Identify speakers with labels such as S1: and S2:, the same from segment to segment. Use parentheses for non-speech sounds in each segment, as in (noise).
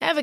S1: Ever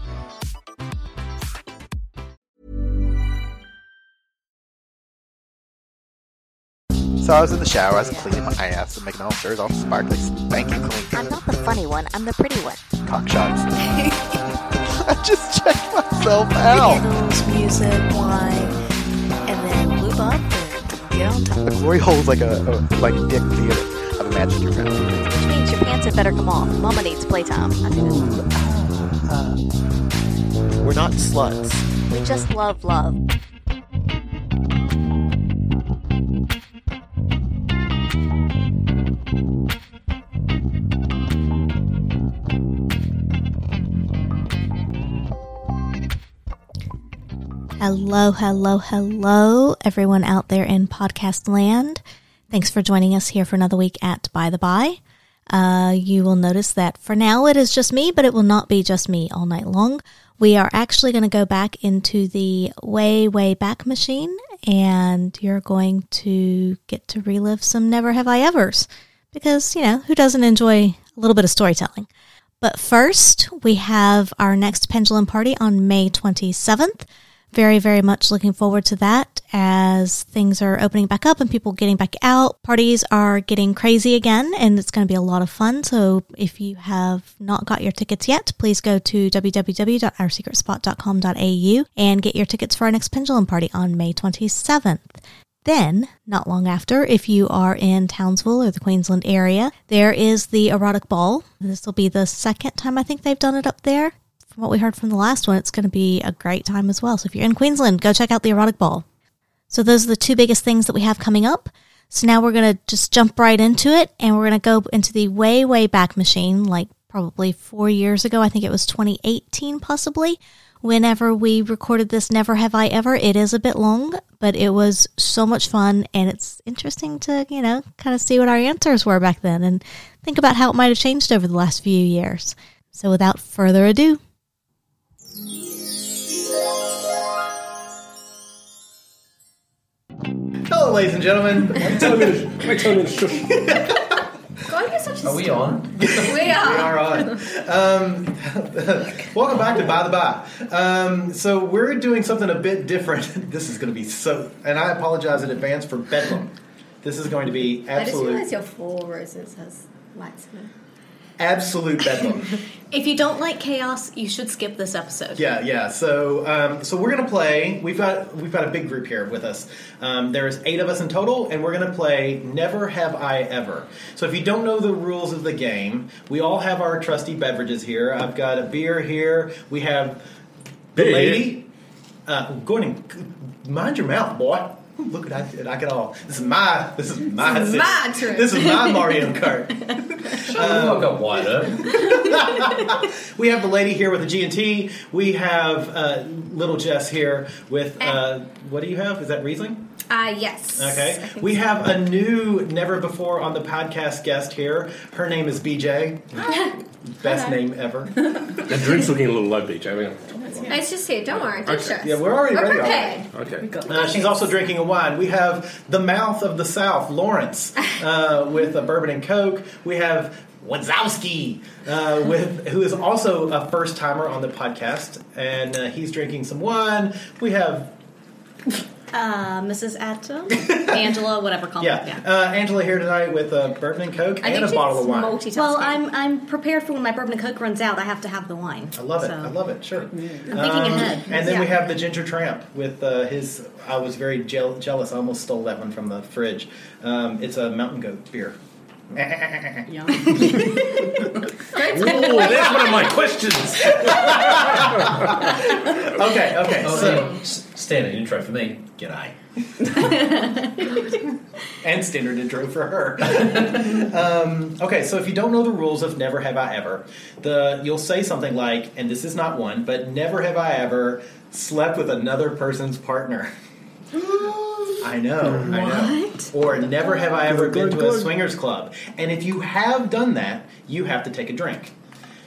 S2: So I was in the shower, I was cleaning my ass and making all sure it was all sparkly, spanky
S3: I'm
S2: clean,
S3: not the funny one. I'm the pretty one.
S2: cock shots. (laughs) I just checked myself out.
S3: Candles, music, wine, and then lube up and get on top.
S2: The glory hole's like a, a like dick theater. I've imagined your family.
S3: Which means your pants had better come off. Mama needs playtime. I think that's-
S2: uh-huh.
S4: We're not sluts.
S3: We just love love.
S5: Hello, hello, hello, everyone out there in podcast land. Thanks for joining us here for another week at By the By. Uh, you will notice that for now it is just me, but it will not be just me all night long. We are actually going to go back into the way, way back machine, and you're going to get to relive some never have I evers because, you know, who doesn't enjoy a little bit of storytelling? But first, we have our next pendulum party on May 27th. Very, very much looking forward to that as things are opening back up and people getting back out. Parties are getting crazy again, and it's going to be a lot of fun. So if you have not got your tickets yet, please go to www.oursecretspot.com.au and get your tickets for our next pendulum party on May 27th. Then, not long after, if you are in Townsville or the Queensland area, there is the Erotic Ball. This will be the second time I think they've done it up there. From what we heard from the last one, it's going to be a great time as well. So if you're in Queensland, go check out the Erotic Ball. So those are the two biggest things that we have coming up. So now we're going to just jump right into it and we're going to go into the way, way back machine, like probably four years ago. I think it was 2018, possibly. Whenever we recorded this Never Have I Ever, it is a bit long, but it was so much fun and it's interesting to, you know, kind of see what our answers were back then and think about how it might have changed over the last few years. So without further ado,
S2: Hello, ladies and gentlemen.
S6: Wait, tell me to shush.
S7: Are we on?
S8: We are.
S2: All right. Um, (laughs) welcome back to By the By. Um, so we're doing something a bit different. (laughs) This is going to be so, and I apologize in advance for bedlam. This is going to be
S8: I just realised
S2: absolute,
S8: your four roses has lights in it.
S2: absolute
S8: (laughs)
S2: bedlam.
S9: If you don't like chaos, you should skip this episode.
S2: Yeah, yeah. So, um, so we're gonna play. We've got we've got a big group here with us. Um, there's eight of us in total, and we're gonna play Never Have I Ever. So, if you don't know the rules of the game, we all have our trusty beverages here. I've got a beer here. We have the
S6: Beer.
S2: lady. Uh, go ahead and mind your mouth, boy. Look at I, I get all. This is my. This is my.
S8: This is my trip.
S2: This is my Mario
S8: (laughs)
S2: Kart.
S7: Oh, I got wider.
S2: We have the lady here with the G and T. We have uh, little Jess here with uh, what do you have? Is that Riesling?
S8: Uh, yes. I
S2: Okay.
S8: think
S2: We
S8: so. (laughs)
S2: have a new, never before on the podcast guest here. Her name is BJ. Best name
S8: (laughs)
S2: ever.
S6: The drink's looking a little low, BJ. Hang
S8: It's just here. Don't worry. Don't
S6: Okay.
S8: stress.
S2: Yeah, we're already
S8: We're
S2: ready.
S8: prepared.
S6: on. Okay.
S2: Uh, she's also drinking a wine. We have the mouth of the South,
S8: (laughs)
S2: Lawrence, uh, with a bourbon and coke. We have Wazowski, uh, with who is also a first timer on the podcast, and uh, he's drinking some wine. We have
S9: Uh,
S2: (laughs)
S9: Mrs. Atom, Angela, whatever. Call
S2: Yeah,
S9: me.
S2: Uh, Angela here tonight with a bourbon and coke
S8: I
S2: and
S8: think
S2: a bottle of
S8: she's
S2: wine.
S8: multitasking.
S9: Well, I'm I'm prepared for when my bourbon and coke runs out. I have to have the wine.
S2: I love it.
S9: So.
S2: I love it. Sure.
S9: I'm thinking ahead.
S2: Um, And then we
S8: Yeah.
S2: have the ginger tramp with uh, his. I was very jeal- jealous. I almost stole that one from the fridge. Um, it's a mountain goat beer.
S9: Yum.
S6: (laughs) Ooh, there's one of
S2: (laughs)
S6: my questions.
S2: Okay. Okay.
S7: Oh,
S2: so
S7: so, s- standard intro for me. G'day.
S2: and standard intro for her. (laughs) um, okay, so if you don't know the rules of Never Have I Ever, the you'll say something like, and this is not one, but Never Have I Ever slept with another person's partner. (laughs) I know, I know. Or never have I ever been to a swingers club. And if you have done that, you have to take a drink.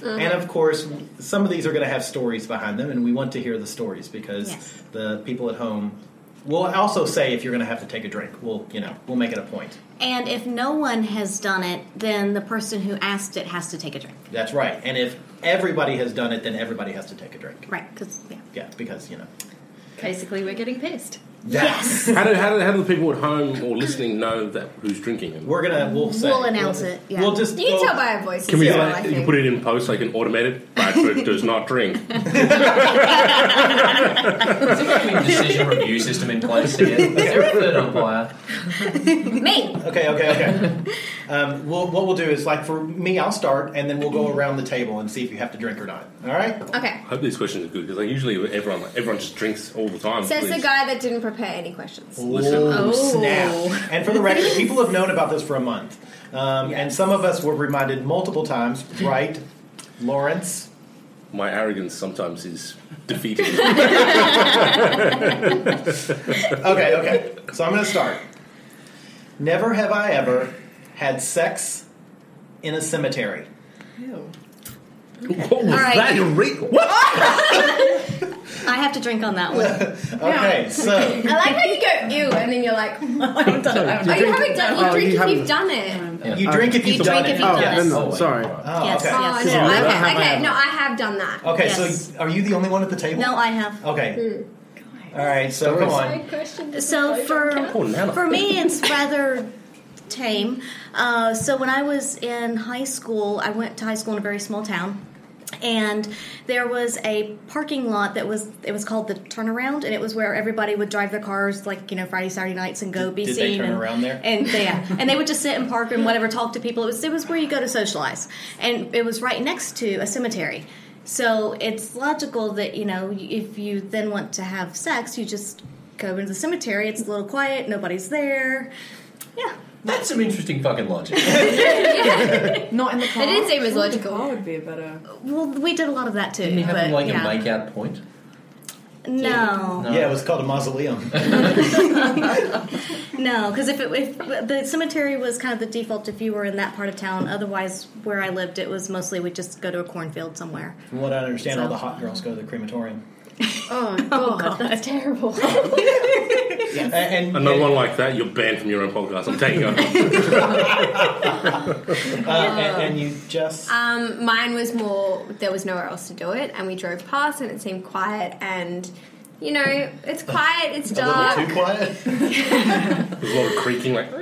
S6: Uh-huh.
S2: And of course, some of these are going to have stories behind them, and we want to hear the stories because
S5: Yes.
S2: the people at home will also say if you're going to have to take a drink. We'll, you know, we'll make it a point.
S5: And if no one has done it, then the person who asked it has to take a drink.
S2: That's right. And if everybody has done it, then everybody has to take a drink.
S5: Right, because, yeah.
S2: Yeah, because you know.
S6: Basically, we're getting pissed.
S2: Yes.
S10: How do, how, do, how do the people at home or listening know that who's drinking? And
S2: We're gonna we'll say
S5: We'll announce it, yeah.
S2: We'll just
S8: You can
S2: we'll-
S8: tell by our voices.
S10: can we
S8: as well,
S10: like,
S8: I
S10: you
S8: think.
S10: can put it in post like an automated Bradford does not
S8: (laughs)
S10: drink.
S7: Decision review system in place (laughs) here. Is there a third umpire?
S5: Me!
S2: Okay, okay, okay. um, we'll, what we'll do is, like, for me, I'll start, and then we'll go around the table and see if you have to drink or not. All right?
S8: Okay.
S10: I hope these questions are good because like usually everyone like, everyone just drinks all the time.
S8: Says the
S10: please.
S8: guy that didn't prepare any questions.
S10: Listen.
S2: Oh, (laughs) snap. And for the record, people have known about this for a month. Um, And some of us were reminded multiple times, right, Lawrence? (laughs)
S10: My (laughs) arrogance sometimes is
S8: (laughs)
S10: defeating.
S2: Okay, okay. So I'm going to start. Never have I ever had sex in a cemetery.
S10: what was
S5: right.
S10: that? You're re- what?
S5: I have to drink on that one.
S2: Okay, so
S8: (laughs) I like how you go ew, and then
S2: (laughs)
S8: you're like, oh, you haven't done. You
S6: Oh,
S8: drink
S6: you
S8: if
S6: haven't.
S8: you've done it.
S2: Oh, you drink if
S5: You
S2: you've done
S5: drink if
S2: it.
S5: you've
S6: Oh,
S5: done
S6: no,
S5: it.
S6: no,
S7: Yes.
S6: sorry.
S2: Oh,
S5: Yes,
S2: okay.
S8: Oh
S5: yes.
S6: never
S8: no! Okay,
S6: have I
S8: okay.
S6: ever.
S8: No, I have done that.
S2: Okay,
S5: Yes.
S2: so are you the only one at the table?
S5: No, I have.
S2: Okay.
S8: Hmm.
S2: All right, so come on.
S5: So for
S10: Oh, Nana.
S5: For me, it's rather tame. Uh, so when I was in high school, I went to high school in a very small town. And there was a parking lot that was it was called the turnaround, and it was where everybody would drive their cars like you know Friday Saturday nights and go be
S2: did they
S5: seen.
S2: turn
S5: and,
S2: around there?
S5: And
S2: (laughs)
S5: they, yeah, and they would just sit and park and whatever, talk to people. It was it was where you go to socialize, and it was right next to a cemetery. So it's logical that you know if you then want to have sex, you just go into the cemetery. It's a little quiet, nobody's there. Yeah,
S7: That's some interesting fucking logic.
S6: Not in the car.
S8: It didn't seem as
S6: Surely the
S8: logical.
S6: car would be a better.
S5: well, we did a lot of that too.
S7: Didn't you
S5: but,
S7: have like
S5: yeah.
S7: a make out point?
S5: No,
S2: Yeah, it was called a
S7: (laughs)
S2: mausoleum.
S5: (laughs) no, because if, it- if the cemetery was kind of the default if you were in that part of town. Otherwise, where I lived, it was mostly we would just go to a cornfield somewhere.
S2: From what I understand, all the hot girls go to the crematorium.
S6: (laughs)
S5: (laughs)
S6: Oh god, that's terrible.
S2: Yeah. And, and,
S10: Another one like that, you're banned from your own podcast. I'm
S8: (laughs)
S10: taking over.
S2: uh, and,
S5: Oh.
S2: and you just.
S8: Um, mine was more. There was nowhere else to do it, and we drove past, and it seemed quiet, and you know, it's quiet, it's
S2: a
S8: dark. (laughs)
S2: little too quiet?
S8: Um,
S10: There's a lot of creaking. Like
S8: It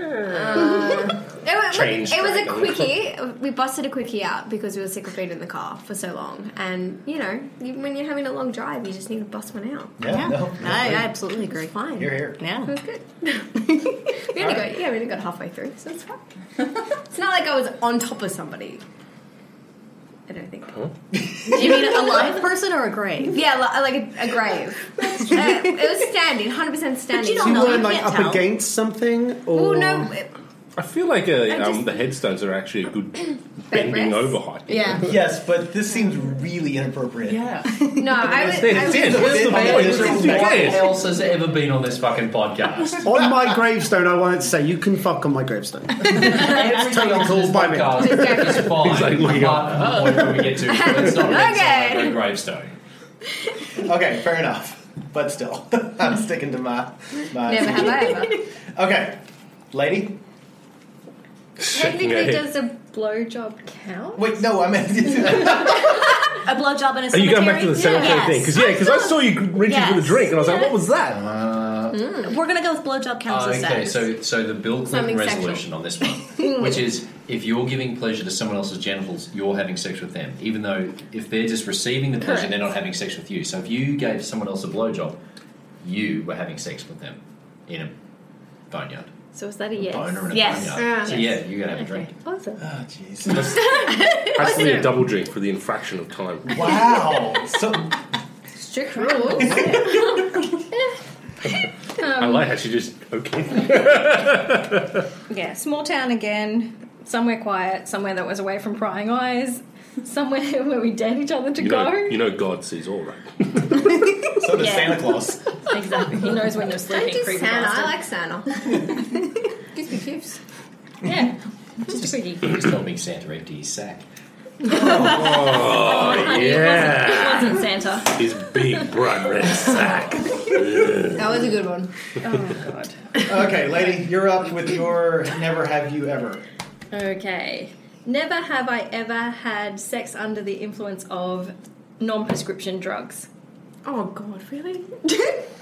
S8: was,
S10: Changed
S8: it was a
S10: dragon.
S8: quickie. We busted a quickie out because we were sick of being in the car for so long. And, you know, you, when you're having a long drive, you just need to bust one out.
S2: Yeah, no.
S5: I, I absolutely agree.
S8: Fine.
S2: You're here.
S5: Yeah.
S8: It was good. (laughs) we only got, yeah, we only got halfway through, so it's fine. it's not like I was on top of somebody. I don't think.
S5: Do you mean
S8: (laughs)
S5: a live person or a grave?
S8: Yeah, li- like a, a grave. Uh, it was standing, 100% standing.
S5: you don't
S6: you
S5: No,
S6: were
S5: you
S6: like
S5: can't
S6: up
S5: tell.
S6: against something,
S8: Oh,
S6: or
S8: no. it-
S10: I feel like uh,
S8: just-
S10: um, the headstones are actually a good bending
S8: rest?
S10: over height.
S8: yeah.
S2: Yes, but this seems really inappropriate.
S6: Yeah.
S8: No, I was. I was
S10: Yes, that's the point. It's just-
S7: What
S10: yes.
S7: else has ever been on this
S10: (laughs)
S7: fucking podcast?
S6: on my gravestone, I won't say you can fuck on my gravestone.
S10: (laughs)
S7: Everything on this
S6: by me.
S7: podcast is fine.
S10: He's like looking
S7: apart from the point where we get to,
S10: (laughs)
S7: but it's not
S8: Okay.
S7: okay. gravestone.
S2: Okay, fair enough. But still, (laughs) I'm sticking to my. my
S8: never have I ever.
S2: Okay, lady.
S10: Shaking her
S8: Technically,
S10: head.
S8: does a
S10: (laughs)
S8: blowjob count?
S2: Wait, no, I (laughs) meant.
S5: A blowjob in a
S10: Are
S5: cemetery?
S10: you going back to the cemetery
S5: yes.
S10: thing? Because yeah, because I saw you reaching for the
S5: Yes.
S10: drink, and I was like, "What was that?"
S6: Mm.
S5: We're going to go with blowjob counts
S7: Uh,
S5: as
S7: okay,
S5: (laughs) sex.
S7: so so the Bill Clinton
S8: Something sexual.
S7: resolution on this
S5: (laughs)
S7: one, which is if you're giving pleasure to someone else's genitals, you're having sex with them, even though if they're just receiving the pleasure, they're not having sex with you. So if you gave someone else a blowjob, you were having sex with them in a boneyard,
S6: So is that a
S7: boner in a
S5: Yes.
S7: boneyard.
S8: Ah,
S7: so yeah, you're gonna have a drink. Ah,
S6: Awesome.
S2: oh, jeez.
S9: (laughs)
S10: Actually, a double drink for the infraction
S2: (laughs)
S10: of time.
S2: Wow. So,
S7: (laughs)
S8: Strict rules.
S9: Um,
S10: I like I had to just okay.
S9: Yeah, small town again, somewhere quiet, somewhere that was away from prying eyes, somewhere (laughs) where we dared each other
S10: (laughs)
S9: to
S10: you
S9: go.
S10: know, (laughs) you know, God sees all right.
S2: (laughs) so does
S9: Yeah.
S2: Santa Claus.
S9: Exactly. He knows when you're sleeping.
S8: Don't do
S9: creepy
S8: Santa.
S9: bastard.
S8: I like Santa. Gives me gifts.
S9: Yeah. Just a quickie.
S7: (laughs) Just tell me Santa empty his sack.
S9: (laughs)
S10: Oh yeah,
S9: It wasn't Santa.
S10: his big bright red sack.
S8: That was a good one.
S2: okay, lady, you're up with your never have you ever.
S9: Okay. Never have I ever had sex under the influence of non prescription drugs.
S8: Oh, God, really?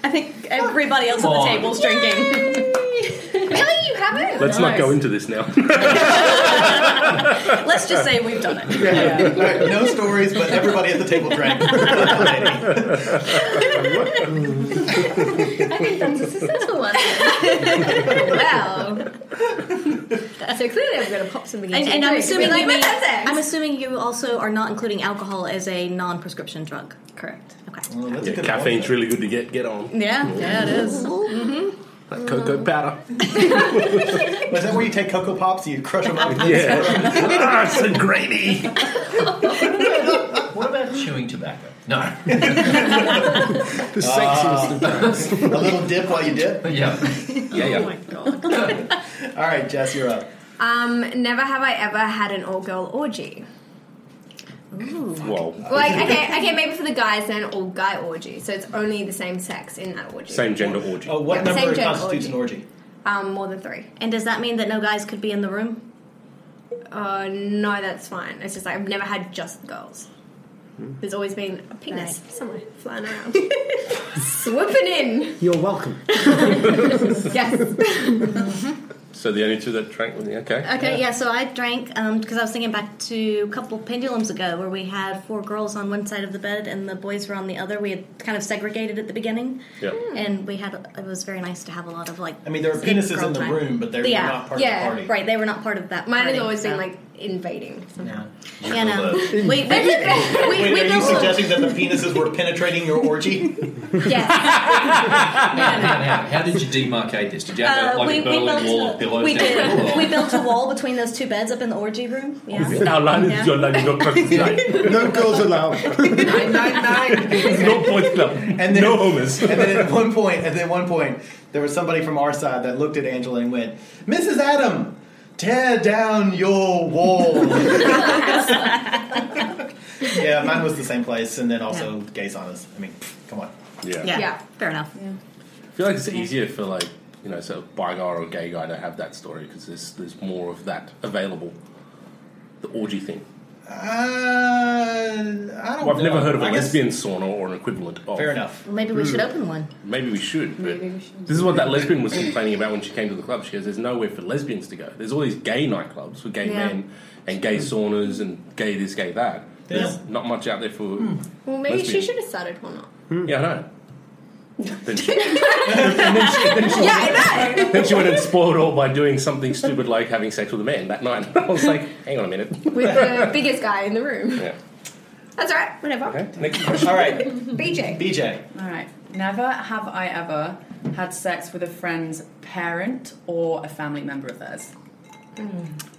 S9: I think everybody else
S10: Come
S9: at
S10: on.
S9: the table's drinking.
S8: really? You haven't?
S10: Let's not go into this now.
S9: Let's just say we've done it.
S2: All right, no stories, but everybody at the table drank.
S9: I think that's a successful one.
S8: wow. so clearly I'm going to pop something in.
S5: And, and I'm assuming you
S8: like,
S5: mean,
S8: "Let's have sex."
S5: I'm assuming you also are not including alcohol as a non-prescription drug.
S9: Correct.
S5: Okay.
S10: Yeah, caffeine's really good to get get on.
S5: Yeah. (laughs) Yeah, it is. Mm-hmm.
S10: Like cocoa powder.
S2: Was that where you take cocoa pops and you crush them up?
S10: Yeah. (laughs) ah, it's so grainy.
S7: What about
S10: (laughs)
S7: chewing tobacco? No.
S2: The sexiest of A little dip while you dip?
S7: (laughs) Yeah. Yeah,
S5: Oh
S7: yeah.
S2: (laughs) All right, Jess, you're up.
S8: Um, never have I ever had an all-girl orgy.
S10: Well,
S8: Like, okay, okay, maybe for the guys, then an all-guy orgy. So it's only the same sex in that orgy.
S10: same gender orgy.
S2: Oh, what
S8: Yeah, same
S2: number
S8: gender
S2: constitutes an orgy?
S8: Um, more than three.
S5: And does that mean that no guys could be in the room?
S8: Uh, no, that's fine. It's just like I've never had just girls. There's always been a penis somewhere flying around, swooping in.
S6: You're welcome.
S8: Yes.
S10: So the only two that drank with me. Okay.
S5: Okay, yeah. so I drank because I was thinking back to a couple pendulums ago where we had four girls on one side of the bed and the boys were on the other. We had kind of segregated at the beginning.
S10: Yeah.
S5: And we had, it was very nice to have a lot of like.
S2: I mean, there were
S5: good
S2: penises
S5: girl
S2: in the
S5: time.
S2: room, but they were
S5: yeah.
S2: not part of the
S5: yeah,
S2: party.
S5: Right, they were not part of that
S8: Mine
S5: party.
S8: has always
S5: so-
S8: been like invading somehow.
S5: You know,
S2: (laughs)
S5: we, we,
S2: Wait,
S5: we, we
S2: are you
S5: also
S2: suggesting that the penises were penetrating your orgy?
S7: Now, now, how did you demarcate this? Did you have
S5: Uh,
S7: like
S5: we,
S7: a
S5: we built
S7: Berlin Wall
S5: a,
S7: of pillows?
S5: we
S7: down the
S5: did.
S7: wall?
S5: we built a wall between those two beds up in the orgy room. Yeah.
S10: Our line is
S5: Yeah.
S10: your line is not practice
S5: (laughs)
S6: No girls allowed.
S2: nine nine nine.
S10: No points club.
S2: And then,
S10: no homers.
S2: and then at one point, and then one point, there was somebody from our side that looked at Angela and went, "Mrs. Adam, tear down your
S5: (laughs)
S2: wall." yeah, mine was the same place, and then also gays on us. I mean, pff, come on.
S10: Yeah.
S5: Yeah.
S8: Yeah.
S5: Fair enough.
S10: I feel like it's easier for like you know sort of bi guy or gay guy to have that story because there's there's more of that available. The orgy thing.
S2: Uh, I don't.
S10: Well, I've never
S2: know.
S10: heard of a
S2: Oh, I guess-
S10: lesbian sauna or an equivalent of. Mm.
S2: Fair enough.
S5: Maybe we should open one.
S10: Maybe we should. But Hmm. This is what that lesbian was complaining about when she came to the club. She goes, "There's nowhere for lesbians to go. There's all these gay nightclubs for gay
S8: Yeah.
S10: men and gay saunas and gay this, gay that. There's not much out there for."
S8: Well, maybe she
S10: Lesbian.
S8: should have started one up. (laughs)
S2: Hmm.
S10: Yeah, I know. Then she, and then she, then she, then she went and spoiled all by doing something stupid like having sex with a man that night. (laughs) I was like, hang on a minute. (laughs)
S8: with the biggest guy in the room.
S10: Yeah.
S8: That's all right. Whatever.
S10: Okay.
S8: (laughs)
S10: Next question.
S2: All right,
S8: BJ.
S2: BJ.
S11: All right. Never have I ever had sex with a friend's parent or a family member of theirs.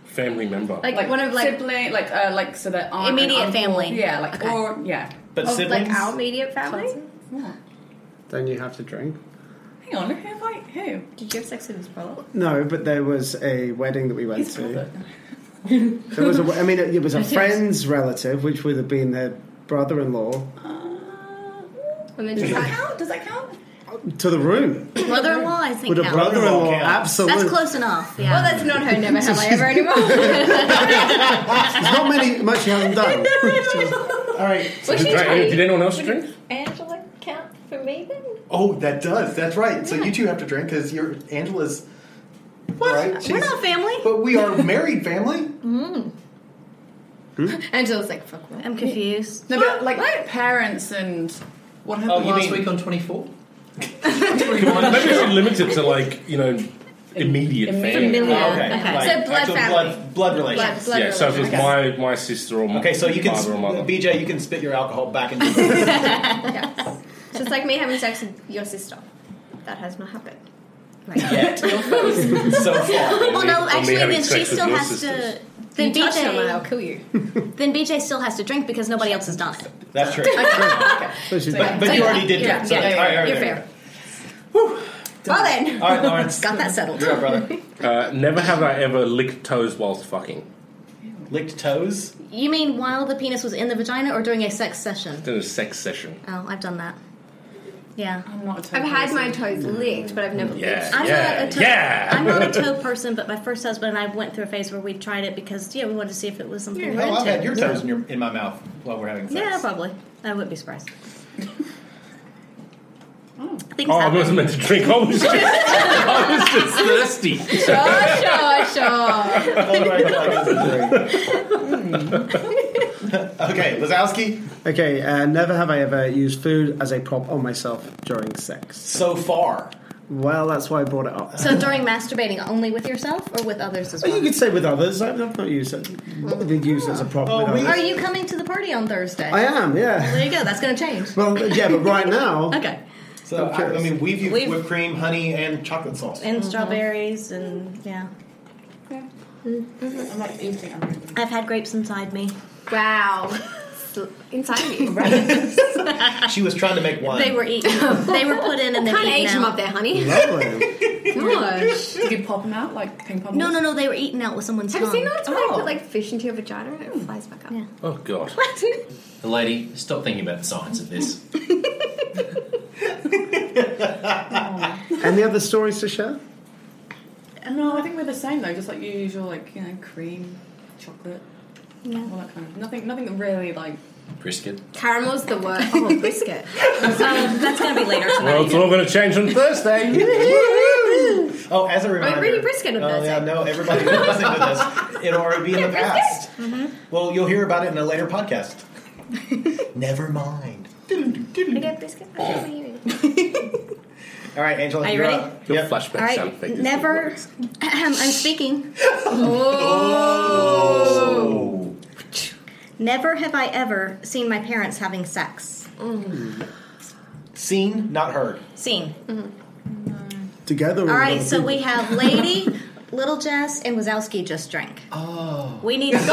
S10: Family member.
S8: Like, one of like
S11: sibling, like uh, like so their aunt, and
S5: Immediate
S11: uncle.
S5: family.
S11: Yeah, like
S5: Okay.
S11: or yeah.
S2: But
S8: of
S2: siblings.
S8: like our immediate family.
S6: Then you have to drink.
S11: Hang on, who have I? Who?
S8: Did you have sex with his brother?
S6: No, but there was a wedding that we went to. There was a, I mean, it, it
S5: (laughs)
S6: was a friend's relative, which would have been their brother-in-law,
S8: And then she's like, "Oh,
S11: Count? Does that count?
S6: to the room
S5: Brother-in-law, I think.
S6: with a
S5: counts.
S6: brother-in-law.
S2: counts.
S5: That's
S6: Absolutely,
S5: close enough. Yeah.
S8: well, that's not her. Never have I ever anymore. (laughs)
S6: There's not many much you haven't done.
S2: All right.
S10: Did, drank- did anyone else drink?
S8: Angela count for me then?
S2: Oh, that does. That's right. So you two have to drink because you're Angela's. What? Right?
S5: We're
S2: She's-
S5: not family.
S2: But we are married family.
S8: Angela's like, fuck what?
S11: (laughs)
S5: I'm confused.
S11: No, but like parents and what
S7: Oh,
S11: happened
S7: you
S11: last
S7: mean
S11: week?
S7: week on 24?
S10: Maybe we should limit it to like you know immediate family.
S8: Familiar.
S2: Oh, okay.
S8: Okay.
S2: Like,
S8: So blood
S2: actual
S8: family.
S2: blood, blood relation.
S8: Blood, blood
S10: Yeah. So if it's
S8: relation.
S10: my my sister or my
S2: Okay, so you can
S10: father or mother.
S2: BJ, you can spit your alcohol back
S5: (laughs)
S2: into.
S8: Yes. Just like me having sex with your sister. That has not happened.
S2: Yet. so far.
S5: (laughs) Well, no,
S10: Only
S5: actually,
S10: having
S5: then she
S10: sex with
S5: still
S10: your
S5: has
S10: sisters.
S5: to. Then
S9: You touch
S5: BJ,
S9: on it, I'll kill you.
S5: then BJ still has to drink because nobody else has done it.
S2: That's true.
S6: But,
S2: but you already did
S5: Yeah,
S2: that. So,
S5: yeah, yeah,
S2: all right, all right,
S5: you're
S2: there.
S5: fair.
S8: Well then.
S2: All right, Lawrence.
S5: (laughs) Got that settled.
S2: (laughs) You're up, brother.
S10: Uh, never have I ever licked toes whilst fucking.
S2: Licked toes?
S5: You mean while the penis was in the vagina or during a sex session?
S10: In a sex session.
S5: Oh, I've done that. Yeah.
S11: I'm not a toe
S8: I've had my toes licked, but I've never
S10: Mm. Yeah,
S8: licked.
S5: I'm
S10: yeah,
S5: not a toe.
S10: yeah.
S5: I'm not
S10: (laughs)
S5: a toe person, but my first husband and I went through a phase where we tried it because yeah, we wanted to see if it was something.
S2: Hell,
S5: we're
S2: I've
S5: into.
S2: had your toes in, your, in my mouth while we're having sex.
S5: Yeah, probably. I wouldn't be surprised. Things
S10: Oh, I
S5: happen.
S10: wasn't meant to drink. I was just, I was just thirsty.
S9: Sure, sure.
S2: All right, Lawrence. okay, Lazowski.
S6: Okay, uh, never have I ever used food as a prop on myself during sex.
S2: So far.
S6: Well, that's why I brought it up.
S5: So during masturbating, only with yourself or with others as
S6: But you
S5: well?
S6: could say with others. I've I've not used it. Been used as a prop.
S2: Oh,
S6: with others.
S5: Are you coming to the party on Thursday?
S6: I am. Yeah.
S5: There you go. That's going to change.
S6: Well, yeah, but right now.
S5: Okay.
S2: So,
S6: I'm
S2: I, I
S6: curious.
S2: mean, we've used
S5: We've-
S2: whipped cream, honey, and chocolate sauce.
S5: And strawberries and yeah.
S11: I'm like eating. I'm like,
S5: I've had grapes inside me. (laughs)
S8: Wow. Inside you.
S2: She was trying to make wine.
S6: (laughs)
S5: They were eaten. they were put in and then
S8: Can't
S5: eaten
S8: age
S5: out.
S8: them up there, honey. (laughs)
S6: Lovely.
S8: Gosh.
S11: Did you pop them out like ping pong?
S5: (laughs) No, no, no. They were eaten out with someone's
S8: Have you
S5: tongue.
S8: seen that? It's where they
S11: Oh.
S8: put like fish into your vagina and it flies back up.
S5: Yeah.
S10: Oh, God.
S7: The lady, stop thinking about the science of this.
S6: Any other stories to share?
S11: No, I think we're the same though. Just like your usual, like you know, cream, chocolate,
S5: Yeah.
S11: all that kind of nothing. Nothing that really like.
S7: Brisket.
S8: Caramel's the worst.
S11: (laughs)
S8: (laughs) Oh, (laughs) brisket.
S5: Um, that's going to be later
S8: (laughs)
S5: tonight.
S10: Well, it's all going to change on
S5: (laughs)
S10: Thursday.
S2: Oh, as a reminder.
S8: really brisket on
S2: Oh,
S8: Thursday.
S2: yeah, no, everybody who's listening with us, it'll already be in the past.
S8: Mm-hmm.
S2: Well, you'll hear about it in a later podcast. Never mind.
S8: I get brisket. I don't wanna hear it.
S2: All right, Angela.
S5: Are you
S2: you're
S5: ready?
S2: Up.
S10: Your
S2: Yep.
S10: flashback
S5: All
S10: sound
S5: right.
S10: effect is
S5: Never. (clears throat) I'm speaking.
S7: Oh.
S5: Never have I ever seen my parents having sex.
S2: Mm-hmm. Seen, not heard.
S5: Seen.
S6: Together.
S5: All right. So we have (laughs) Lady, Little Jess, and Wazowski just drank. Oh. We need.
S2: (laughs)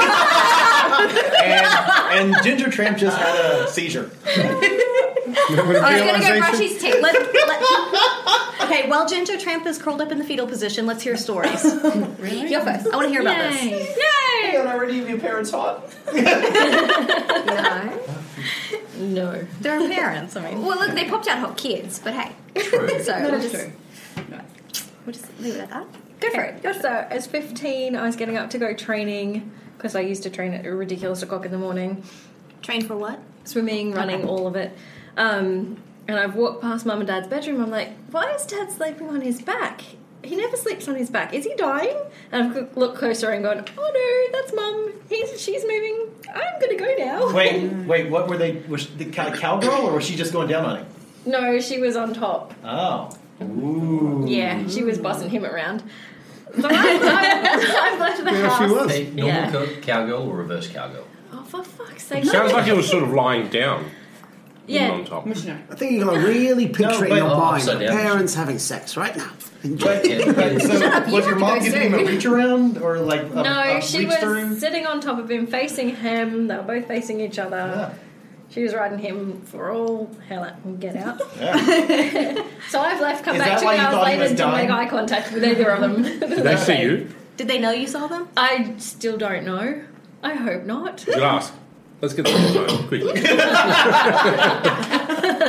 S2: And, and Ginger Tramp just had a
S5: (laughs)
S2: seizure.
S5: I'm gonna go brush his teeth. Let, let- okay, while Ginger Tramp is curled up in the fetal position, let's hear stories. really? You're first. I want to hear about this.
S4: Don't already have your parents hot.
S8: No.
S9: No.
S5: They're parents. I mean,
S8: Well, look, they popped out hot kids, but hey.
S7: True.
S8: (laughs) so we'll just,
S11: true.
S8: we'll just leave it at that.
S9: Go for it. So, as 15, I was getting up to go training because I used to train at a ridiculous o'clock in the morning.
S5: train for what?
S9: swimming, running, all of it. Um, and I've walked past mum and dad's bedroom. I'm like, why is dad sleeping on his back? He never sleeps on his back. Is he dying? And I've look- looked closer and gone, oh no, that's mum. He's she's moving. I'm gonna go now.
S2: Wait, wait, what were they? Was the kind of cowgirl or was she just going down on it?
S9: (laughs) No, she was on top.
S2: Oh. Ooh.
S9: Yeah, she was bussing him around. So I, I, I've left the
S6: Yeah, she
S9: house.
S6: was.
S7: Hey, normal
S9: Yeah.
S7: cow- cowgirl or reverse cowgirl?
S9: Oh, for fuck's
S10: It
S9: sake!
S10: sounds like it was sort of lying down.
S9: Yeah.
S10: On
S7: (laughs)
S9: (laughs)
S10: top.
S11: Missionary.
S6: I think you got to
S2: (laughs)
S6: really picture it in
S2: but-
S6: your
S2: oh,
S6: mind.
S7: upside down.
S6: Parents having sex right now. Enjoy.
S7: But, yeah,
S2: But,
S7: yeah.
S2: so was your
S8: to
S2: mom
S8: go
S2: giving him a
S8: soon.
S2: reach around or like a,
S9: No,
S2: a
S9: she
S2: reach
S9: was
S2: through?
S9: sitting on top of him, facing him. They were both facing each other.
S2: Yeah.
S9: She was riding him for all hell out and get out.
S2: Yeah.
S9: So I've left, come
S2: Is
S9: back
S2: that
S9: two
S2: why you
S9: hours
S2: thought he
S9: later
S2: was
S9: and didn't make
S2: dying?
S9: eye contact with either of them.
S10: Did they see you?
S5: Did they know you saw them?
S9: I still don't know. I hope not.
S10: Did
S9: (laughs)
S10: I ask? Let's (laughs) get the phone quickly.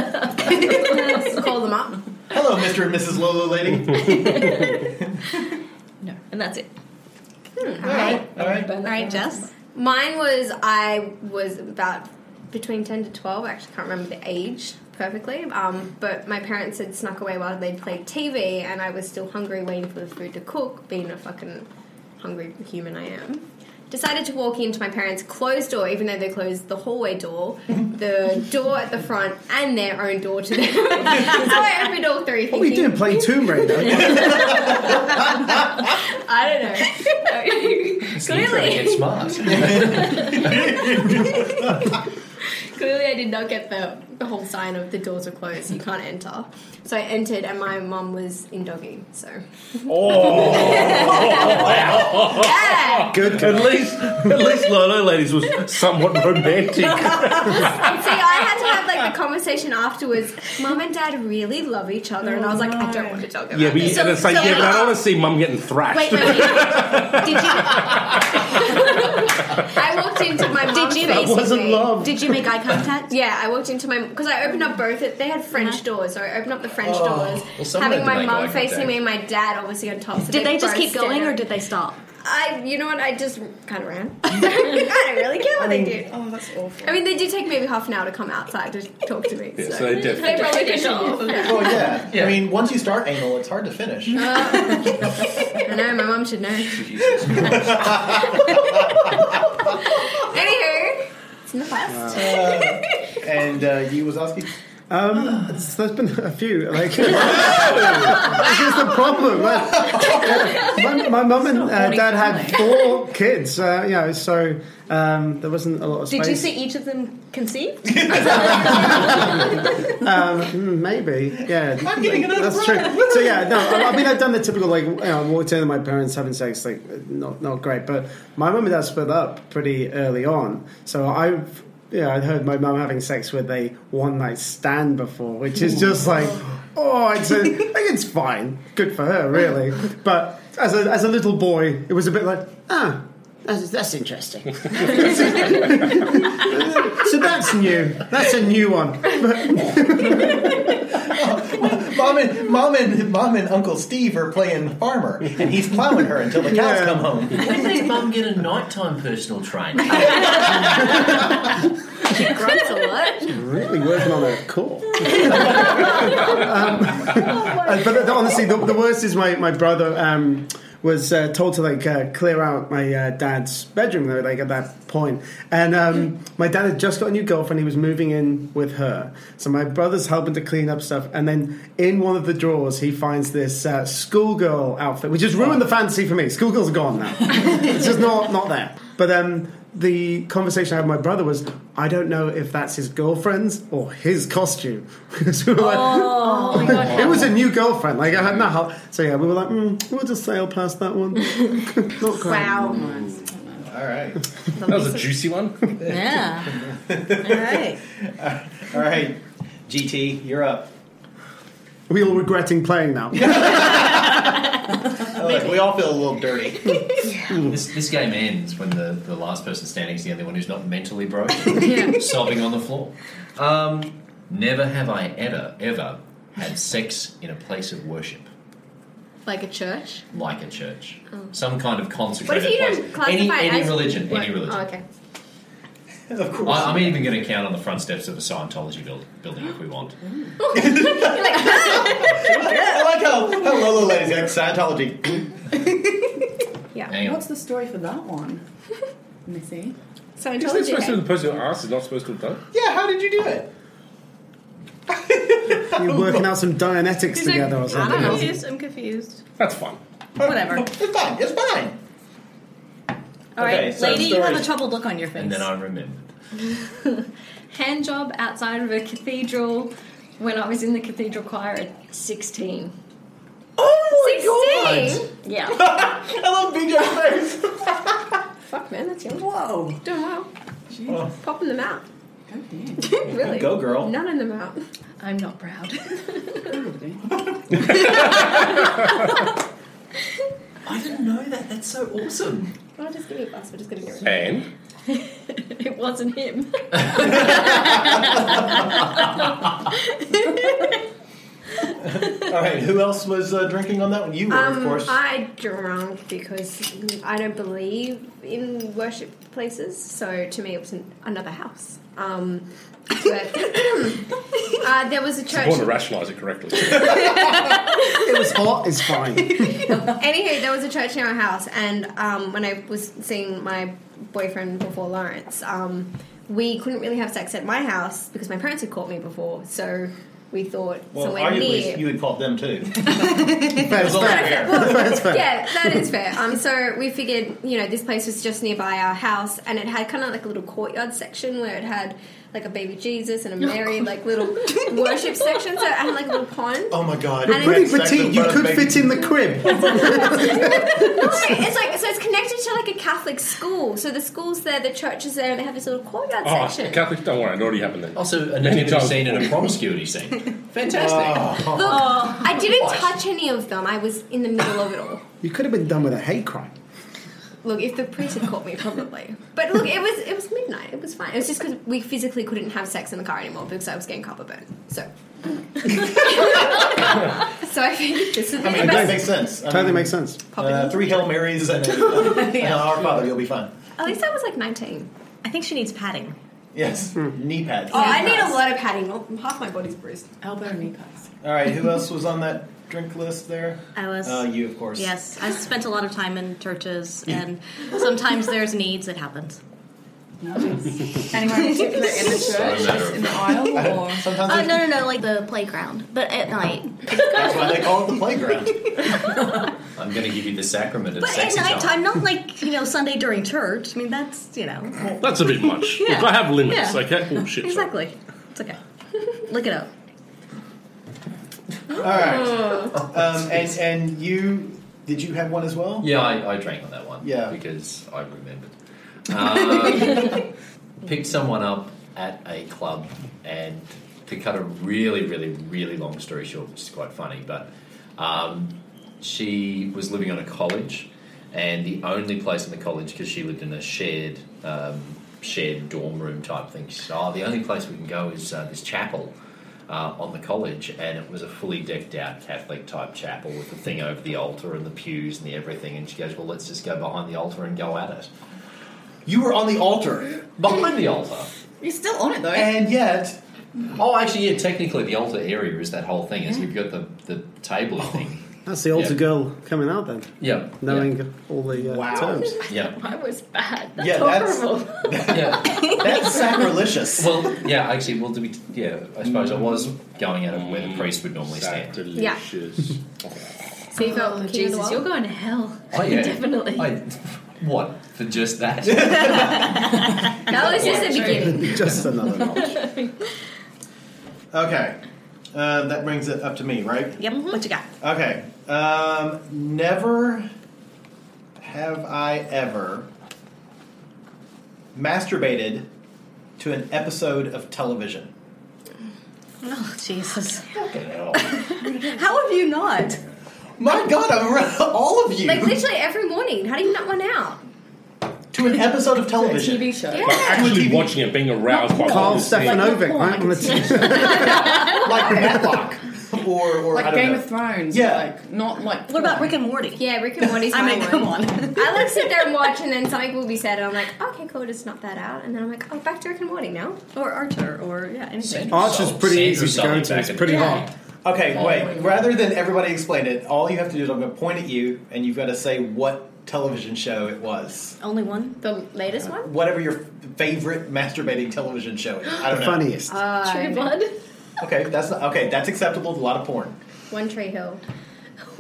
S8: Let's call them
S9: Hmm,
S8: up.
S2: (laughs) Hello, Mr. and Mrs. Lolo lady.
S5: (laughs)
S9: No, and that's it.
S2: All right, all right.
S9: Burn
S5: All
S9: that
S5: right,
S9: down.
S5: Jess.
S8: Mine was I was about between ten to twelve. I actually can't remember the age perfectly. Um, but my parents had snuck away while they'd played TV, and I was still hungry, waiting for the food to cook. Being a fucking hungry human, I am. Decided to walk into my parents' closed door, even though they closed the hallway door,
S5: (laughs)
S8: the door at the front, and their own door to them. (laughs) so I opened all three. (laughs)
S6: What were you doing playing Tomb
S2: (laughs)
S6: Raider?
S8: I don't know.
S2: (laughs)
S5: (laughs)
S7: Clearly. It's smart.
S8: Clearly, I did not get the, the whole sign of the doors are closed, you can't enter. So I entered, and my mum was in doggy. So
S2: Oh,
S10: Oh. Good. At least, at least Lolo Ladies was somewhat (laughs) romantic.
S8: And (laughs) see, I had to have like the conversation afterwards. Mum and dad really love each other, and I was like, I don't want to talk about
S10: Yeah, but
S8: this.
S10: and it's like, yeah, but I don't want to see mum getting thrashed.
S8: Wait, wait, wait. Did you? I walked into my
S5: Did
S8: mum's
S5: you-
S8: face.
S5: That wasn't
S8: with me.
S5: love. Did you make eye contact?
S8: (laughs)
S5: Uh-huh.
S8: Yeah, I walked into my because I opened up both. They had French doors, so I opened up the French
S5: Oh.
S8: doors,
S5: Well, someone
S8: having
S5: had to
S8: my
S5: make eye
S8: mum
S5: contact.
S8: facing me and my dad obviously on top. So
S5: Did they just
S8: both
S5: keep going,
S8: stared.
S5: or did they stop?
S8: I, you know what? I just kind of
S5: (laughs)
S8: ran. (laughs) (laughs) I don't really care what they did.
S11: Oh, that's awful.
S8: I mean, they did take maybe half an hour to come outside to talk to me.
S2: Yeah,
S8: so
S2: so they definitely-
S8: probably
S2: They
S8: could
S2: did.
S8: (laughs)
S2: Well, yeah. Oh, I mean, once you start anal, it's hard to finish.
S8: I know, my mum should know.
S2: (laughs)
S8: Anywho, it's in the past.
S2: Uh, and uh, you, Wazowski?
S6: Um, it's- there's been a few. Like, (laughs) this is the problem. like, my, my mum and uh,
S5: horny
S6: dad had four kids. Uh, you know, so um, there wasn't a lot of space.
S5: Did you see each of them conceived?
S6: um, mm, maybe, yeah.
S5: I'm getting another
S6: That's true.
S5: problem.
S6: So yeah, no. I, I mean, I've done the typical like, you know, I walked in and my parents having sex, like, not not great. But my mum and dad split up pretty early on, so I've yeah, I'd heard my mum having sex with a one night stand before, which is just like,
S10: (laughs)
S6: oh, it's a, I think it's fine, good for her, really. But as a as a little boy, it was a bit like, ah, that's, that's
S5: (laughs)
S6: interesting. so that's new. That's a new one.
S2: (laughs) Mom and mom and mom and Uncle Steve are playing farmer, and he's plowing her until the cows come home.
S7: When
S2: (laughs)
S7: did mum get a nighttime personal train?
S8: She grunts a lot.
S6: Really working on a
S5: (laughs)
S6: core. Um, uh, but the- honestly, the, the worst is my my brother um, was uh, told to like uh, clear out my uh, dad's bedroom though, like at that point, and um, my dad had just got a new girlfriend. He was moving in with her, so my brother's helping to clean up stuff, and then in one of the drawers he finds this uh, schoolgirl outfit, which has ruined the fantasy for me. Schoolgirls are gone now (laughs) it's just not not there. But um, the conversation I had with my brother was, I don't know if that's his girlfriend's or his costume. (laughs) So we were like-
S12: Oh, my God.
S6: (laughs) it was a new girlfriend. Like I had no help. So yeah, we were like, mm, we'll just sail past that one. not great.
S8: (laughs) Wow.
S2: All right.
S10: That was a juicy one.
S2: (laughs)
S5: Yeah.
S2: All right. All right. GT, you're up.
S6: Are we all regretting playing now?
S2: Look, we all feel a little dirty.
S9: (laughs)
S7: this, this game ends when the, the last person standing is the only one who's not mentally
S9: (laughs)
S7: broken, sobbing on the floor. Um, never have I ever, ever had sex in a place of worship,
S8: Like a church.
S7: like a church.
S8: Oh.
S7: Some kind of
S8: What
S7: consecrated
S8: if you don't
S7: place.
S8: classify
S7: Any,
S8: it
S7: any
S8: as
S7: religion,
S8: what?
S7: any religion.
S8: Oh,
S2: Of
S8: okay.
S9: Oh,
S7: I, I'm even going to count on the front steps of a Scientology build, building if
S2: (gasps)
S7: we want.
S2: (laughs) I like how, how Lolo ladies like Scientology.
S8: Yeah.
S10: Hang on.
S11: What's the story for that one, Missy?
S10: Isn't it supposed to be the person who asked is not supposed to have done?
S2: Yeah, how did you do it?
S6: You're working out some Dianetics
S9: He's like,
S6: together or
S9: I
S6: something.
S9: don't know. I'm confused. I'm confused.
S10: That's fun.
S9: Whatever.
S2: It's fine. It's fine.
S9: All right,
S7: Okay, so
S9: lady, you have a
S7: stories.
S9: troubled look on your face.
S7: And then I remembered.
S9: Hand job outside of a cathedral when I was in the cathedral choir at 16.
S2: Oh my
S9: Yeah. (laughs)
S2: I love
S8: (laughs)
S2: BJ's face.
S8: Fuck, man, that's young. Whoa. Doing well.
S2: Oh.
S8: Popping them out. (laughs) really?
S2: Go, girl.
S8: None them out.
S9: I'm not proud.
S7: I didn't know that. That's so awesome.
S8: Well, just give me a bus. We're just going to get rid of
S10: And
S9: it. It wasn't (laughs) him.
S2: All right, who else was uh, drinking on that one? You were, of
S8: Um,
S2: course.
S8: I drunk because I don't believe in worship places, so to me it was an, another house. Um,
S2: (coughs)
S8: but uh, there was a
S10: I want to
S8: church.
S10: rationalise it correctly.
S6: It was hot. It's fine.
S8: Anywho, there was a church near our house, and um, when I was seeing my boyfriend before Lawrence, um, we couldn't really have sex at my house because my parents had caught me before, so we thought
S2: well,
S8: somewhere near.
S2: arguably, you had caught them
S8: (laughs)
S2: too.
S6: Fair's fair.
S2: (laughs)
S6: Fair's fair.
S8: Yeah, that is fair. Um, so we figured, you know, this place was just nearby our house, and it had kind of like a little courtyard section where it had like a baby
S2: (laughs)
S8: Jesus and a Mary, like little worship section. So I had like a little pond.
S2: Oh my god!
S6: You're
S8: And
S6: pretty
S8: it's-
S6: petite. You could fit in
S2: (laughs)
S6: the crib.
S8: Right, it's like so it's connected to like a Catholic school. So the school's there, the church is there, and they have this little courtyard
S10: Oh,
S8: section.
S10: Catholic, don't worry, it already happened then.
S7: Also, a
S10: negative
S7: scene and a
S6: (laughs)
S7: promiscuity scene.
S8: Fantastic. Look,
S9: Oh.
S8: I didn't touch any of them. I was in the middle of it all.
S6: You could have been done with a hate crime.
S8: Look, if the priest had caught me, probably. But look, it was it was midnight. It was fine. It was just because we physically couldn't have sex in the car anymore because I was getting copper burn. So. so I think this is the
S2: I mean, that
S8: best.
S2: makes sense. I
S6: Totally
S2: mean,
S6: makes sense.
S2: Uh, three Hail Marys
S8: (laughs)
S2: and uh, and Our Father, you'll be fine.
S8: At least I was like 19.
S5: I think she needs padding.
S2: Yes,
S6: Hmm.
S2: knee pads.
S8: Oh, I need a lot of padding. Oh, Half my body's bruised.
S11: Elbow and knee pads.
S2: All right, who else was on that drink list there?
S5: I was.
S2: Uh, you, of course.
S5: Yes, I spent a lot of time in churches, and sometimes there's needs. It happens.
S11: Anywhere in particular in the church, just in the aisle,
S2: (laughs)
S11: or
S9: Oh,
S5: Uh, no, no, no, like the playground, but at night.
S2: That's why they
S5: (laughs)
S2: call it the playground.
S7: (laughs) I'm going to give you the sacrament of
S5: But at
S7: sex.
S5: night time, not like you know Sunday during church. I mean, that's you know.
S10: That's a bit much.
S5: (laughs) Yeah.
S10: Look, I have limits,
S5: Yeah.
S10: okay? Oh, shit. sorry.
S5: Exactly. It's okay. Look it up.
S2: All right. Um, and and you did you have one as well?
S7: Yeah, I, I drank on that one.
S2: Yeah.
S7: Because I remembered.
S5: (laughs)
S7: Um, picked someone up at a club, and to cut a really, really, really long story short, which is quite funny, but um, she was living on a college, and the only place in the college, because she lived in a shared. Um, Shared dorm room type thing. She said, "Oh, the only place we can go is uh, this chapel uh, on the college, and it was a fully decked out Catholic type chapel with the thing over the altar and the pews and the everything. And she goes, "Well, let's just go behind the altar and go at it."
S2: You were on the altar.
S7: Behind the altar,
S11: You're still on it though.
S2: and yet,
S7: oh, actually, yeah. Technically, the altar area is that whole thing. Is you've got the the table
S11: (laughs)
S7: thing.
S6: That's the altar
S7: Yeah.
S6: girl coming out then.
S7: Yeah,
S6: Knowing all the uh, terms.
S7: yeah,
S9: I was bad. That's
S2: Yeah, that's-
S9: horrible.
S7: (laughs) yeah.
S2: That's sacrilegious.
S7: Well, yeah. Actually, well, to be yeah, I suppose I was going at it where the priest would normally stand.
S9: Yeah. So you felt
S8: Oh, kid in
S9: like,
S8: the
S9: Jesus,
S8: wall?
S9: you're going to hell.
S7: Oh, yeah.
S9: (laughs) Definitely.
S7: I, what for just that? (laughs)
S8: That was just the
S6: (laughs)
S8: beginning.
S6: Just
S8: (laughs)
S6: another knowledge.
S2: Okay. Uh, that brings it up to me, right?
S5: Yep. What you got?
S2: Okay. Um, never have I ever masturbated to an episode of
S7: (laughs)
S2: television.
S5: Oh Jesus!
S2: My
S5: How have you not?
S2: God, I'm around all of you
S8: Like literally every morning. How do you nut one out?
S2: to an episode of television.
S11: TV show.
S8: Yeah.
S10: Like, actually watching it, being aroused by
S6: Carl
S10: what I'm seeing.
S6: Stefanovic, right? On the t-
S2: like Matlock or, or I
S11: Like
S2: don't
S11: Game
S2: know.
S11: of Thrones.
S2: Yeah.
S11: Like not like
S5: What about Rick and Morty?
S8: Yeah, Rick and Morty's
S5: (laughs) I mean,
S8: my
S5: come
S8: one.
S5: on.
S8: I like sit there and
S5: (laughs)
S8: watch, and then something will be said, and I'm like, okay, cool, just knock that out. And then I'm like, oh, back to Rick and Morty now. Oh.
S5: Or Archer, or yeah, anything.
S6: Archer's pretty
S7: Sandra
S6: easy to go
S7: Sully
S6: to.
S7: back
S6: It's
S7: in
S6: pretty
S7: the-
S6: hard.
S2: Okay, wait. Rather than everybody explain it, all you have to do is I'm going to point at you, and you've got to say what television show it was.
S5: Only one.
S8: The latest one?
S2: Whatever your favorite masturbating television show is. I don't
S6: The
S2: know.
S6: funniest.
S8: Uh,
S9: True blood.
S2: Okay, that's not, okay. That's acceptable. to A lot of porn.
S8: One Tree Hill.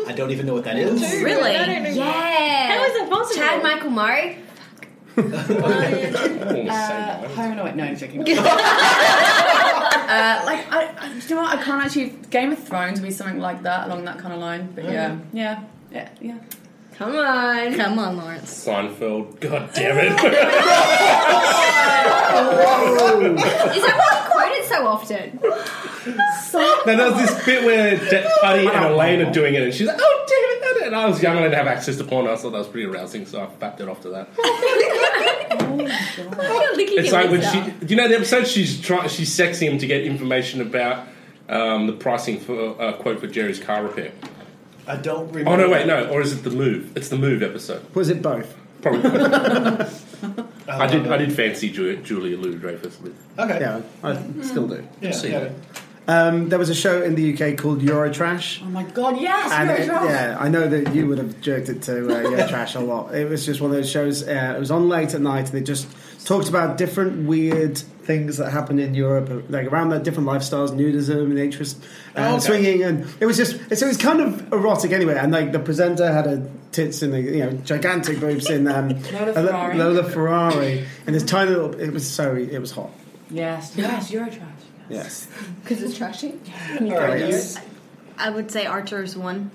S2: I don't even know what that is.
S5: Really?
S9: I don't know.
S8: Yeah.
S9: How is it possible?
S8: Chad Michael Murray.
S11: Uh, Paranoid. No, I'm (laughs) joking. uh, like, I, I, do you know what? I can't actually. Game of Thrones would be something like that, along that kind of line. But yeah, (laughs) yeah, yeah, yeah.
S8: Come on.
S5: Come on,
S8: (laughs)
S5: Lawrence.
S10: Seinfeld. God
S6: (laughs)
S10: damn it.
S8: Oh. Is that why you quote it so often?
S10: Then there's this bit where De- Buddy and Elaine are doing it, and she's like, "Oh damn it!" And I was young and I didn't have access to porn. I thought that was pretty arousing, so I backed it off to that. It's like when she, you know, the episode she's trying, she's sexing him to get information about um, the pricing for uh, quote for Jerry's car repair.
S2: I don't remember.
S10: Oh no, wait, no, or is it the move? It's the move episode,
S6: Was it both?
S10: probably. I
S2: love
S10: did,
S2: it.
S10: I did fancy Ju- Julia Louis Dreyfus with.
S2: (laughs) Okay.
S6: Yeah, I still do.
S2: Yeah,
S7: See
S2: yeah.
S7: that.
S6: Um, there was a show in the UK called Eurotrash.
S11: Oh my god, yes,
S6: And
S11: you're
S6: it-
S11: wrong.
S6: yeah, I know that you would have jerked it to uh, your trash a lot. It was just one of those shows. Uh, it was on late at night, and they just talked about different weird things that happened in Europe, like around that different lifestyles, nudism, and interest, uh,
S2: Oh, okay.
S6: swinging, and it was just so it was kind of erotic anyway. And like the presenter had a tits in the you know gigantic boobs in um,
S11: Lola
S6: a lo-
S11: Ferrari.
S6: Lola Ferrari, and this tiny little. It was so it was hot.
S11: Yes, yes, you're a trash.
S6: Yes.
S5: Because it's trashy?
S6: you All right, guys.
S5: I would say Archer's one.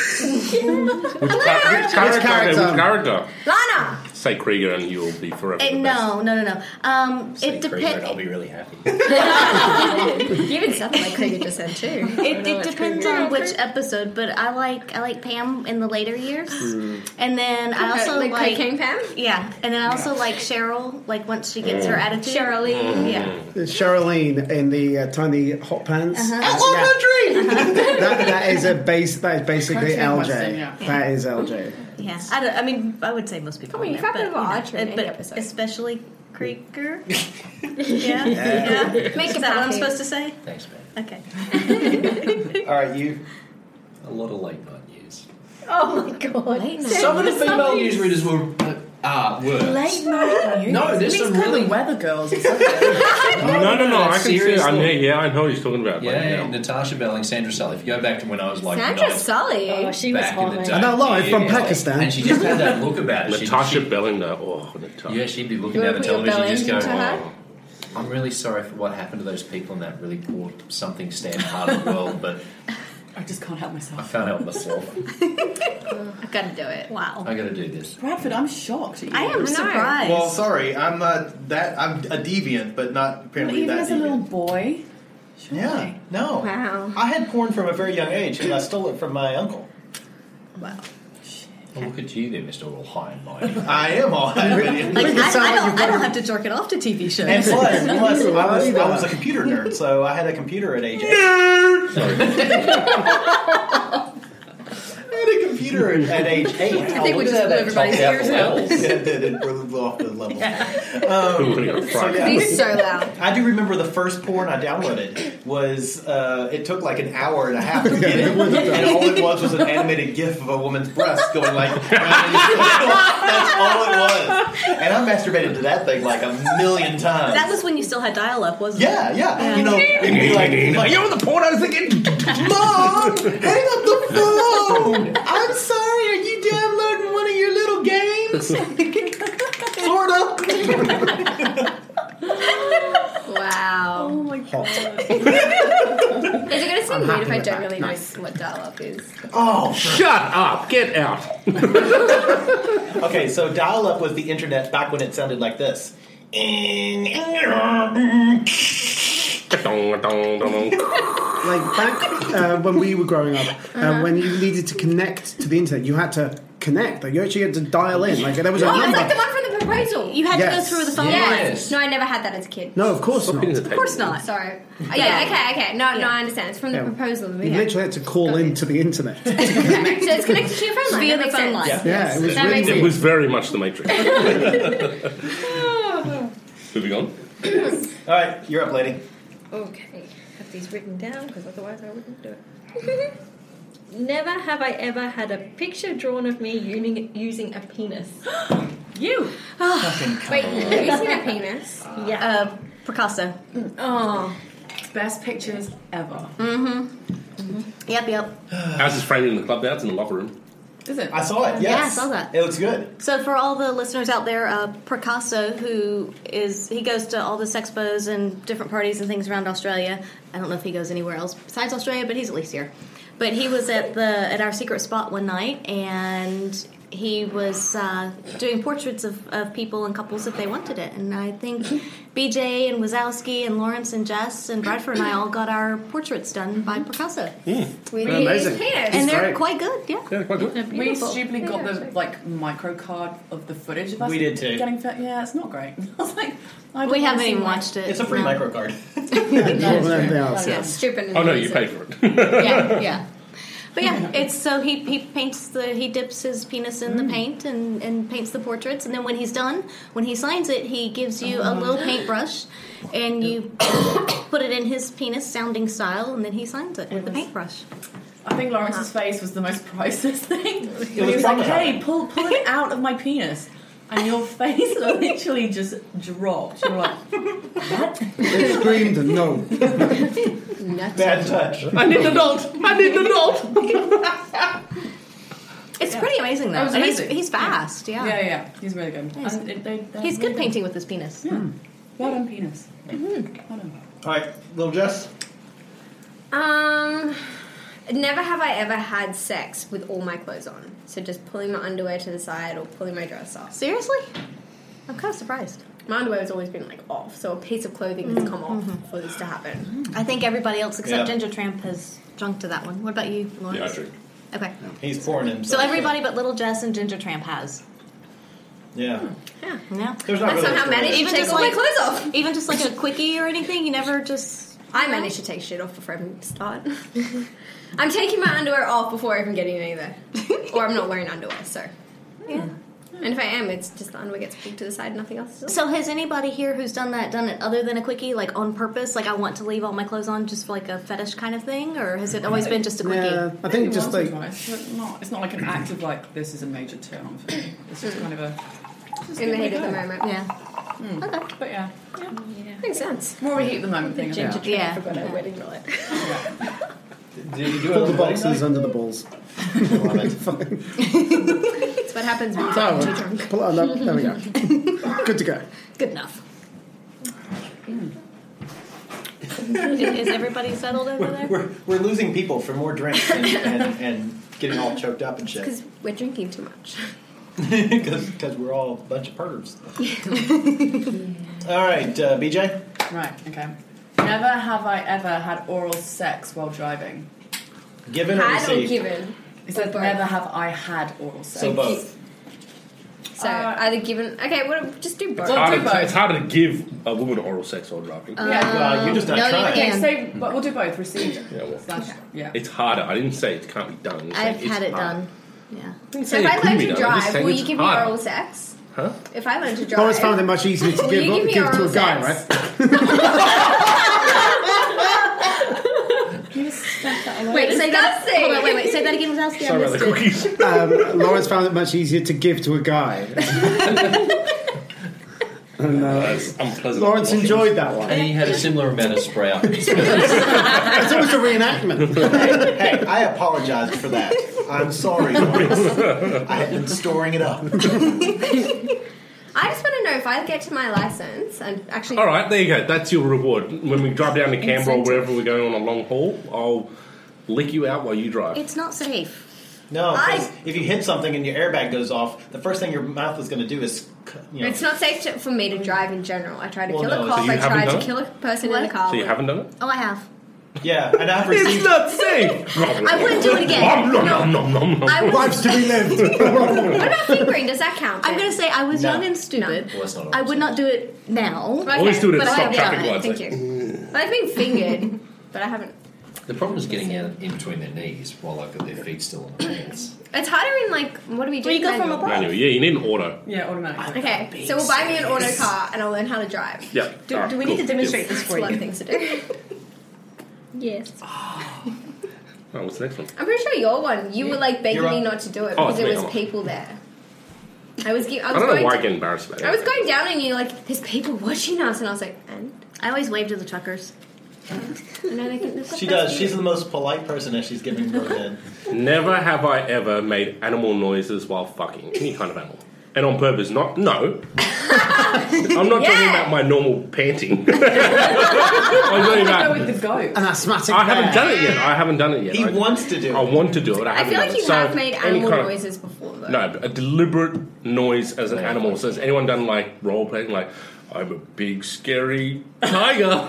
S10: Which, ca- which character?
S5: character?
S10: Which character?
S5: Lana!
S10: Say Krieger and you'll be forever.
S5: Eh,
S10: the best.
S5: no, no, no, no. Um, it
S10: Krieger,
S5: depends.
S10: I'll be really happy.
S5: (laughs) you
S8: even sounded like Krieger just said too.
S5: It,
S8: know,
S5: it
S8: it's
S5: depends
S8: Krieger.
S5: on which episode, but I like I like Pam in the later years,
S10: Hmm.
S5: and then I
S8: Okay,
S5: also
S8: like
S5: like,
S8: Cocaine Pam?
S5: Yeah, and then I also like Cheryl. Like once she
S10: Hmm.
S5: gets her
S6: Mm.
S5: attitude, Cheryl yeah.
S6: Charlene in the uh, tiny hot pants.
S5: Uh-huh.
S6: (laughs) That, that is a base. That is basically
S5: Country and Western,
S6: LJ.
S5: yeah.
S6: That is LJ.
S5: Yeah, I, don't, I mean, I would say most people.
S8: I mean,
S5: in
S8: you
S5: there,
S8: got a bit of an
S5: but,
S8: odd in
S5: uh,
S8: any
S5: but
S8: episode.
S5: especially
S2: (laughs)
S5: Krieger. yeah,
S6: Yeah.
S5: yeah.
S8: Make
S5: Is
S8: it
S5: that what I'm
S8: happy.
S5: supposed to say?
S7: Thanks, man.
S5: Okay.
S6: All right, you.
S7: A lot of late night news.
S5: Oh my god.
S7: Some of the female newsreaders were uh, ah were
S11: Late night news.
S7: No, there's
S11: Please
S7: some
S11: call
S7: really
S11: the
S10: (laughs)
S11: weather girls. It's
S10: No, no, no. I can see. it. I
S7: Seriously.
S10: mean, yeah, I know what he's talking about.
S7: Yeah, Natasha Belling, Sandra Sully. If you go back to when I was like
S8: Sandra
S7: nine,
S8: Sully.
S7: Oh, she was back in the day.
S6: And that live from
S7: Yeah.
S6: Pakistan.
S7: And she just had that look about it. She-
S10: Natasha
S7: she-
S10: Belling, though. Oh, Natasha.
S7: Yeah, she'd be
S10: You
S7: looking
S10: wanna
S7: down the
S10: put your Uh-huh.
S7: television and just
S10: bell
S7: go,
S10: in to her?
S7: oh, I'm really sorry for what happened to those people in that really poor something stand part of the (laughs) world, but
S11: I just can't help
S7: I
S11: myself.
S7: can't help (laughs) myself.
S8: I've got to do it.
S5: Wow.
S7: I gotta do this.
S11: Bradford, I'm shocked. At you.
S5: I am surprised.
S2: Well, sorry, I'm not that. I'm a deviant, but not
S11: But
S2: apparently
S11: even
S2: that.
S11: as a
S2: Deviant.
S11: little boy, surely.
S2: Yeah, no.
S8: Wow.
S2: I had porn from a very young age, and I stole it from my uncle.
S5: Wow.
S7: Well, look at you there, Mr. All High and Mighty.
S2: Oh, I am all high and mighty.
S5: (laughs) Like, I,
S2: Make it sound
S5: I,
S2: like
S5: don't,
S2: you've
S5: I
S2: got
S5: don't
S2: a-
S5: have to jerk it off to TV shows.
S2: And plus, (laughs) plus I, was, I was a computer nerd, so I had a computer at age eight. (laughs) Sorry. I had a computer at, at age eight.
S12: I think we just blew everybody's ears out.
S2: (laughs) Yeah, that it blew off the level. Um, so, yeah.
S8: He's so loud.
S2: I do remember the first porn I downloaded was uh, it took like an hour and a half to get (laughs) it, and all it was was an animated GIF of a woman's breast going like. That's all it was, and I masturbated to that thing like a million times.
S5: That was when you still had dial up, wasn't
S2: yeah,
S5: it?
S2: yeah, You know, it'd be like, like you're the porn I was thinking. (laughs) Mom, hang up the phone. I'm sorry. Are you downloading one of your little
S10: (laughs)
S2: games? sort of.
S8: Wow. Oh my
S6: god.
S8: Is it going to seem weird if I don't really know what dial-up is?
S2: Oh,
S10: shut up!
S2: (laughs)
S10: Get out.
S2: Okay, so dial up was the internet back when it sounded like this.
S6: Like back uh, when we were growing up, uh,
S8: Uh-huh.
S6: when you needed to connect to the internet, you had to connect. Like you actually had to dial in. Like there was a
S8: oh, it's
S6: number.
S8: like the one from the proposal.
S5: You had
S6: to go Yes. through the phone
S8: Yes.
S6: lines.
S8: No, I never had that as a kid.
S6: no, of course not.
S10: Of
S8: course not. Sorry. Oh, yeah, okay, okay. No, no, I understand. It's from the
S6: Yeah.
S8: proposal.
S6: You
S8: (laughs) Yeah.
S6: literally had to call into the internet.
S8: so it's connected to your phone line. That
S5: Via the
S8: makes
S5: phone
S8: sense.
S5: line.
S6: Yeah, it was
S8: That
S6: really
S8: makes
S10: It
S8: sense.
S10: was very much the Matrix. Moving on.
S2: All right, you're up, lady.
S9: (gasps) Okay, have these written down because otherwise I wouldn't do it. (laughs) Never have I ever had a picture drawn of me uni- using a (gasps) penis. you.
S8: Wait, have you seen a penis?
S9: Yeah.
S5: Uh, Picasso.
S9: Oh.
S11: Best pictures ever.
S5: Mm-hmm. Yep, yep.
S10: How's this framed in the club now? It's in the locker room.
S11: Is it?
S2: I saw it. Yes.
S5: Yeah, I saw that.
S2: It looks good.
S5: So for all the listeners out there, uh, Picasso, who is he goes to all the sexpos and different parties and things around Australia. I don't know if he goes anywhere else besides Australia, but he's at least here. But he was at the at our secret spot one night, and he was uh, doing portraits of, of people and couples if they wanted it. And
S2: (laughs)
S5: I think BJ and Wazowski and Lawrence and Jess and Bradford and I all got our portraits done by Picasso.
S8: We
S11: They're amazing. It's
S5: and they're
S11: great.
S5: quite good. Yeah,
S10: yeah, quite good.
S11: We stupidly got the like micro card of the footage of us.
S2: We did too.
S11: Getting fit. Yeah, it's not great. (laughs) I was like, I
S5: We
S11: don't
S5: haven't
S11: wanna
S5: even
S11: see my-
S5: watched it.
S2: It's a free
S5: No.
S2: micro card. (laughs)
S5: Yeah.
S8: Stupid.
S10: Oh no, you paid for it. (laughs)
S5: yeah, (laughs) yeah. But
S11: (laughs)
S5: yeah, it's so he, he paints the he dips his penis in the
S11: Mm.
S5: paint and, and paints the portraits and then when he's done, when he signs it, he gives you a
S11: Uh-huh.
S5: little paintbrush and you put it in his penis sounding style and then he signs it with the paintbrush.
S11: I think Lawrence's face was the most priceless (laughs) thing. he
S5: was
S11: was like,
S5: traumatizing.
S11: "Hey, pull pull it out of my penis," and your face literally just dropped. You were like,
S6: It screamed no.
S2: Bad touch.
S10: I need an adult. I need an adult.
S5: It's pretty amazing though.
S11: It was
S5: And he's-
S11: amazing.
S5: he's fast, yeah.
S11: Yeah, yeah, yeah. He's really good.
S5: Yes.
S11: And it- they- they're
S5: He's good
S11: amazing.
S5: painting with his penis. Hmm.
S11: Yeah. Well done, penis.
S8: Mm-hmm.
S11: Well done.
S2: All right, little Jess.
S8: Um, never have I ever had sex with all my clothes on. So just pulling my underwear to the side or pulling my dress off.
S5: Seriously? I'm kind of surprised.
S8: My underwear has always been like off, so a piece of clothing has come off for this to happen.
S5: Mm-hmm. I think everybody else except
S2: Yeah.
S5: Ginger Tramp has drunk to that one. What about you, Lawrence?
S2: Yeah, I drink.
S5: Okay.
S2: He's pouring
S5: So
S2: himself.
S5: everybody but Little Jess and Ginger Tramp has.
S2: Yeah.
S5: Yeah. Yeah.
S2: There's not I really somehow a story. managed to
S5: even
S8: take
S5: just
S8: all my
S5: like,
S8: clothes off.
S5: Even just like a quickie or anything, you never just.
S8: I managed to take shit off before I even
S5: (laughs)
S8: start. (laughs) I'm taking my underwear off before even getting any there, or I'm not wearing underwear. So yeah. And if I am, it's just the underwear gets pulled to the side, nothing else.
S5: So has anybody here who's done that done it other than a quickie, like on purpose? Like I want to leave all my clothes on, just for like a fetish kind of thing, or has it always Oh, been just a quickie?
S6: Yeah, I
S11: Maybe
S6: think just
S11: once
S6: like
S11: or twice, but not, it's not like an act of like this is a major turn on for me. It's
S5: Hmm.
S11: just kind of a just
S8: in the
S11: give it a
S8: heat of the
S11: go.
S8: moment.
S5: Yeah.
S8: Hmm.
S11: Mm. But yeah,
S8: Makes sense.
S11: more of a heat of the moment thing. I
S8: Ginger
S11: think.
S8: Tramp forgot her wedding night.
S2: Did you do
S6: pull the
S2: it on
S6: boxes under the balls. Fine.
S8: That's what happens when you
S6: That one.
S8: get too drunk.
S6: Pull it under. There we go. Good to go.
S5: (laughs)
S8: (laughs)
S5: Good enough. is everybody settled over there?
S2: We're, we're losing people for more drinks and, and, and getting all choked up and
S8: Because
S2: shit.
S8: we're drinking too (laughs) much.
S2: (laughs) Because we're all a bunch
S6: (laughs)
S2: of pervs. all right, uh, BJ.
S11: Right. Okay. Never have I ever had oral sex while driving.
S2: Given or received?
S11: It says never have I had oral sex.
S2: So both.
S8: So Uh, either given. Okay, well, just do both.
S10: It's harder, to, it's harder to give a woman oral sex while driving.
S11: Yeah.
S2: Um,
S10: Well, you're just not no, trying.
S11: Okay, so but we'll do both. Received.
S10: Yeah, well.
S11: Slash, yeah.
S10: It's harder. I didn't say it can't be done. I'm saying
S5: I've
S10: it's
S5: had it
S10: harder.
S5: done. Yeah.
S8: So
S10: saying
S8: if I
S10: it couldn't
S8: learn
S10: be
S8: to
S10: done, I'm just
S8: drive,
S10: saying
S8: will
S10: it's
S8: you give me
S10: hard.
S8: oral sex?
S10: Huh?
S8: If I learn to
S6: I
S8: drive,
S6: always found it much easier to
S8: Will
S6: give,
S8: you give me
S6: give to a
S8: oral
S6: guy,
S8: sex?
S6: right? (laughs)
S5: Wait, say that.
S8: Disgusting.
S5: Hold on, wait, wait. Say that again, Wazowski. I missed it.
S6: um, Lawrence found it much easier to give to a
S10: (laughs)
S6: guy. And, uh,
S7: unpleasant.
S6: Lawrence enjoyed that one.
S7: And he had a similar amount of spray
S6: (laughs)
S7: up.
S6: It's almost a
S10: (laughs)
S6: reenactment.
S2: Hey, I apologized for that. I'm
S10: (laughs)
S2: sorry, Lawrence. I had been storing it up.
S8: I just want to know if I get to my license and actually.
S10: All right, there you go. That's your reward. When we drive down to Canberra or wherever we're going on a long haul, I'll lick you out while you drive.
S5: It's not safe.
S2: No, 'cause
S8: I-
S2: if you hit something and your airbag goes off, the first thing your mouth is going to do is, you know,
S8: It's not safe to, for me to drive in general. I tried to
S2: Well,
S8: kill
S2: no,
S8: a
S2: so
S8: cop.
S2: you
S8: I
S2: haven't
S8: tried
S2: done
S8: to
S2: it?
S8: kill a person in a
S5: What?
S8: car.
S10: So you haven't done it?
S5: Oh, I have.
S2: (laughs) yeah, and I've received.
S10: not
S2: (laughs)
S10: safe.
S5: I wouldn't do it again.
S10: Nom, nom, nom, nom, nom, nom.
S8: I would.
S6: Lives to be lived.
S5: (laughs)
S8: What about fingering? Does that count?
S5: I'm gonna say I was
S2: No.
S5: young and stupid.
S7: Well, that's not
S5: I would not do it now.
S8: Okay,
S10: Always do it at
S8: but I
S10: stop
S8: have
S10: traffic
S8: done it.
S10: lights,
S8: Thank
S10: like-
S8: you. But I've been fingered, but I haven't.
S7: The problem is getting out in between their knees while I've got their feet still on the rails.
S8: It's harder in like what do we do?
S5: Well, you go from above.
S10: Manual. Yeah, you need an auto.
S11: Yeah, (laughs) automatic.
S8: Okay, so we'll buy me an auto car and I'll learn how to drive.
S10: Yeah.
S5: Do,
S10: All right,
S5: do we
S10: cool.
S5: need to demonstrate this
S8: It's a
S5: for
S8: lot of
S5: you?
S8: things to
S5: (laughs)
S8: do.
S9: Yes.
S10: Oh, what's the next one?
S8: I'm pretty sure your one. You were like begging
S2: you're
S8: me
S2: up.
S8: not to do it
S10: Oh,
S8: because
S10: it's me, I'm
S8: there was
S10: up.
S8: people there. I was, gi- I
S10: I
S8: was
S10: don't know
S8: going.
S10: why I
S8: to-
S10: get embarrassed about it.
S8: I was going down and you're like, "There's people watching us," and I was like, "And?"
S5: I always wave to the truckers.
S8: And then I think this
S2: She does. She's the most polite person as she's giving birth. in.
S10: Never have I ever made animal noises while fucking any kind of animal. And on purpose, not
S8: (laughs)
S10: no. I'm not talking
S8: Yeah.
S10: about my normal panting. I'm talking
S11: Go
S10: about
S11: with the goat.
S6: An asthmatic
S10: I
S6: bear.
S10: haven't done it yet. I haven't done it yet.
S2: Ah, He
S10: I,
S2: wants to do.
S10: I
S2: it.
S10: want to do it. I,
S8: I
S10: haven't
S8: feel like
S10: done it.
S8: you
S10: So
S8: have made
S10: any
S8: animal
S10: kind of-
S8: noises before, though. (laughs)
S10: No, but a deliberate noise as an animal. So has anyone done like role playing? Like I'm a big scary
S8: (laughs)
S10: tiger.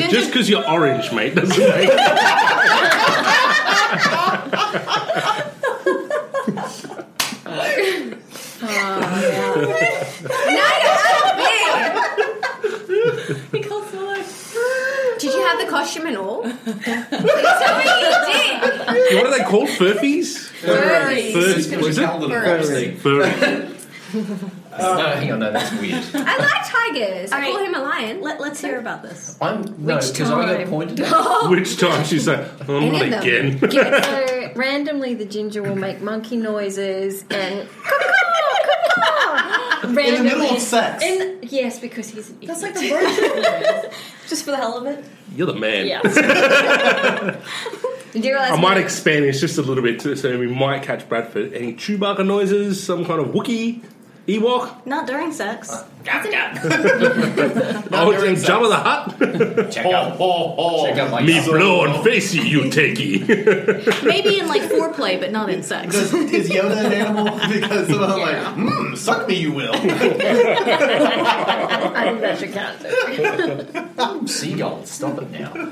S10: Just because you're orange, mate, doesn't
S8: (laughs)
S10: make
S5: (laughs)
S10: (laughs)
S5: Oh.
S8: (laughs)
S5: (laughs)
S11: He calls me
S5: (gasps)
S11: like,
S8: Did you have the costume and all? Please tell me you did.
S10: What are they called? Furfies?
S8: Furries.
S10: Furries. Was it?
S7: Furries.
S10: Furries.
S7: (laughs) no, hang on, no, that's weird.
S8: I like tigers. I
S5: All
S8: call
S5: right.
S8: him a lion.
S5: Let, let's hear about this.
S7: I'm no,
S9: Which
S7: because I got
S9: time?
S7: pointed out.
S8: (laughs)
S10: Which time she's like, oh,
S8: Any
S10: not
S8: of them.
S10: again.
S9: Okay,
S10: (laughs)
S9: so randomly the ginger will make monkey noises
S8: (laughs)
S9: and randomly.
S2: In the middle of sex.
S9: In- yes, because he's an
S11: that's
S9: idiot.
S11: like the
S8: (laughs)
S11: worst.
S5: Just for the hell of it.
S10: (laughs) You're the man.
S9: yeah.
S8: You do realize
S10: I might expand this just a little bit too, so we might catch Bradford. Any Chewbacca noises? Some kind of Wookiee? Ewok?
S5: Not during sex.
S10: Oh, it's in Jabba the Hutt?
S7: (laughs) Check
S10: (laughs)
S7: out. Check out my
S10: Me blow and face you, you takey.
S5: (laughs) Maybe in like foreplay, but not in sex.
S2: Does, is Yoda an animal? (laughs) Because some of them like, hmm, suck me, you will.
S10: (laughs)
S9: I think that should count.
S2: (laughs)
S7: Seagull, stop it now.
S9: Oh, no.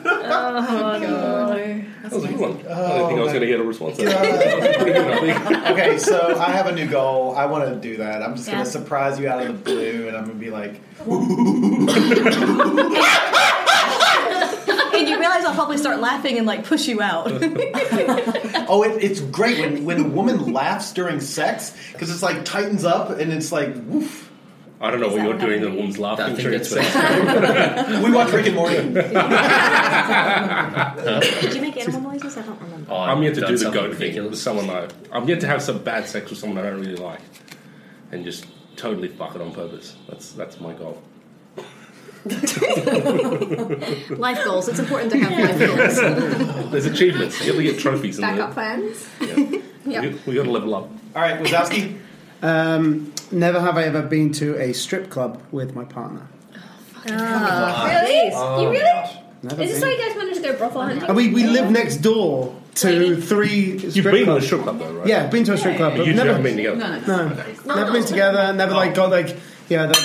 S10: That was a good one. I didn't think I was going to get a response.
S2: (laughs)
S10: (laughs)
S2: okay, so I have a new goal. I want to do that. I'm just
S5: Yeah.
S2: going to surprise you out of the blue, and I'm going to be like,
S5: (laughs) and you realize I'll probably start laughing and like push you out.
S2: (laughs) oh, it, it's great when, when a woman laughs during sex because it's like tightens up and it's like, woof.
S10: (laughs) I don't know what you're doing in the woman's laughing
S7: think
S10: during
S7: that's (laughs)
S2: we watch Rick and Morty.
S10: Uh-huh.
S5: Did you make animal noises? I don't remember.
S7: Oh,
S10: (laughs) I'm yet to
S7: done
S10: do the
S7: something
S10: goat thing with someone I. I'm yet to have some bad sex with someone I don't really like, and just totally fuck it on purpose. That's that's my goal.
S5: Life goals. It's important to have
S10: (laughs)
S5: life goals.
S10: There's achievements. You have to get trophies. In
S8: backup
S10: there.
S8: plans.
S10: We, we got to level up.
S2: All right, Wazowski.
S6: Um, never have I ever been to a strip club with my partner.
S8: Oh, Really? you really?
S6: Never
S8: Is this why
S6: been.
S8: you guys wanted to go brothel hunting?
S6: And we, we live next door to three. Strip
S10: You've been to a
S6: clubs.
S10: strip club though, right?
S6: Yeah, been to a strip club.
S10: But you two
S6: never
S10: haven't been together.
S11: No, no.
S6: No, never been together. Never like got like yeah. The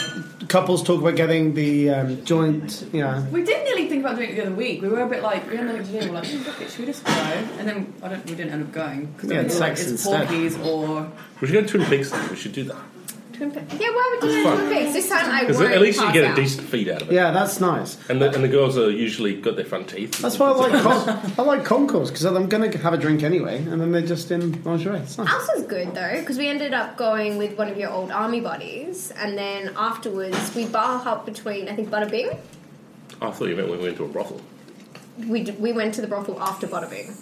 S6: couples talk about getting the um, joint. You know,
S11: We did nearly think about doing it the other week. We were a bit like, we don't know what to do. We're like, hmm, fuck it, should we just go? And then I don't, we didn't end up going. Because
S6: Yeah,
S11: we were like,
S6: sex
S11: it's
S6: instead.
S11: porkies or.
S10: We should go to Twin Peaks. Then. We should do that
S8: Twin Peaks. Yeah, why would you
S10: That's
S8: go
S10: fun.
S8: Twin Peaks? This time I
S10: because
S8: won't
S10: at least you
S8: pass
S10: get a
S8: out.
S10: decent feed out of it.
S6: yeah, that's nice.
S10: And the, and the girls are usually got their front teeth.
S6: That's why I
S10: (laughs)
S6: like con- I like concourse because I'm gonna have a drink anyway, and then they're just in lingerie. It's nice.
S8: Ours was good though, because we ended up going with one of your old army buddies, and then afterwards we bar hop between I think Bada Bing.
S10: I thought you meant when we went to a brothel.
S8: We, d- we went to the brothel after Bada Bing.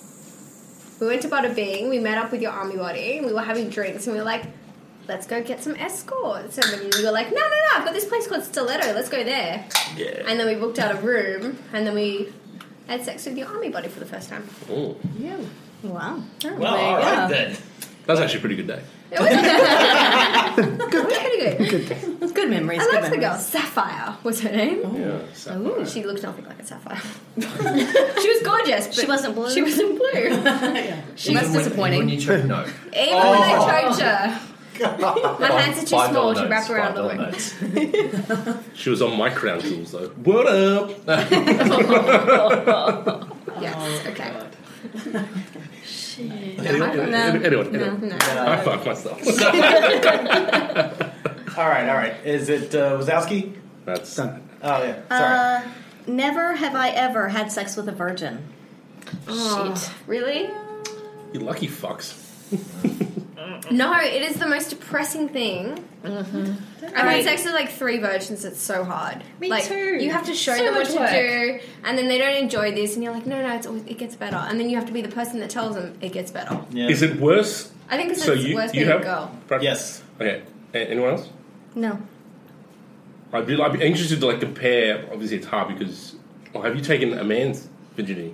S8: We went to Bada Bing. We met up with your army buddy. We were having drinks, and we were like, "Let's go get some escorts." And then you were like, "No, no, no! I've got this place called Stiletto. Let's go there."
S10: Yeah.
S8: And then we booked out a room, and then we had sex with your army buddy for the first time.
S10: Ooh.
S8: Yeah. (laughs)
S5: Wow.
S7: Well, all right then.
S10: That was actually a pretty good day.
S8: It was, it was pretty good.
S5: It's good memories.
S8: I
S5: good
S8: liked the girl.
S5: memories. Oh,
S8: Sapphire was her name.
S10: Yeah. So.
S8: Ooh, she looked nothing like a
S5: (laughs)
S8: sapphire. she was gorgeous, but
S5: She wasn't blue.
S8: She wasn't
S5: (laughs)
S8: blue. She
S7: Even
S8: was
S7: when-
S8: disappointing.
S7: When you choke, no.
S8: (laughs) Even
S11: Oh.
S8: when I choked her,
S11: (laughs)
S8: my hands are too
S7: Oh. Five
S8: small
S7: dollar
S8: to
S7: notes,
S8: wrap around
S7: five
S8: the
S7: dollar
S8: room.
S7: notes.
S10: She was on my crown jewels though. What up?
S5: Oh
S8: Yes, okay.
S10: Anyone? Anyone? anyone,
S9: Mm-hmm.
S10: anyone?
S8: No.
S10: I fuck
S5: (laughs)
S10: myself.
S2: (laughs) All right, all right. Is it uh, Wazowski?
S10: That's
S6: Done.
S2: Oh, yeah. Sorry.
S5: Uh, never have I ever had sex with a virgin. Oh,
S8: Shit. Really?
S10: (laughs) you lucky fucks.
S8: (laughs) No, it is the most depressing thing. I've had
S5: Mm-hmm. Right.
S8: sex with like three virgins. It's so hard.
S5: Me
S8: like,
S5: too.
S8: You have to show
S5: So
S8: them what
S5: much
S8: to
S5: work.
S8: do, and then they don't enjoy this, and you're like, no, no, it's always, it gets better, and then you have to be the person that tells them it gets better.
S2: Yeah.
S10: Is it worse?
S8: I think it's
S10: So
S8: it's
S10: you
S8: worse
S10: you
S8: being
S10: have
S8: a girl.
S10: Brad-
S2: Yes.
S10: Okay. A- anyone else?
S5: No.
S10: I'd be, I'd be interested to like compare. Obviously, it's hard because. Well, have you taken a man's virginity?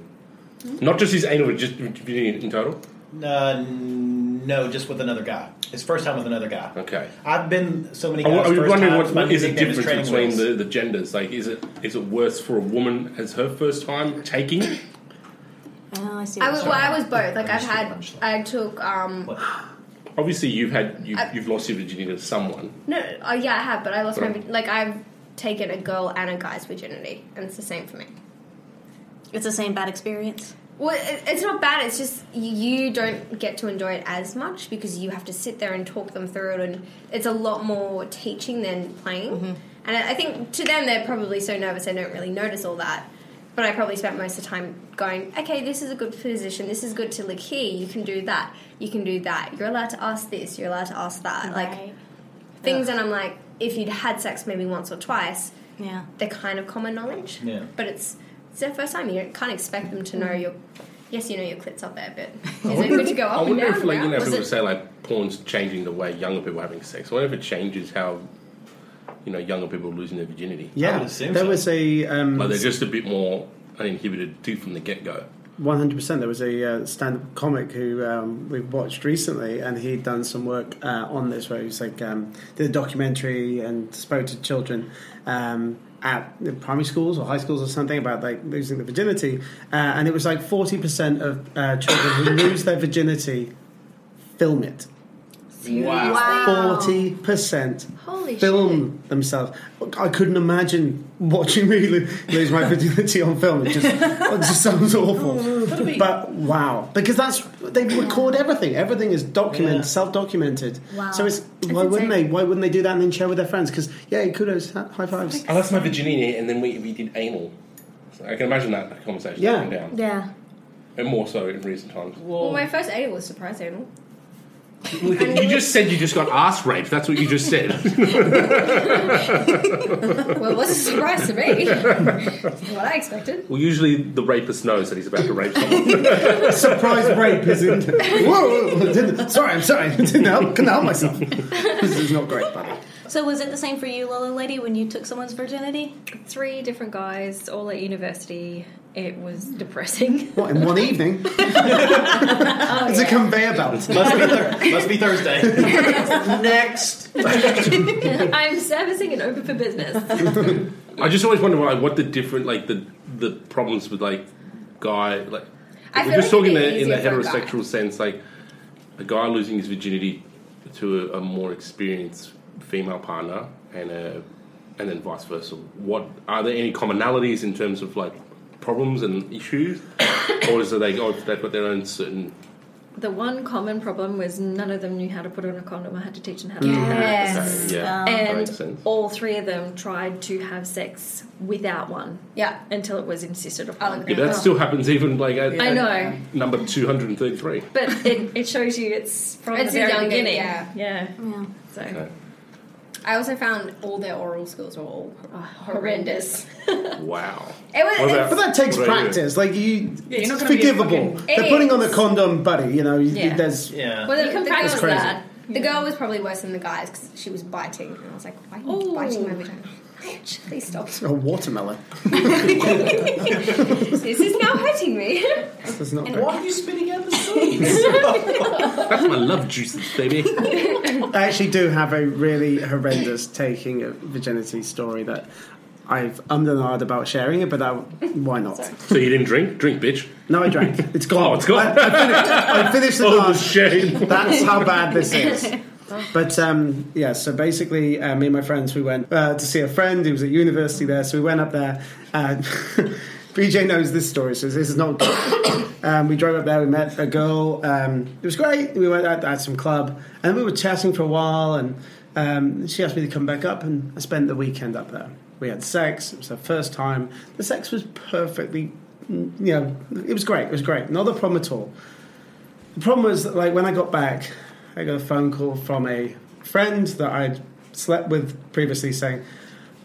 S2: Hmm?
S10: Not just his anal, but just virginity in total.
S2: Uh, no, just with another guy. It's first time with another guy.
S10: Okay.
S2: I've been so many
S10: I
S2: guys.
S10: wa- I was
S2: first
S10: wondering
S2: times,
S10: what,
S2: my
S10: what is the
S2: nickname
S10: difference
S2: Training
S10: between
S2: Wheels.
S10: the, the genders? Like, is it is it worse for a woman as her first time taking?
S5: Oh, I see.
S8: I
S5: what
S8: was,
S5: you-
S8: well, I was both. Like I've
S7: just
S8: had,
S7: punched
S8: I took. um
S10: Obviously, you've had you,
S8: I-
S10: you've lost your virginity to someone.
S8: No, oh yeah, I have, but I lost my my like I've taken a girl and a guy's virginity, and it's the same for me.
S5: It's the same bad experience.
S8: Well, it, it's not bad. It's just you, you don't get to enjoy it as much because you have to sit there and talk them through it, and it's a lot more teaching than playing.
S5: Mm-hmm.
S8: And I, I think to them, they're probably so nervous they don't really notice all that. But I probably spent most of the time going, okay, this is a good position. This is good to look here. You can do that. You can do that. You're allowed to ask this. You're allowed to ask that. Like
S5: Right.
S8: things and I'm like, if you'd had sex maybe once or twice,
S5: Yeah.
S8: they're kind of common knowledge.
S2: Yeah.
S8: But it's it's their first time. You don't- can't expect them to know
S5: Mm.
S8: your. Yes, you know your clit's up there, but
S10: I
S8: is it
S10: wonder
S8: good
S10: if-
S8: to go
S10: I
S8: up and
S10: wonder
S8: down?
S10: if, like, you
S8: around?
S10: know,
S8: Was
S10: people
S8: it-
S10: say like porn's changing the way younger people are having sex. I wonder if it changes how you know younger people are losing their virginity.
S6: Yeah,
S2: would assume
S6: there
S2: so.
S6: was a um,
S10: Like they're just a bit more uninhibited too from the get go.
S6: One hundred percent. There was a uh, stand-up comic who um, we watched recently, and he'd done some work uh, on this, where he was like um, did a documentary and spoke to children um, at the primary schools or high schools or something about like losing their virginity, uh, and it was like forty percent of uh, children who (laughs) lose their virginity film it.
S8: Wow.
S6: Forty percent
S8: Holy
S6: film themselves. I couldn't imagine watching (laughs) me lo- lose my virginity on film. It
S2: (laughs)
S6: just, it just sounds awful. But wow, because that's they record everything. Everything is documented, self-documented.
S2: Wow.
S6: So it's
S2: That's
S6: why wouldn't
S2: insane.
S6: they? Why wouldn't they do that and then share with their friends? Because yeah, kudos, ha- high fives.
S10: I lost my virginity and then we, we did anal. So I can imagine that conversation
S6: Yeah.
S10: going down.
S5: Yeah.
S10: And more so in recent times.
S8: Well, (laughs) my first anal was surprise anal.
S10: you just said you just got ass raped. That's what you just said.
S8: well, it was a
S6: (laughs)
S8: surprise to me. what I expected.
S10: (laughs) Well, usually the rapist knows that he's about to rape
S6: (laughs)
S10: someone.
S6: Surprise rape isn't. Whoa, whoa, didn't- sorry, I'm sorry. (laughs) Didn't help, couldn't help myself. (laughs) This is not great, buddy.
S5: So was it the same for you, Lola Lady, when you took someone's virginity?
S9: Three different guys, all at university. It was
S5: (laughs)
S9: depressing. (laughs)
S6: What in one evening?
S2: (laughs)
S6: (laughs)
S2: Oh,
S6: it's a conveyor belt.
S2: Must be, thir- must be Thursday.
S5: (laughs)
S6: Next.
S9: I'm servicing and open for business.
S10: I just always wonder why, what the different like the the problems with like guy like
S9: I
S10: if
S9: feel
S10: we're just
S9: like
S10: talking in
S9: it'd be
S10: a, in a
S9: easier for a guy.
S10: heterosexual sense like a guy losing his virginity to a, a more experienced female partner and a and then vice versa what are there any commonalities in terms of like problems and issues (coughs) or is it they go they've got their own certain
S9: the one common problem was none of them knew how to put on a condom. I had to teach them how to do that.
S5: Yes.
S10: Okay, yeah, that makes
S9: And
S10: sense.
S9: all three of them tried to have sex without one.
S5: Yeah.
S9: Until it was insisted upon.
S10: yeah, that still happens even like at,
S9: I
S10: at
S9: know.
S10: number 233
S9: But it, it shows you it's from
S8: It's a
S9: the very
S8: young bit,
S9: beginning.
S8: yeah.
S9: Yeah. So
S10: Okay.
S8: I also found all their oral skills were all Oh, horrendous.
S10: wow
S8: (laughs) It was-
S10: What about-
S6: but that takes
S10: what about you?
S6: practice. Like you,
S8: Yeah, you're
S6: it's
S8: not gonna be a
S6: forgivable.
S8: fucking-
S6: They're
S8: It
S6: putting on the
S8: is.
S6: condom, buddy. You know, you,
S8: Yeah.
S6: there's
S8: Well, the,
S9: You can
S8: the
S9: practice
S8: girl was
S6: that.
S8: The girl was probably worse than the guys because she was biting, and I was like, "Why are you
S9: Ooh.
S8: biting my vagina? Ouch, Please stop.
S6: a watermelon.
S8: (laughs) this is now hurting me."
S6: This is not.
S8: And
S6: good.
S8: why are you
S6: (laughs)
S8: spitting out the seeds?
S10: That's my
S8: (laughs)
S10: love juices,
S9: (laughs)
S10: baby.
S6: I actually do have a really horrendous taking of virginity story that I've ummed and ahed about sharing it, but that, why not?
S10: So you didn't drink? Drink, bitch.
S6: No, I drank. It's gone.
S10: Oh, it's gone.
S6: I, I finished. I
S10: (laughs)
S6: finished the
S10: Oh, the
S6: glass.
S10: shame.
S6: That's how bad this is.
S5: Oh.
S6: But um, yeah, so basically, uh, me and my friends, we went uh, to see a friend who was at university there. So we went up there. Uh, (laughs) BJ knows this story, so this is not good. (coughs) um, we drove up there, we met a girl. Um, it was great. We went out at some club, and we were chatting for a while. And um, she asked me to come back up, and I spent the weekend up there. We had sex. It was her first time. The sex was perfectly, you know, it was great. It was great. Not a problem at all. The problem was that, like when I got back, I got a phone call from a friend that I'd slept with previously saying,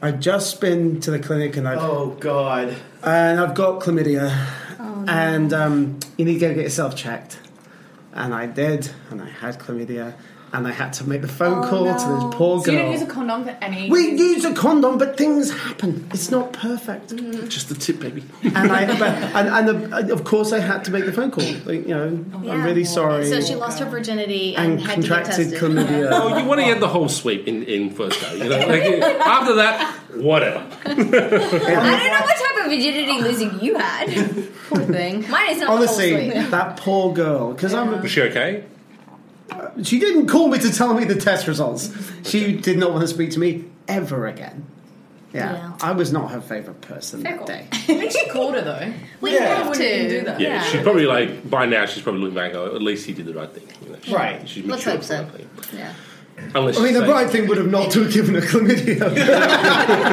S6: I've just been to the clinic and I've
S2: Oh God.
S6: and I've got chlamydia and um, you need to go get yourself checked. And I did, and I had chlamydia, and I had to make the phone
S11: Oh,
S6: call to
S11: no.
S6: this poor girl.
S11: So you don't use a condom for any.
S6: we use a condom, but things happen. It's not perfect.
S11: Mm-hmm.
S10: Just the tip, baby.
S6: And I, but, and, and uh, of course, I had to make the phone call. Like, you know,
S11: Oh,
S6: I'm really sorry.
S5: So she lost her virginity and,
S6: and
S5: had
S6: contracted
S5: to get tested.
S6: chlamydia.
S10: Oh, you want to get the whole sweep in, in first day. You know? like, (laughs) after that, whatever.
S8: I don't know what type of virginity losing you
S6: (laughs)
S8: had.
S5: Poor thing.
S8: Mine is not
S6: Honestly,
S8: the whole story.
S6: that poor girl. Because I'm. Uh,
S10: Was she okay?
S6: She didn't call me to tell me the test results. She did not want to speak to me ever again. Yeah,
S11: Yeah.
S6: I was not her favorite person that
S11: (laughs)
S6: day.
S11: I think she called her though.
S5: We
S11: Yeah.
S5: have
S11: Wouldn't
S5: to.
S11: even do that.
S10: Yeah, she's probably like, by now, she's probably looking back, oh, at least he did the right thing. You know, she-
S6: Right.
S10: She's
S5: Let's
S10: matured
S5: hope so.
S10: from that thing.
S5: Yeah.
S10: Unless
S6: I mean,
S10: she's
S6: the
S10: saying-
S6: right thing would have not to have given her
S10: (laughs)
S6: chlamydia.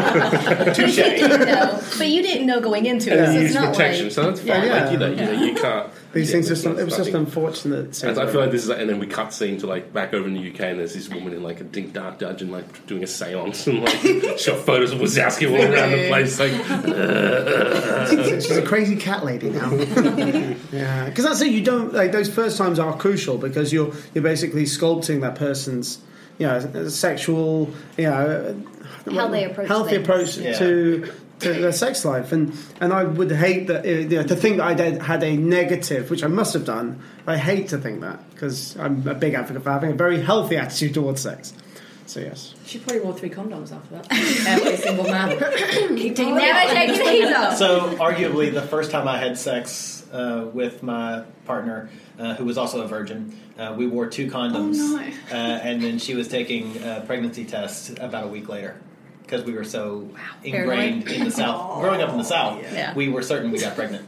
S5: (laughs) Touche. no, but you didn't know going into
S10: And
S5: it.
S10: then
S5: so
S10: you
S5: it's
S10: use
S5: not
S10: protection,
S5: like,
S10: so that's fine.
S6: Yeah.
S10: Like, you know, you, know, you can't.
S6: These
S10: yeah,
S6: things
S10: there's
S6: just, it was just
S10: nothing-
S6: unfortunate.
S10: I I feel like this is, like, and then we cut scene to like back over in the UK, and there's this woman in like a deep dark dungeon, like doing a séance, and like shot photos of Wazowski all around the place, like. (laughs)
S6: She's a crazy cat lady
S2: (laughs)
S6: now. yeah, because that's it. You don't like those first times are crucial because you're you're basically sculpting that person's you know sexual you know
S8: How they approach
S6: healthy
S8: things.
S6: approach
S2: Yeah.
S6: to to their sex life, and and I would hate that uh, you know, to think that I did, had a negative, which I must have done. I hate to think that because I'm a big advocate for having a very healthy attitude towards sex. So yes,
S8: (laughs)
S11: She probably wore three condoms after that. (laughs) Every single man. Keep taking
S8: Never
S11: them.
S8: taking these off.
S2: So, arguably, the first time I had sex uh, with my partner, uh, who was also a virgin, uh, we wore two condoms.
S11: Oh, no.
S2: uh, and then she was taking a pregnancy test about a week later because we were so ingrained
S11: Paranoid.
S2: in the South. Growing up in the South,
S5: Yeah.
S2: we were certain we got pregnant.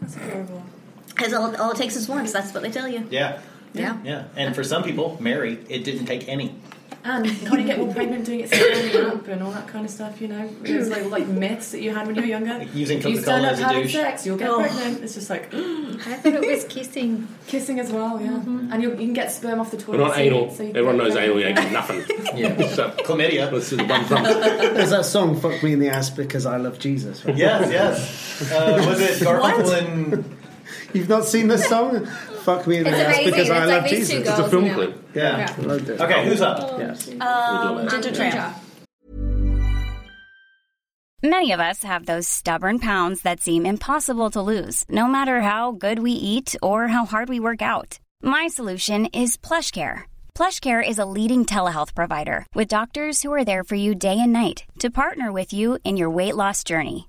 S11: That's horrible.
S5: Because all, all it takes is once. That's what they tell you.
S2: Yeah.
S5: Yeah.
S2: Yeah. And for some people, Mary, it didn't take any.
S8: (laughs)
S11: And can't you get more pregnant doing it standing up and all that kind of stuff, you know? There's like, like myths that you had when you were younger.
S2: Using
S11: If you
S2: Coca-Cola
S11: stand up
S2: as a
S11: having
S2: douche.
S11: sex, you'll get
S2: Oh.
S11: pregnant. It's just like, (gasps)
S8: I thought it was kissing. Mm-hmm.
S11: Kissing as well, yeah. And you'll, you can get sperm off the
S10: We're
S11: toilet.
S10: not
S11: seat,
S10: anal.
S11: so you can
S10: Everyone
S11: get
S10: knows
S11: pregnant.
S10: anal ain't got
S2: (laughs)
S10: nothing. yeah. So,
S2: Chlamydia.
S10: This is one from
S6: there's that song "Fuck Me in the Ass" because I love Jesus. Right?
S2: Yes, yes. Uh, was
S11: (laughs)
S2: it Garfunkel
S6: What?
S2: and.
S6: You've not seen this song? Fuck me in the
S2: It's
S6: ass
S2: amazing.
S6: because I
S2: It's
S6: love
S2: like these
S6: Jesus.
S2: two It's a girls, film you know. clip.
S6: Yeah,
S2: Yeah.
S6: I loved it.
S2: Okay, who's up?
S6: Yes.
S13: Um, Ginger Tramp.
S14: Many of us have those stubborn pounds that seem impossible to lose, no matter how good we eat or how hard we work out. My solution is PlushCare. PlushCare is a leading telehealth provider with doctors who are there for you day and night to partner with you in your weight loss journey.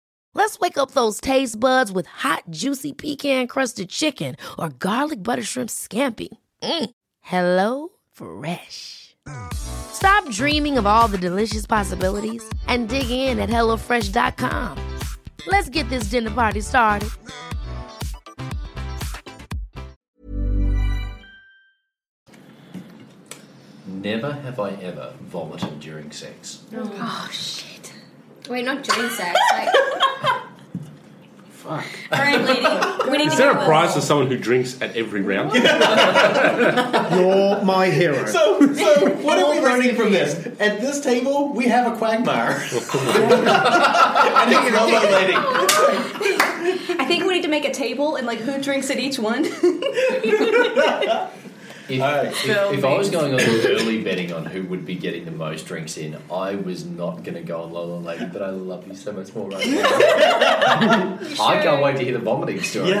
S1: Let's wake up those taste buds with hot, juicy pecan-crusted chicken or garlic butter shrimp scampi. Mm. Hello Fresh. Stop dreaming of all the delicious possibilities and dig in at HelloFresh.com. Let's get this dinner party started.
S7: Never have I ever vomited during sex.
S8: Oh, shit. Wait, not during sex. Like,
S10: (laughs) Fuck.
S8: all right, lady. We need
S10: Is
S8: to
S10: there
S8: go.
S10: a
S8: (laughs)
S10: prize for someone who drinks at every round?
S6: You're my hero.
S2: So, so what are we learning from this? At this table, we have a quagmire. (laughs) I think it's all that lady.
S5: (laughs) I think we need to make a table and like who drinks at each
S2: (laughs)
S5: one.
S7: If, if, if I was going on early betting on who would be getting the most drinks in, I was not going to go on Lola Lady, but I love you so much more right now. I can't wait to hear the vomiting story.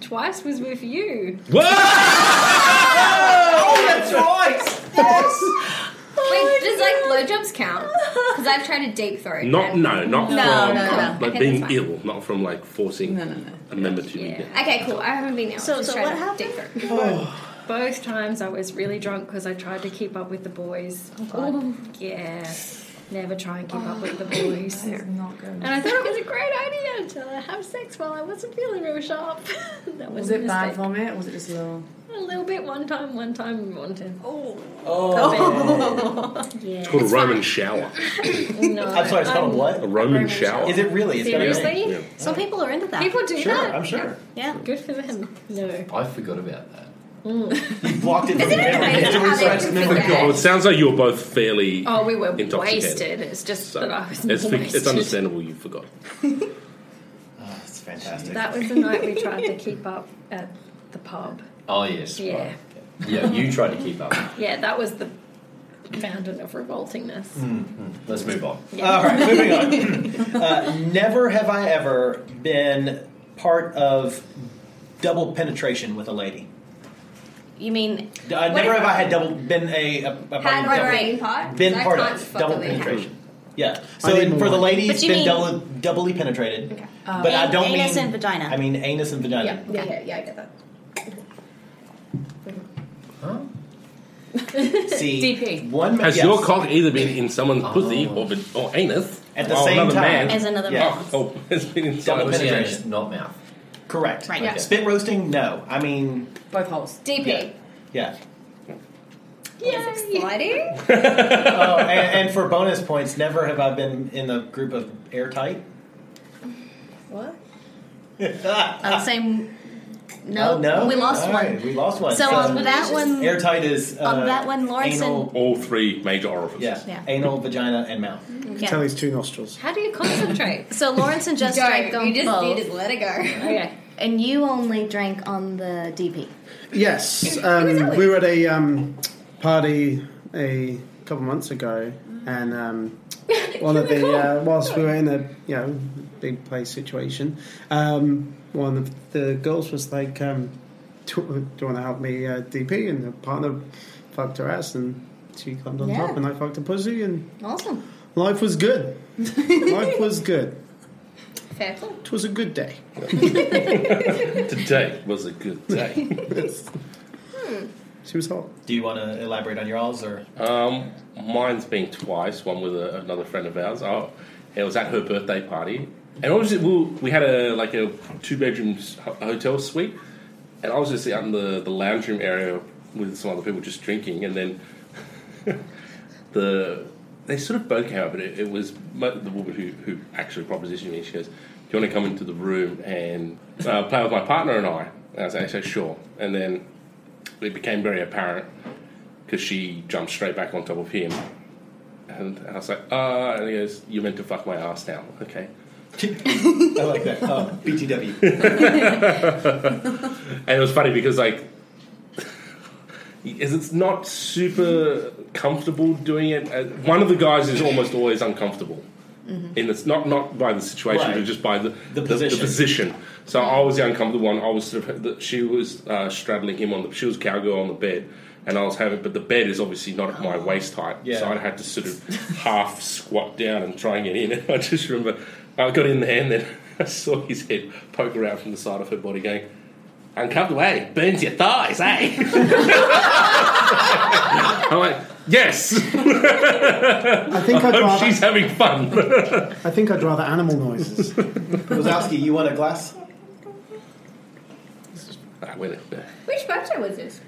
S9: Twice was with you.
S2: (laughs)
S8: Oh,
S2: that's right. Yes.
S8: Wait, does like blowjobs count? Because I've tried a deep throat.
S10: Not no, not
S8: No,
S10: from
S8: no, no.
S10: like
S8: Okay,
S10: being
S8: that's fine.
S10: ill, not from like forcing a member to be ill.
S8: Okay, cool. I haven't been ill.
S9: So-
S8: Just
S9: so
S8: tried
S9: what
S8: a
S9: happened?
S8: Deep throat.
S10: (sighs) Oh.
S9: Both times I was really drunk because I tried to keep up with the boys. Oh, yeah. Never try and keep up with the boys.
S11: not good.
S9: And I thought it was a great idea until I have sex while I wasn't feeling real sharp. (laughs) that was,
S11: Was
S9: a
S11: it bad
S9: mistake.
S11: vomit or was it just a little.
S9: A little bit one time, one time, one time. Oh. (laughs)
S2: Oh.
S9: yeah.
S10: It's called a Roman shower.
S9: No.
S2: I'm sorry, it's called a what?
S10: A Roman shower.
S2: Is it really? It's got a name.
S9: Seriously?
S10: Yeah.
S9: Some people are into that. People do
S2: Sure,
S9: that.
S2: I'm sure.
S9: Yeah. Good for them. Mm. No.
S7: I forgot about that.
S2: You blocked it from
S9: Isn't it
S2: memory.
S9: amazing
S2: It's a
S9: how they
S2: reflex
S9: can
S2: memory.
S9: forget?
S10: Oh, it sounds like you were both fairly.
S9: Oh, we were
S10: Intoxicated.
S9: wasted. It's just
S10: So,
S9: that I was
S10: it's,
S9: wasted.
S10: it's understandable you forgot.
S2: Oh, It's fantastic.
S9: That was the night we tried to keep up at the pub.
S7: Oh yes.
S9: Yeah.
S7: right. Yeah, you tried to keep up.
S9: Yeah, that was the fountain of revoltingness.
S7: Hmm, Let's move on.
S2: All right, moving on. Uh, never have I ever been part of double penetration with a lady.
S5: you mean
S2: Uh, never have I had double been a, a, a part of
S5: Had
S2: double,
S5: right, right.
S2: been
S5: I
S2: part
S5: can't
S2: of
S5: fuck
S2: double
S5: with it.
S2: penetration. Yeah.
S6: I
S2: So
S6: need
S2: in- for
S6: more.
S2: the ladies,
S5: But you
S2: been
S5: mean-
S2: double, doubly penetrated.
S5: Oh.
S2: But I
S5: An-
S2: don't
S5: anus
S2: mean
S5: and vagina.
S2: I mean anus and vagina.
S5: Yeah, yeah, yeah, I get that.
S8: (laughs)
S2: See,
S5: DP.
S2: one
S10: Has
S2: yes.
S10: your cock either been in someone's pussy or, vag- or anus
S2: At the
S10: or
S2: same
S10: another
S2: time.
S10: man?
S5: As another
S10: Yeah.
S5: man.
S10: Oh, (laughs) oh, it's been inside.
S2: Double
S10: the man.
S2: penetration.
S7: Not mouth.
S2: Correct.
S5: Right. Yeah.
S2: Spit roasting? No. I mean,
S11: Both holes.
S5: DP.
S6: (laughs)
S2: yeah.
S9: Yeah.
S8: Exciting.
S2: oh, and, and for bonus points, never have I been in the group of airtight. (laughs)
S5: What?
S2: yeah.
S5: same No,
S2: Oh, no.
S5: we lost
S2: All
S11: (laughs)
S5: one.
S2: right, we lost one.
S5: So on that one,
S2: airtight is uh,
S5: on that one, Lawrence
S2: anal,
S10: all three major orifices.
S2: Yeah,
S5: Yeah.
S2: anal, vagina, and mouth.
S5: Yeah. Tell
S6: these two nostrils.
S5: How do
S8: (laughs)
S5: you concentrate? so Lawrence and Jess
S8: Don't.
S5: drank them
S8: You just-
S5: both.
S8: you just let it go.
S5: Okay. And you only drank on the DP.
S6: Yes, um, we were at a um, party a couple months ago, and um, one of the uh, whilst we were in a you know big play situation, um, one of the girls was like, um, do, "Do you want to help me uh, DP?" And her partner fucked her ass, and she climbed on
S5: Yeah.
S6: top, and I fucked her pussy, and
S5: Awesome.
S6: life was good. life was good.
S5: Fair play.
S6: It was a good day.
S10: Today was a good
S2: (laughs)
S10: day.
S6: (laughs) she was hot.
S2: Do you want to elaborate on your alls or?
S10: Um, mine's been twice. One with a, another friend of ours. Oh, it was at her birthday party, and obviously we, we had a like a two bedroom hotel suite, and I was just out in the, the lounge room area with some other people just drinking, and then (laughs) the they sort of both came up, and it, it was mo- the woman who, who actually propositioned me. She goes, "Do you want to come into the room and uh, play with my partner and I?" And I was like, "So sure." And then it became very apparent because she jumped straight back on top of him. And I was like, ah, and he goes, you're meant to fuck my ass now. Okay.
S2: (laughs) I like that. Oh,
S10: (laughs)
S2: BTW.
S10: And it was funny because, like, is it's not super comfortable doing it. Uh, One of the guys is almost always uncomfortable. And it's not, not by Mm-hmm. the situation,
S2: Right.
S10: but just by the, the,
S2: position. Mm-hmm.
S10: position. So I was the uncomfortable one. I was sort of, the, she was uh, straddling him on the, she was cowgirl on the bed. And I was having, but the bed is obviously not at my waist height.
S2: Oh, Yeah.
S10: So I had to sort
S2: (laughs)
S10: of half squat down and try and get in. And I just remember, I got in there and then (laughs) I saw his head poke around from the side of her body going, uncomfortable, eh? Burns your thighs, eh? (laughs) I'm like, yes. (laughs)
S6: I think
S10: I
S6: I'd
S10: hope
S6: rather.
S10: she's having fun.
S6: I think I'd rather animal noises.
S10: (laughs)
S2: Wazowski, you want a glass?
S10: Ah, wait a-
S8: (laughs) Which birthday was this?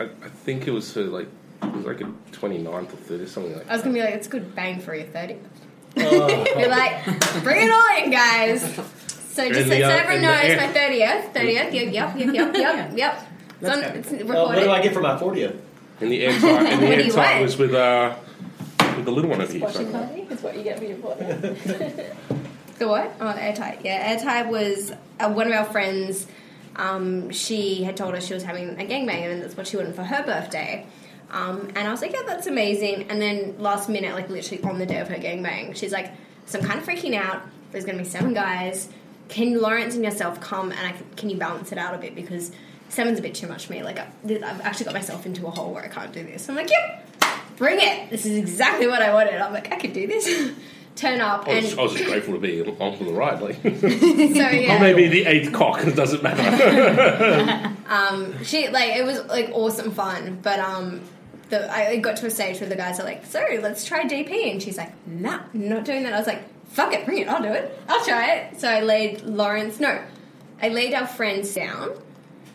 S10: I, I think it was her like it was like a 29th or 30th, something like.
S8: I was gonna be like, it's a good bang for your 30.
S10: that.
S8: (laughs) You're like, bring it on in, guys. So just
S10: In
S8: so,
S10: the,
S8: so
S10: uh,
S8: everyone
S10: in the
S8: knows,
S10: air.
S8: my 30th, 30th, yep, yep, yep, yep, yep, yep. It's, on, it's recorded.
S2: Uh, what do I get for my 40th?
S10: And the air time,
S8: (laughs)
S10: and the
S8: What do
S10: air
S8: you
S10: time
S8: want?
S10: was with uh with the little one of you.
S9: Squashy party is what you get for your body. (laughs)
S8: The what? Oh, airtight. Yeah, airtight was uh, one of our friends. Um, she had told us she was having a gangbang, and that's what she wanted for her birthday. Um, and I was like, yeah, that's amazing. And then last minute, like literally on the day of her gangbang, she's like, so I'm kind of freaking out. There's going to be seven guys. Can Lawrence and yourself come and I can, can you balance it out a bit? Because seven's a bit too much for me. Like, I- I've actually got myself into a hole where I can't do this. I'm like, yep, bring it. This is exactly what I wanted. I'm like, I could do this. (laughs) Turn up.
S10: I was,
S8: and
S10: I was just grateful to be on for the ride. Like,
S8: so (laughs) yeah,
S10: I may be the eighth cock. It doesn't
S8: (laughs)
S10: matter.
S8: um, she like it was like awesome fun, but um, the I it got to a stage where the guys are like, "So let's try DP," and she's like, "Nah, not doing that." I was like, "Fuck it, bring it, I'll do it, I'll try it." So I laid Lawrence, no, I laid our friends down,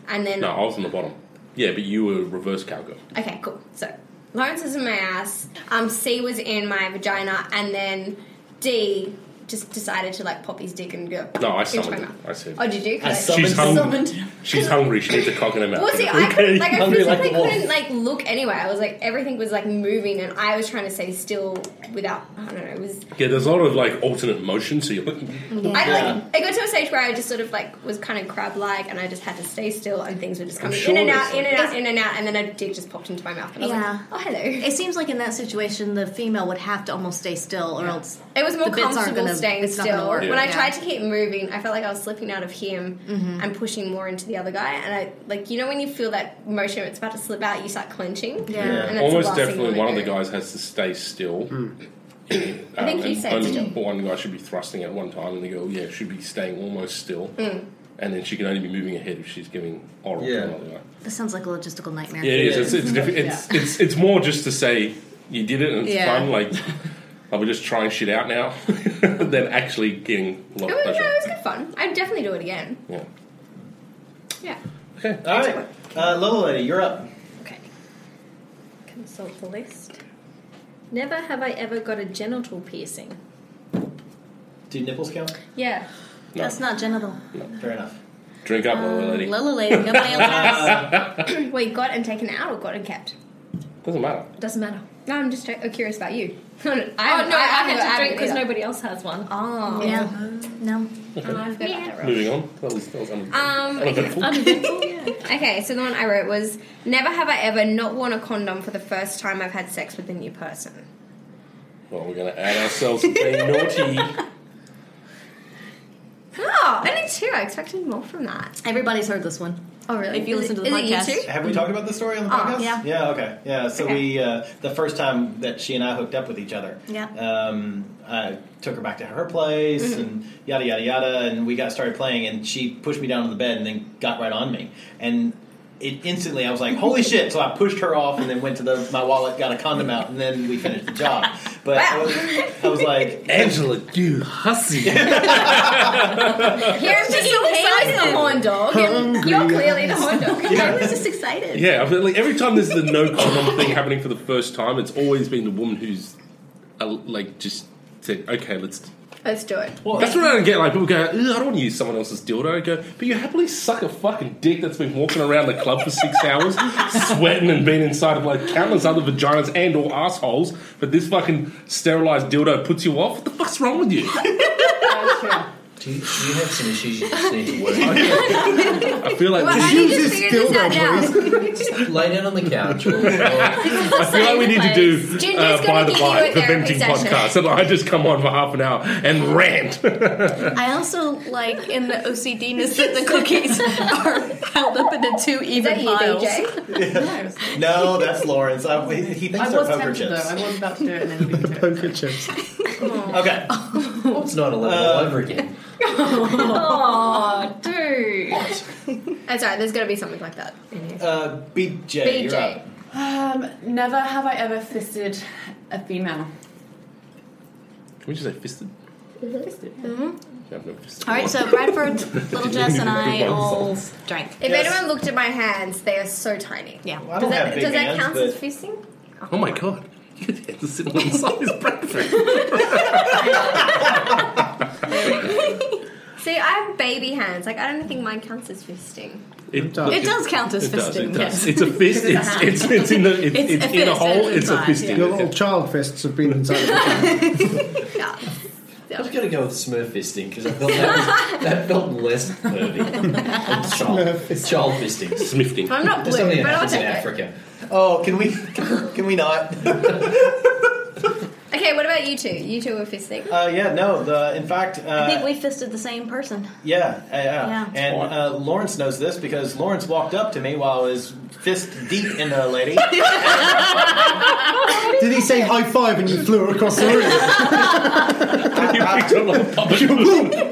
S8: and then
S10: no, I was on the bottom. Yeah, but you were reverse cowgirl.
S8: Okay, cool. So Lawrence was in my ass. Um, C was in my vagina, and then D just decided to like pop his dick and go.
S10: No, I
S8: into my
S10: summoned
S8: mouth.
S10: him. I said.
S8: Oh, did you? 'Cause
S10: I
S8: I-
S10: she's
S8: Summoned.
S10: hungry.
S8: Summoned.
S10: She's hungry. She needs a cock in her mouth.
S8: Well, see, I
S10: Okay.
S8: couldn't, like, I
S10: Hungry like
S8: physically
S10: the wolf.
S8: couldn't like look anywhere. I was like everything was like moving, and I was trying to stay still without. I don't know. It was.
S10: Yeah, there's a lot of like alternate motion, so you're looking.
S8: I like. I got to a stage where I just sort of like was kind of crab like, and I just had to stay still, and things were just
S10: I'm
S8: coming
S10: sure
S8: in and
S10: there's
S8: out, in
S10: like-
S8: and out, in and out, and then a dick just popped into my mouth. And I was
S5: Yeah.
S8: like, oh hello. It
S5: seems like in that situation, the female would have to almost stay still, or else
S8: It was more
S5: the bits aren't
S8: comfortable
S5: gonna-
S8: staying
S5: it's not gonna
S8: still.
S5: work.
S8: When
S5: Yeah. Mm-hmm.
S8: I tried to keep moving, I felt like I was slipping out of him and pushing more into the other guy. And I like you know when you feel that motion, it's about to slip out, you start clenching.
S10: Yeah,
S8: and that's the
S10: almost
S8: last thing
S10: definitely
S8: you
S10: one
S8: wanna
S10: of the
S8: do.
S10: guys has to stay still. (clears throat) Um,
S8: I think he
S10: and
S8: stays
S10: only
S8: still.
S10: one guy should be thrusting at one time, and the girl, yeah, should be staying almost still.
S8: Hmm.
S5: Mm.
S10: And then she can only be moving ahead if she's giving oral to another guy.
S5: This sounds like a logistical nightmare.
S10: Yeah, it is. It's, it's, diffi- it's, it's, it's more just to say you did it and it's
S5: Yeah.
S10: fun. Like, oh, we're just trying shit out now, (laughs) than actually getting a lot
S8: It
S10: of
S8: was, no, it
S10: pleasure.
S8: was good fun. I'd definitely do it again.
S10: Yeah.
S8: Yeah.
S10: Okay.
S2: All right. Uh, Lola Lady, you're up.
S9: Consult the list. Never have I ever got a genital piercing.
S2: Do nipples count?
S9: Yeah.
S10: No. That's
S5: not Um, genital.
S10: No.
S2: Fair enough.
S10: Drink up, Lola lady.
S8: Lola lady, nobody
S2: (laughs)
S10: (coughs)
S8: else. Wait, got and taken out or got and kept?
S10: Doesn't matter.
S8: Doesn't matter. No, I'm just uh, curious about you. (laughs) I, oh, no,
S9: I, I, had to drink because nobody else has one.
S8: Oh.
S5: Yeah. No.
S10: Okay.
S8: Oh, I've got that road.
S10: Moving on. That was, that was un-
S8: Um,
S10: uneventful.
S8: (laughs) okay, so the one I wrote was Never have I ever not worn a condom for the first time I've had sex with a new person.
S10: well, we're going to add ourselves to being naughty.
S8: Oh, I did too. I expected more from that.
S5: Everybody's heard this one.
S8: Oh, really?
S5: If you
S8: Is
S5: listen
S8: it-
S5: to the
S8: is it
S7: E
S8: you
S5: podcast.
S8: too?
S2: Have we talked about the story on the
S8: Oh,
S2: podcast?
S8: yeah.
S2: Yeah. Okay. Yeah. So
S8: Okay.
S2: we uh, the first time that she and I hooked up with each other.
S8: Yeah.
S2: Um, I took her back to her place
S7: Mm-hmm.
S8: Mhm.
S2: and yada yada yada, and we got started playing, and she pushed me down on the bed and then got right on me, and it instantly I was like,
S7: (laughs)
S2: holy shit! So I pushed her off and then went to the my wallet, got a condom out, and then we finished the job. But I, was, I was like,
S10: Angela, you hussy.
S8: Here's
S9: just so excited.
S8: the horn dog. and
S10: Hungry
S8: You're clearly the
S10: eyes.
S8: horn dog.
S10: Yeah.
S8: I was just excited.
S10: (laughs) Yeah, I feel like every time there's the no condom thing happening for the first time, it's always been the woman who's uh, like just said, "Okay, let's."
S8: Let's do it.
S10: that's what I don't get. Like people go, "Ugh, "I don't want to use someone else's dildo." I go, "But you happily suck a fucking dick that's been walking around the club for
S7: (laughs)
S10: six hours, sweating and being inside of like countless other vaginas and or assholes, but this fucking sterilized dildo puts you off. What the fuck's wrong with you?"
S7: (laughs) Do you, do you have some issues (laughs) you just need to work
S10: I feel like
S7: Well,
S10: this
S7: how do you
S10: is
S7: just
S10: his
S7: figure this out
S8: (laughs)
S10: dildo,
S7: now? Just lay down on the couch. Or,
S10: (laughs) I feel like we need to do
S7: Ginger's
S10: uh,
S7: gonna
S10: by the
S7: give
S10: by
S7: you a
S10: the venting
S7: therapy session.
S10: podcast, so that I just come on for half an hour and rant. (laughs)
S5: I also like in the OCDness that the cookies are held up into two even
S8: you,
S5: piles.
S8: DJ?
S2: no, that's Lawrence. I, he he thinks
S11: I
S2: they're
S11: was
S2: poker
S11: tempted
S2: chips.
S11: though. I was about to do it and
S8: (laughs)
S11: then you
S7: (laughs)
S6: poker chips.
S2: Okay. Uh,
S7: it's not 11 all over again.
S8: oh, dude. That's all right. There's going to be something like that.
S2: Uh, BJ, you're up.
S11: Um, never have I ever fisted a female.
S10: Can we just say fisted?
S11: Mm-hmm.
S10: Yeah, I've never fisted.
S5: All right, so Bradford, Little Jess, and I
S10: Big one
S5: all
S10: sauce.
S5: drank.
S8: (laughs) If anyone looked at my hands, they are so tiny. Yeah.
S2: I
S8: does
S2: don't
S8: that,
S2: have big
S8: does that
S2: hands,
S8: count
S2: but-
S8: as
S2: (laughs)
S8: fisting?
S10: Oh my god. You had to sit on one side
S7: (laughs)
S10: of breakfast.
S8: See, I have baby hands. Like, I don't think mine counts as fisting.
S10: It
S8: does. It does count as
S10: it does,
S8: fisting,
S10: it does.
S8: yes.
S10: It's a fist.
S8: Because it's a
S10: It's, it's, it's
S8: hand.
S10: in the it's,
S8: It's
S10: it's,
S8: a
S10: in a
S8: fist,
S10: hole. It's a
S8: yeah.
S10: fisting.
S6: Your little child fists have been
S5: (laughs)
S6: inside.
S8: (laughs)
S6: of it.
S7: I was going to go with Smurf fisting because I felt that, was, that felt less pervy. Child, child fisting.
S10: Smifting.
S8: I'm not
S7: There's
S8: blue,
S7: something that
S8: but I'll
S7: happens in
S8: take it.
S7: Africa.
S2: Oh, can we can we not?
S8: Okay, what about you two? You two were fisting.
S2: Uh, yeah, no. The in fact,
S5: I
S2: uh,
S5: think we fisted the same person.
S2: yeah, uh, yeah,
S5: Yeah.
S2: and uh, Lawrence knows this because Lawrence walked up to me while I was fist deep in the lady.
S6: Did he say high five and you flew across the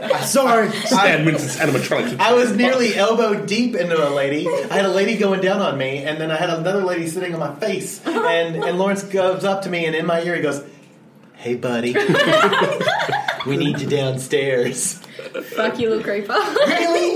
S8: (laughs)
S10: room?
S6: Sorry,
S10: Stan Winston's animatronics.
S7: Uh,
S2: I was nearly elbow deep into a lady. I had a lady going down on me, and then I had another lady sitting on my face. And and Lawrence goes up to me, and in my ear he goes, "Hey, buddy, we need you downstairs."
S8: Fuck you, little creeper. (laughs)
S2: really?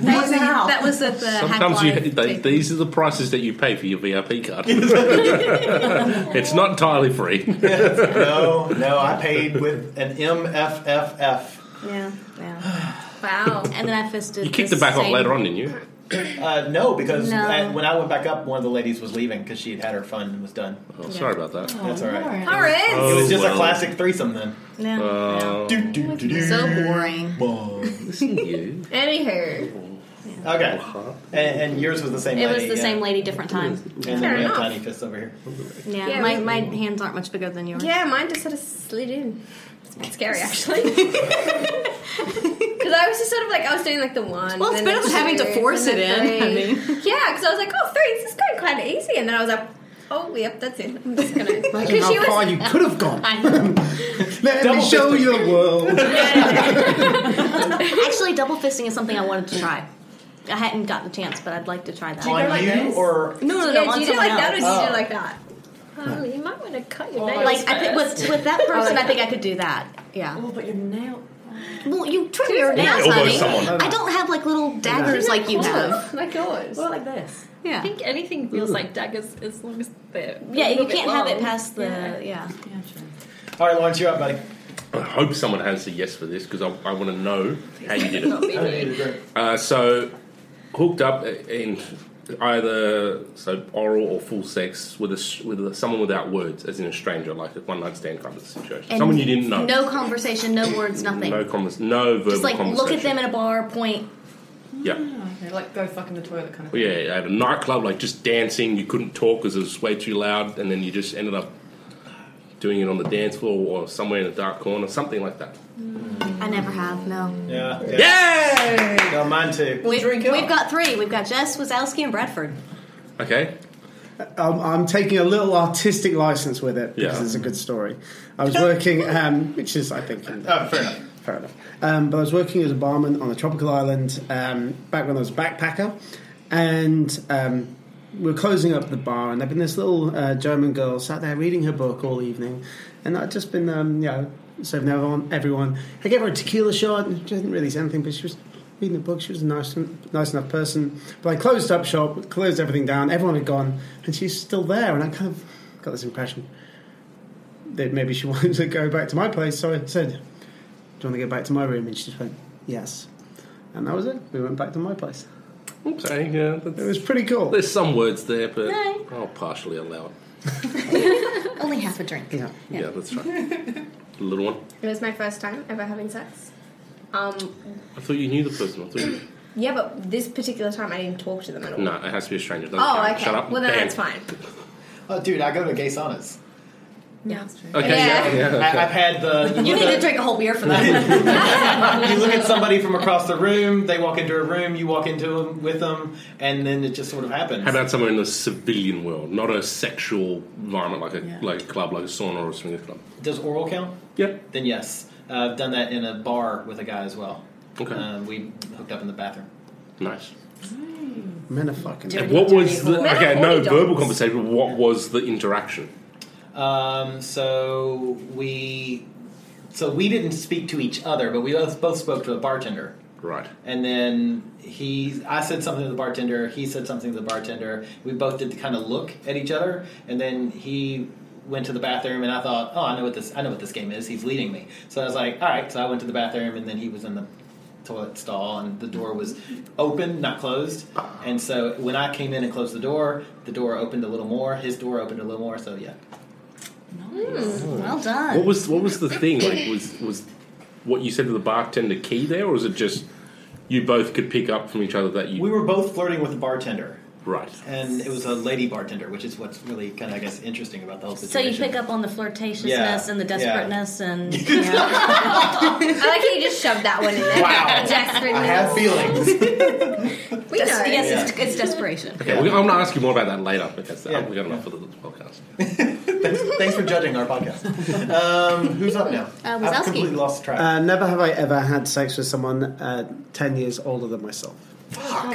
S5: That was,
S8: Wow.
S5: that was at the
S10: Sometimes you,
S5: Hack Live
S10: they,
S5: thing.
S10: these are the prices that you pay for your VIP
S7: (laughs)
S10: card. (laughs) it's not entirely free.
S2: no, no, I paid with an MFFF.
S5: Yeah, (sighs) yeah.
S8: wow.
S5: And then I fisted.
S10: You kicked it back off
S5: same-
S10: later on, didn't you?
S2: Uh, no, because
S5: No.
S2: I- when I went back up, one of the ladies was leaving because she had had her fun and was done.
S10: Oh, sorry about that.
S2: That's all right.
S8: All right.
S2: It was just
S10: Oh,
S2: a
S10: well. Oh.
S2: classic threesome then.
S5: Yeah.
S10: Uh,
S2: Do, do, do, do.
S5: So boring.
S10: Listen, you.
S8: Anywho,
S2: Okay. And, and yours was the same
S5: It was
S2: lady.
S5: the
S2: yeah.
S5: same lady, different time.
S2: And then we have tiny fists over here.
S5: Yeah,
S8: Yeah,
S5: my,
S8: we-
S5: my hands aren't much bigger than yours.
S8: yeah, mine just sort of slid in. It's a bit scary,
S5: (laughs)
S8: actually. (laughs) Because I was just sort of like, I was doing like the one.
S5: Well, it's
S8: then
S5: better
S8: the
S5: than having
S8: two,
S5: to force
S8: then
S5: it
S8: the
S5: in, I
S8: three.
S5: mean.
S8: Yeah, because I was like, oh, three, this is going kind of easy. And then I was like, oh, yep, that's it. I'm just going to.
S6: (laughs) Imagine how far
S8: (laughs)
S6: you could have gone. Let
S5: Double
S6: me show
S5: fisted.
S6: you the
S10: (laughs)
S6: world.
S5: Actually, double fisting is something I wanted to try. I hadn't gotten the chance, but I'd like to try that.
S2: Do you go On like you this? or-
S5: no, no, no,
S8: Yeah,
S5: on
S8: do you do it
S5: someone
S8: like that or
S5: else.
S8: do you do it like that? Oh, you might want to cut your nails.
S5: Like I think with with that person, I think I could do that. Yeah.
S11: Oh, but your nail.
S5: Well, you trim your
S10: Yeah,
S5: nails,
S10: elbow
S5: honey.
S10: someone.
S5: I don't have like little daggers like you have.
S8: Like yours.
S11: Well, like this.
S5: Yeah.
S9: I think anything feels like daggers as long as they're. a
S5: Yeah,
S9: little
S5: you
S9: bit
S5: can't have it
S9: long.
S5: past the yeah.
S2: All right, Lawrence, you're up, buddy.
S10: I hope someone has a yes for this because I, I want to know how you did
S2: (laughs) Not me. How you did
S10: it. uh, so, hooked up in either so oral or full sex with a, s- with a, someone without words, as in a stranger, like a one night stand kind of situation.
S5: And
S10: someone you didn't know.
S5: No conversation, no words, nothing.
S10: No convers- no verbal
S5: Just like look at
S10: conversation.
S5: them at a bar, point.
S10: Yeah.
S11: oh, Okay, like go fuck in the toilet kind of
S10: Well, yeah, at a nightclub, like just dancing, you couldn't talk because it was way too loud, and then you just ended up doing it on the dance floor or somewhere in a dark corner, something like that.
S5: I never have, no.
S2: Yeah.
S10: yeah.
S2: Yay! mine too.
S5: We, have got three. We've got Jess, Wazowski, and Bradford.
S10: Okay.
S6: I'm, Um, I'm taking a little artistic license with it because
S10: Yeah.
S6: it's a good story. I was working, um, which is, I think, in
S2: oh, fair enough.
S6: Fair enough. Um, but I was working as a barman on a tropical island um, back when I was a backpacker, and um, we were closing up the bar, and there'd been this little uh, German girl sat there reading her book all evening, and I'd just been, um, you know, serving everyone. everyone. I gave her a tequila shot, and she didn't really say anything, but she was reading the book. She was a nice, nice enough person. But I closed up shop, closed everything down. Everyone had gone, and she's still there, and I kind of got this impression that maybe she (laughs) wanted to go back to my place. So I said, do you want to go back to my room? And she just went, yes. And that was it. We went back to my place.
S10: Okay, yeah. uh, That's, it was
S6: pretty cool.
S10: There's some words there, but
S5: No.
S10: I'll partially allow it.
S5: Only half a drink.
S6: Yeah.
S10: Yeah, that's right.
S8: Mm-hmm.
S10: The little one.
S8: It was my first time ever having sex. Um,
S10: I thought you knew the person. I thought you...
S8: yeah, but this particular time I didn't talk to them at all.
S10: No, it has to be a stranger. Doesn't
S8: Oh,
S10: count.
S8: okay.
S10: Shut up.
S8: Well, then
S10: Bam.
S8: that's fine. (laughs)
S2: Oh, dude, I go to gay saunas.
S8: Yeah, that's true.
S10: Okay, yeah. yeah, okay.
S2: I, I've had
S5: (laughs)
S2: the.
S5: You
S2: look
S5: need
S2: at-
S5: to drink a whole beer for that.
S2: (laughs) you look at somebody from across the room. They walk into a room. You walk into them with them, and then it just sort of happens.
S10: How about somewhere in the civilian world, not a sexual environment like a like a club, like a sauna or a swingers club?
S2: Does oral count?
S10: Yeah.
S2: Then yes, uh, I've done that in a bar with a guy as well.
S10: Okay.
S2: Uh, we hooked up in the bathroom.
S10: Nice.
S6: Men are fucking.
S5: Mm,
S10: And what was the okay? No verbal conversation. But what was the interaction?
S2: Um, so we, so we didn't speak to each other, but we both, both spoke to a bartender.
S10: Right.
S2: And then he, I said something to the bartender. He said something to the bartender. We both did kind of look at each other, and then he went to the bathroom. And I thought, oh, I know what this, I know what this game is. He's leading me. So I was like, all right. So I went to the bathroom, and then he was in the toilet stall, and the door was open, not closed. And so when I came in and closed the door, the door opened a little more. His door opened a little more. So yeah.
S5: well done.
S10: What was what was the thing?
S8: (laughs)
S10: Like was was what you said to the bartender key there, or was it just you both could pick up from each other that you
S2: We were both flirting with a bartender,
S10: right?
S2: and it was a lady bartender, which is what's really kind of, I guess, interesting about the whole
S5: So
S2: situation.
S5: you pick up on the flirtatiousness
S2: Yeah,
S5: and the
S2: yeah.
S5: desperateness and
S8: I like how you just shoved that one in there.
S2: Wow.
S8: (laughs) Desperate.
S2: I have feelings.
S5: we know.
S8: it.
S5: Yes, it's, it's desperation.
S10: Okay, we- I'm going to ask you more about that later because we got enough for the podcast.
S2: thanks, thanks for judging our podcast. Um, who's up now?
S5: Uh,
S2: I've
S5: Wazowski.
S2: completely lost track.
S6: Uh, never have I ever had sex with someone uh, 10 years older than myself.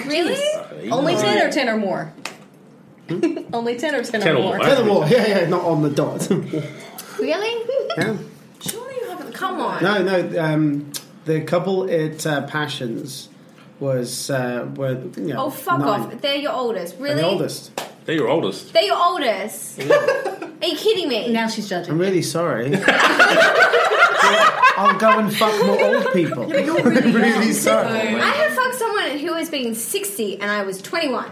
S5: Really? Only ten or ten or more.
S2: Hmm?
S5: (laughs) Only ten or ten, or more.
S6: 10 or more. Yeah, yeah, not on the dot. (laughs)
S8: Really?
S6: yeah.
S8: Surely you haven't. Come on.
S6: No, no. Um, the couple at uh, Passions was. Uh, were, you know,
S8: Oh fuck
S6: nine.
S8: off! They're your oldest,
S6: And
S8: really?
S6: the oldest.
S10: They're your oldest.
S8: They're your oldest. Are you kidding me?
S5: Now she's judging.
S6: I'm really sorry. (laughs) I'll go and fuck more old people. (laughs) I'm really
S8: I
S6: sorry.
S8: have fucked someone who has been sixty, and I was twenty-one.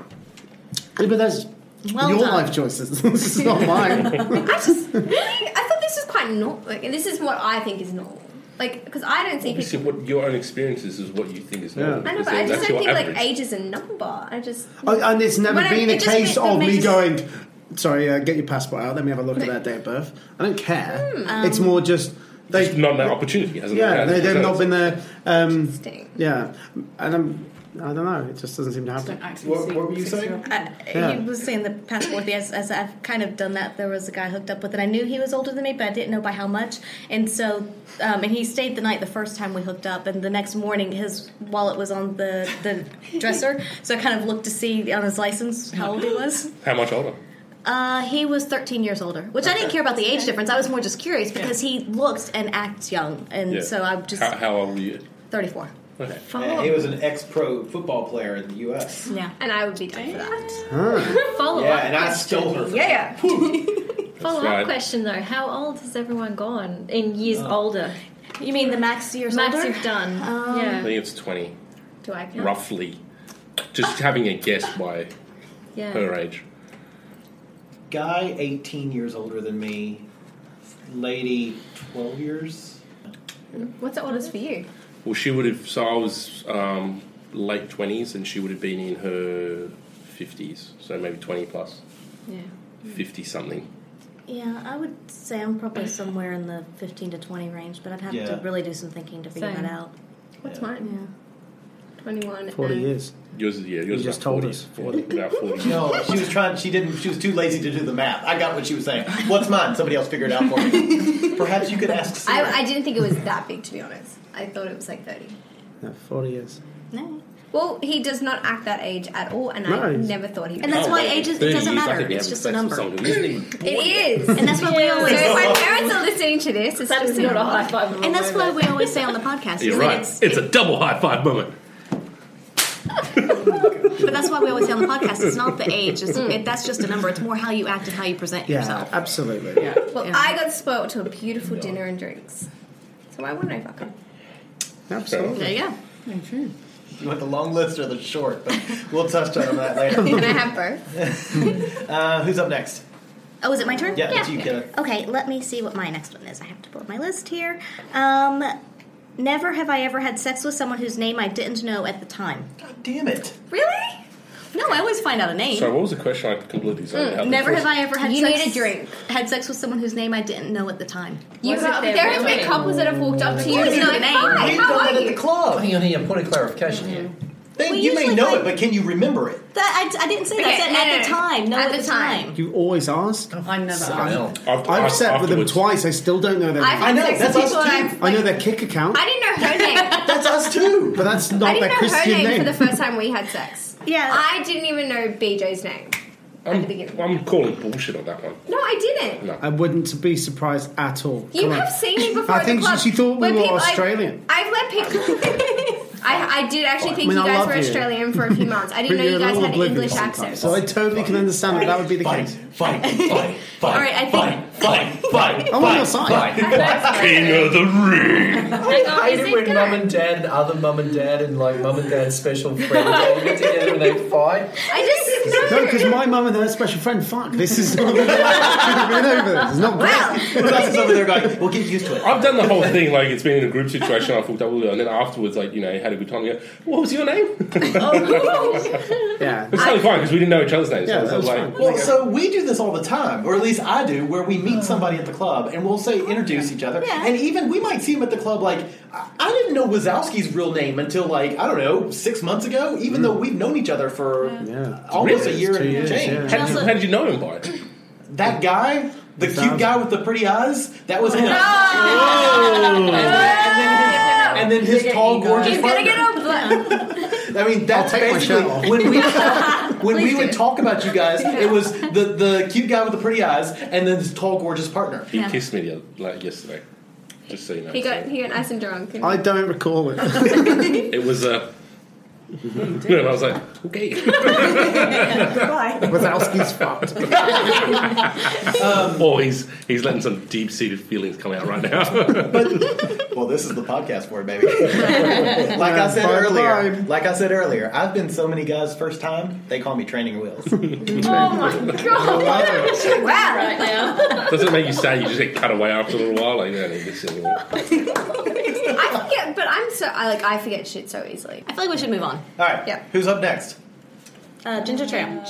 S6: Yeah, but that's
S8: Well
S6: your
S8: done.
S6: life choices. (laughs) this is not
S8: (laughs)
S6: mine.
S8: I just really, I thought this was quite normal. Like, and this is what I think is normal. Like, because I don't see people.
S10: Obviously, what your own experiences is what you think is normal.
S8: I know,
S10: because
S8: but I
S10: that's
S8: just don't
S10: your
S8: think
S10: average.
S8: like age is a number. I just
S6: Oh, and it's never
S8: When I-
S6: been a
S8: it just
S6: case
S8: meant that
S6: of me
S8: makes-
S6: going, sorry, uh, get your passport out, let me have a look at that date of birth. I don't care.
S8: Hmm.
S6: it's more just. They,
S10: Just not that opportunity, hasn't
S6: yeah,
S10: it?
S6: they, they've not been there. Um,
S8: Interesting.
S6: yeah, and I'm, I don't know. It just doesn't seem to happen.
S2: What, what were you saying?
S8: Uh,
S5: I,
S6: Yeah.
S5: Uh, He was saying the passport. Yes, as I've kind of done that. There was a guy hooked up with, and I knew he was older than me, but I didn't know by how much. And so, um, and he stayed the night the first time we hooked up, and the next morning his wallet was on the (laughs) the dresser. So I kind of looked to see on his license how old he was.
S10: How much older?
S5: Uh, he was 13 years older, which I didn't care about the age difference. I was more just curious because he looks and acts young, and
S10: Yeah.
S5: so I'm just
S10: How, how old were you?
S5: 34.
S10: Okay.
S2: Yeah, he was an ex-pro football player in the U.S.
S5: Yeah,
S8: and I would be down for that.
S9: Follow
S2: Yeah,
S9: up.
S2: and I stole her.
S9: (laughs) Yeah, yeah. Follow up
S10: right.
S9: question though: How old has everyone gone in years
S10: Oh.
S9: older?
S5: You mean the max years
S9: Max
S5: older?
S9: you've done.
S5: Um,
S10: I think it's 20,
S9: Do I count?
S10: roughly. Just having a guess by
S9: Yeah.
S10: her age.
S2: Guy, 18 years older than me. Lady, 12 years.
S8: What's the orders for you?
S10: Well, she would have. So I was um, late 20s and she would have been in her 50s. So maybe 20 plus.
S5: Yeah.
S8: Hmm.
S10: 50 something.
S5: Yeah, I would say I'm probably somewhere in the 15 to 20 range, but I'd have
S10: Yeah.
S5: to really do some thinking to figure
S8: Same.
S5: that out.
S8: What's mine? Yeah. 21. and-
S10: years. Yours is, yeah, yours is
S6: just told
S10: about
S6: us.
S10: 40. Yeah, about 40.
S2: No, she was trying. She didn't. She was too lazy to do the math. I got what she was saying. What's mine? Somebody else figured it out for me. Perhaps you could ask.
S8: I,
S2: Sarah.
S8: I didn't think it was that big, to be honest. I thought it was like 30.
S6: No, 40 years.
S5: No.
S8: Well, he does not act that age at all, and I
S6: Nice.
S8: never thought he
S5: And that's
S8: did.
S5: why age is, it
S10: 30
S5: doesn't
S10: years, I
S5: matter.
S10: could be
S5: It's
S10: having
S5: just a
S10: sex with
S5: number.
S10: someone who isn't even
S8: It is.
S5: And that's what we always
S8: So if
S5: (laughs)
S8: my parents are listening to this, it's
S5: That
S8: just
S5: is not a
S8: normal.
S5: high five And that's why we always say on the podcast.
S10: You're
S5: is that
S10: right.
S5: it's-
S10: It's, a double high five moment.
S5: but that's why we always say on the podcast, it's not the
S8: (laughs)
S5: age. (laughs) It's,
S8: Mm.
S5: it, that's just a number. It's more how you act and how you present
S6: Yeah,
S5: yourself.
S6: absolutely. Yeah.
S8: Well, I got spoiled to a beautiful dinner and drinks. So why wouldn't I fuck him?
S2: Absolutely.
S5: There you go.
S6: Mm-hmm.
S2: You want the long list or the short? But we'll touch on that later.
S5: Can
S2: (laughs)
S5: I have both?
S2: Uh, who's up next?
S5: Oh, is it my turn?
S2: Yeah, it's you, Kenneth.
S5: Okay, let me see what my next one is. I have to pull up my list here. Um, never have I ever had sex with someone whose name I didn't know at the time.
S2: God damn it.
S5: Really? No, I always find out a name.
S10: So what was the question? I completely
S8: Hmm.
S10: zoned out.
S5: Mm, never have I ever had
S8: You
S5: sex.
S8: need a drink.
S5: Had sex with someone whose name I didn't know at the time.
S8: You have, there have been couples that have walked up to you
S5: What
S8: and
S5: is
S8: been
S5: your
S8: like,
S5: name?
S8: hi,
S5: We've
S8: how
S5: done
S8: are
S5: that at
S8: you? Mm-hmm.
S5: the
S2: club.
S7: Hang on, hang on. Point of clarification here.
S2: Then you may know it, but can you remember it?
S5: That, I, I didn't say
S8: Okay,
S5: that. I said
S8: no,
S5: at
S8: no,
S5: the
S8: no.
S5: time. No,
S8: At
S5: at,
S8: the
S5: the time.
S6: You always ask.
S11: I never
S8: (laughs)
S6: I've,
S11: asked.
S10: I've,
S6: sat with them twice. I still don't know their
S8: I've had
S6: name.
S8: sex with people and I've,
S6: I know their kick account.
S8: I didn't know her name.
S2: That's us too.
S6: But that's not
S8: I didn't
S6: their
S8: know her
S6: Christian
S8: name,
S6: name.
S8: for the first time we had sex.
S5: Yeah.
S8: I didn't even know BJ's name.
S10: I'm, I'm calling bullshit on that one.
S8: No, I didn't.
S6: I wouldn't be surprised at all.
S8: You
S6: Come on.
S8: have seen me before.
S6: I
S8: at
S6: think
S8: the club
S6: she, she thought we
S8: when
S6: were
S8: people- I-
S6: Australian.
S8: I've let people. (laughs) I, I did actually think
S6: I mean,
S8: you
S6: I
S8: guys
S6: love
S8: were
S6: you.
S8: Australian for a few months. I
S6: But
S8: didn't know you
S6: you're a
S8: guys
S6: little
S8: had English
S6: oblivious
S8: accents.
S6: So I totally can understand that that would be the case.
S2: Fight, fight,
S6: fight,
S5: All right, I think-
S2: fight, fight.
S6: I'm on your side.
S10: (laughs) King of the
S8: (laughs)
S10: Ring.
S12: I hate it when
S8: done?
S12: mum and dad and other mum and dad and like mum and dad's special friends all get together and they fight.
S10: (laughs)
S8: I just
S6: No, because my mum and her special friend, fuck, this
S8: (laughs)
S6: is not going to win over this. It's not great.
S2: Russ is over there going, we'll get used to it.
S10: I've done the whole thing, like it's been in a group situation, I fucked up with her, and then afterwards, like, you know, had a good time. You go, what was your name? (laughs)
S8: Oh,
S6: yeah.
S10: It's totally fine because we didn't know each other's names.
S2: Yeah,
S10: so
S2: that was
S10: it's like,
S2: fine. Well, so we do this all the time, or at least I do, where we
S8: Mm.
S2: meet somebody at the club and we'll say introduce each other, and even we might see him at the club. Like I I didn't know Wazowski's real name until like I don't know six months ago, even though we've known each other for almost
S10: Mm. Really?
S2: a year
S10: Two
S2: and
S10: years,
S2: change.
S10: how, did you, how did you know him by?
S2: That guy, the cute guy with the pretty eyes, that was him.
S8: Oh. (laughs)
S10: Whoa.
S2: And then his tall, gorgeous
S8: He's gonna
S2: partner.
S8: get over that.
S2: I mean, that's
S6: take my
S2: basically
S6: shirt off.
S2: when we
S6: (laughs)
S2: when we would talk about you guys. It was the the cute guy with the pretty eyes, and then his tall, gorgeous partner.
S10: He kissed me the other, like yesterday. Just so you know.
S8: He got he got nice and drunk.
S6: (laughs)
S8: And
S6: I
S8: (laughs)
S6: don't recall it.
S10: It was uh, and I was like, okay.
S6: Wazowski's
S10: (laughs)
S6: fucked.
S10: oh, he's he's letting some deep seated feelings come out right now. (laughs)
S2: Well, this is the podcast for
S6: (laughs)
S2: it, baby. like I said
S6: Fun
S2: earlier, like I said earlier, I've been so many guys first time they call me training wheels.
S6: (laughs)
S2: (laughs)
S9: Oh my god! wow! Right now.
S10: Doesn't it make you sad? You just get cut away after a little while. Like, you don't need this anymore.
S8: I forget, but I'm so I like I forget shit so easily.
S5: I feel like we should move on.
S2: All right,
S8: Yep.
S2: who's up next?
S5: Uh, Ginger Trail.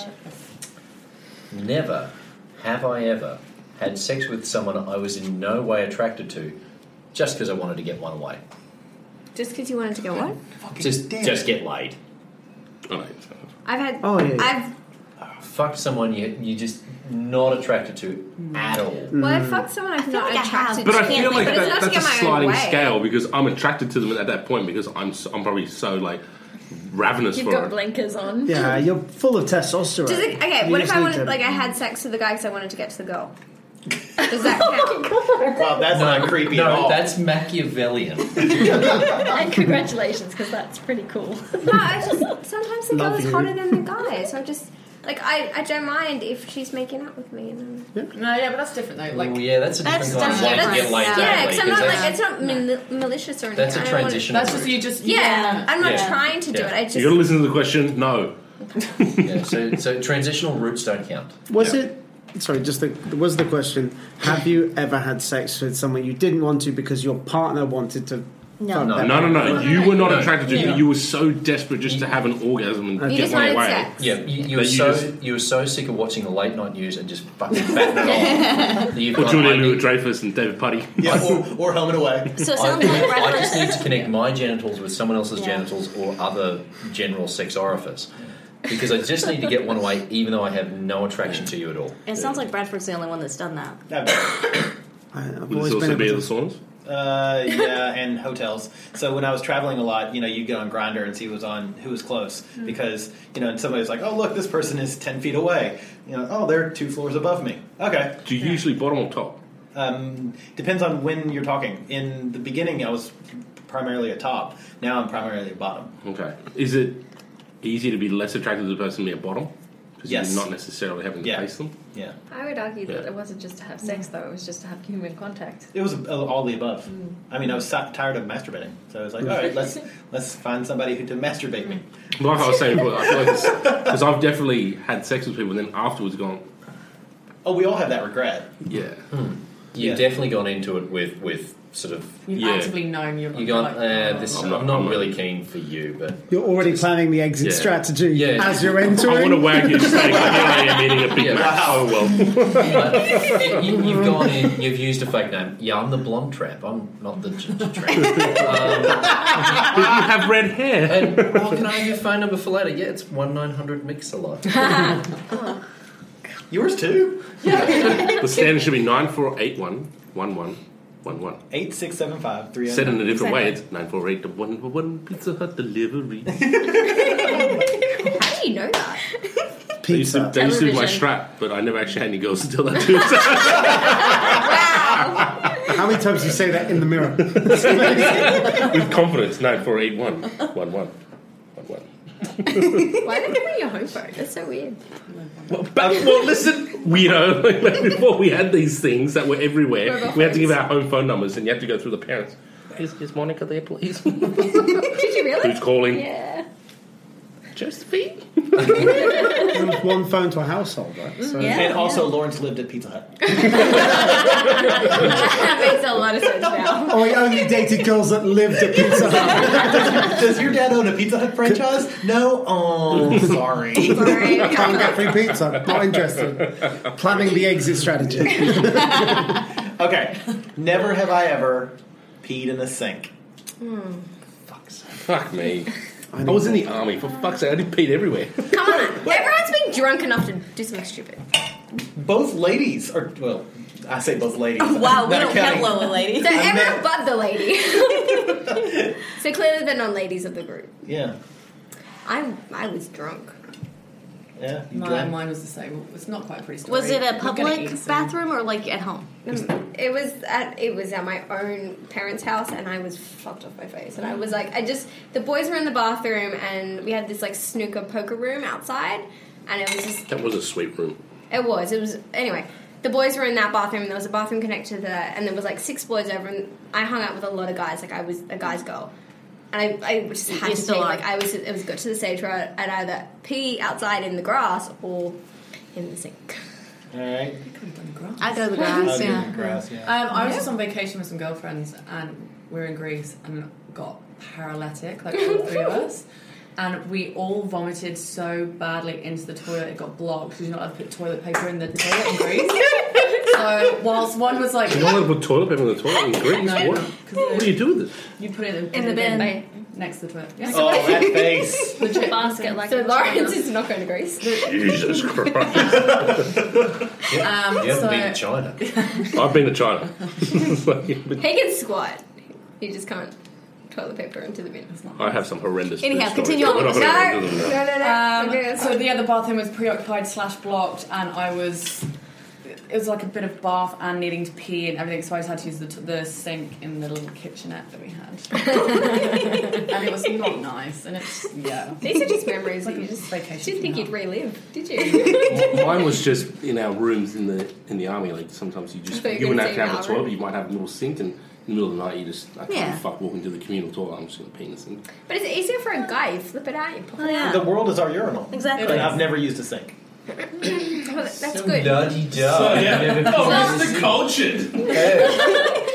S7: Never have I ever had sex with someone I was in no way attracted to just because I wanted to get one away.
S8: Just because you wanted to go what?
S7: Just just get laid.
S8: I've had.
S7: Oh, yeah.
S8: I've
S7: Fuck someone you, you're just not attracted
S8: Mm.
S7: to at all.
S8: well, I
S6: Hmm.
S8: fucked someone I'm not attracted
S10: But
S8: to.
S10: I feel like
S8: but it's
S10: that,
S8: not to
S10: that's a
S8: get my own
S10: sliding
S8: way.
S10: scale because I'm attracted to them at that point because I'm so, I'm probably so like ravenous
S9: You've
S10: for
S9: got
S10: it.
S9: blinkers
S8: (laughs)
S9: on.
S6: Yeah, you're full of testosterone.
S8: Does it, okay,
S6: You
S8: what if
S6: just
S8: I
S6: need
S8: wanted
S6: to-
S8: like I had sex with the guy because I wanted to get to the girl? Does that count?
S9: (laughs)
S2: Wow, that's not creepy
S7: no,
S2: at all. (laughs)
S7: that's Machiavellian.
S9: and congratulations, because that's pretty cool.
S8: no, I just sometimes the girl
S7: Love
S8: is
S6: (laughs)
S7: you.
S8: hotter than the guy, so I just Like I, I don't mind if she's making out with me. And
S11: No, yeah, but that's different though. Like,
S7: Well, yeah, that's a different
S11: That's
S7: kind of way to
S11: definitely-
S7: get laid
S11: that's-
S7: down.
S8: yeah,
S7: like,
S8: because I'm not
S7: that's-
S8: like it's not mal- malicious or anything.
S7: That's a
S8: I don't wanna-
S7: transitional That's just-
S11: you just
S8: yeah. I'm not
S7: Yeah.
S8: trying to do it. I just
S10: you got to listen to the question. No.
S7: (laughs) yeah, so, so transitional roots don't count.
S6: Was it? Sorry, just the, was the question: Have you ever had sex with someone you didn't want to because your partner wanted to?
S10: No,
S6: fuck
S10: no,
S6: them?
S10: no, no. You were not
S7: No.
S10: attracted to
S7: Yeah.
S10: me. You were so desperate just to have an orgasm and get
S7: You just
S10: one
S7: wanted
S10: away.
S7: sex. Yeah, you, you were
S10: That you
S7: so
S10: just-
S7: you were so sick of watching the late night news and just fucking batting it (laughs) off. that you've
S10: Or
S7: gone,
S10: Julia
S7: "I need-
S10: Louis Dreyfus and David Putty. (laughs)
S2: Yeah, or, or home and away.
S7: I- I just need to connect my genitals with someone else's genitals or other general sex orifice. Because I just need to get one away, even though I have no attraction to you at all.
S5: (laughs) It sounds like Bradford's the only one that's done
S8: (laughs)
S5: that.
S6: I've
S10: Would this
S2: always
S10: also
S2: been
S10: be at
S2: able
S10: the saunas?
S2: Uh, yeah, and hotels. So when I was traveling a lot, you know, you get on Grinder and see who was on who was close
S15: Mm.
S2: because you know, and somebody's like, "Oh, look, this person is ten feet away." You know, "Oh, they're two floors above me." Okay.
S10: Do you usually bottom or top?
S2: Um, depends on when you're talking. In the beginning, I was primarily a top. Now I'm primarily a bottom.
S10: Okay. Is it easy to be less attracted to the person being a bottom? Because
S2: Yes.
S10: you're not necessarily having to
S2: Yeah.
S10: face them?
S2: Yeah.
S9: I would argue that
S10: Yeah.
S9: it wasn't just to have sex, though. It was just to have human contact.
S2: It was uh, all the above. I mean, I was si- tired of masturbating, so I was like, "All right, let's let's find somebody who to masturbate me."
S10: Like I was saying before, I feel like
S2: (laughs)
S10: it's because I've definitely had sex with people and then afterwards gone,
S2: Oh, we all have that regret.
S10: yeah.
S7: Hmm. You've definitely gone into it with, with sort of.
S11: You've actively known you're
S7: You've gone,
S11: like,
S7: eh,
S10: uh,
S7: this,
S11: oh,
S7: I'm not, I'm not really keen for you, but.
S6: You're already planning the exit
S7: Yeah.
S6: strategy
S7: Yeah.
S6: as you're entering.
S10: I want to
S6: (laughs)
S10: wag your steak. Here I am eating a Big
S7: Yeah.
S10: Mac. Oh, well.
S7: But (laughs) you, you've gone in, you've used a fake name. Yeah, I'm the blonde trap. I'm not the ginger
S10: (laughs)
S7: trap. Um,
S10: you have red hair.
S7: And, well, can I have your phone number for later? Yeah, it's 1 900 Mix
S6: (laughs)
S10: (laughs)
S7: a lot.
S2: Yours too?
S10: the standard should be 9481
S2: 8675
S10: Said in a different way,
S2: (laughs)
S10: it's 948 Pizza Hut delivery.
S8: How do you know that?
S10: They used to, they used to do my
S8: Television.
S10: strap, but I never actually had any girls until that too.
S6: How many times do you say that in the mirror?
S10: With confidence, 9481 11 11.
S8: Why did they bring your home phone? That's so weird.
S10: But, well, listen, weirdo. like, like, before we had these things that were
S8: Mobile
S10: everywhere, we had to give
S8: phones.
S10: our home phone numbers, and you had to go through the parents. Is, is Monica there, (laughs) please?
S8: Did you really?
S10: Who's calling?
S8: Yeah.
S11: (laughs)
S10: Josephine.
S6: There was one phone to a household, right? So-
S2: and also, Lawrence lived at Pizza Hut.
S8: that makes a lot of sense now.
S6: Oh, I only dated girls that lived at Pizza Hut.
S2: does, your dad own a Pizza Hut franchise? No?
S10: (laughs)
S2: Oh, sorry. (laughs)
S6: Can't get free pizza. (laughs) Not interested. Planning the exit strategy.
S2: (laughs) Okay. Never have I ever peed in a sink.
S8: Hmm.
S10: Fuck me. I, was in the army, for fuck's sake, I did pee everywhere.
S8: Come on, everyone's been drunk enough to do something stupid.
S2: Both ladies are, well, I say both ladies.
S8: Oh, Wow,
S2: I'm
S8: we
S2: not
S8: don't count
S2: counting.
S8: lower
S5: ladies.
S8: So
S2: I'm not-
S8: everyone but the lady.
S2: (laughs)
S8: so clearly the non-ladies of the group.
S2: Yeah.
S8: I I was drunk.
S2: Yeah.
S11: Mine, mine was the same. It's not quite a pretty story.
S5: Was it a
S11: Not gonna
S5: public
S11: eat some.
S5: bathroom or like at home?
S8: Mm, It was at it was at my own parents' house, and I was fucked off my face. And I was like, I just the boys were in the bathroom, and we had this like snooker poker room outside, and it was just
S10: (laughs) That was a sweet room.
S8: It was. It was. Anyway, the boys were in that bathroom. and There was a bathroom connected to that, and there was like six boys over. And I hung out with a lot of guys. Like I was a guy's girl, and I, I just had
S5: You
S8: to
S5: still
S8: pee.
S5: are.
S8: Like I was. It was got to the stage where I'd either pee outside in the grass or in the sink.
S2: All right.
S5: I go to
S2: grass, I'd go
S5: the
S2: yeah. to the grass, yeah.
S11: Um, I was
S8: Yeah.
S11: just on vacation with some girlfriends, and we are in Greece, and got paralytic, like all three of us. And we all vomited so badly into the toilet, it got blocked because you're not allowed to put toilet paper in the toilet in Greece. so whilst one was like,
S10: You
S11: (laughs)
S10: don't want to put toilet paper in the toilet in Greece?
S11: No.
S10: What? what do you do with this?
S11: you put it in,
S8: In the bin.
S11: next to the toilet.
S10: Oh, (laughs) that face.
S11: (laughs) Legit.
S5: basket like
S8: So
S5: a
S8: Lawrence
S5: china.
S8: is not going to Greece.
S10: Jesus Christ.
S11: Um,
S10: You haven't
S11: so-
S10: been to China. I've been to China. (laughs)
S8: He can squat. He just can't toilet paper into the bin.
S10: I have some horrendous. food
S8: Anyhow,
S10: stories.
S8: continue on.
S10: We're not gonna
S8: No,
S10: go into them now.
S8: no, no, no.
S11: Um, so yeah, the bathroom was preoccupied slash blocked, and I was it was like a bit of bath and needing to pee and everything, so I just had to use the, t- the sink in the little kitchenette that we
S8: (laughs)
S11: had. and it was not nice, and it's, yeah.
S8: These are just memories that you just didn't think you'd relive, did
S10: (laughs)
S8: you?
S10: Mine was just in our rooms in the in the army. Like sometimes you just
S8: So you're
S10: you wouldn't
S8: gonna
S10: have to have a
S8: say no.
S10: toilet, but you might have a little sink, and in the middle of the night you just I can't
S8: Yeah.
S10: fuck walking to the communal toilet. I'm just gonna pee in the sink.
S8: But it's easier for a guy. You flip it out, you
S5: Oh,
S8: pop it out.
S2: The world is our urinal.
S8: Exactly.
S2: And I've never used a sink.
S8: Well, (coughs) that's good.
S2: (laughs) So, yeah.
S8: Oh,
S2: it's the culture.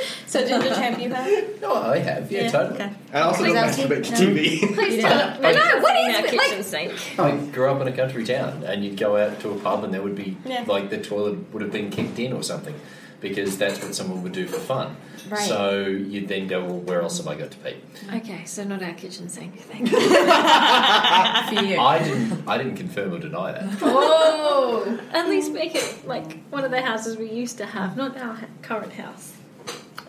S9: (laughs)
S5: So did you have you had?
S12: No, I have. Yeah, totally.
S2: I also
S5: Please
S2: don't
S5: ask
S2: masturbate to
S5: him.
S2: TV. (laughs)
S5: Please
S8: don't. No, what is it? Like-
S7: I grew up in a country town, and you'd go out to a pub, and there would be
S8: Yeah.
S7: like the toilet would have been kicked in or something, because that's what someone would do for fun.
S9: Right.
S7: So you'd then go, well, where else have I got to (laughs) pee?
S9: Okay, so not our kitchen sink. Thank (laughs)
S5: you.
S7: I didn't. I didn't confirm or deny that.
S9: Whoa! At least make it like one of the houses we used to have, not our ha- current house.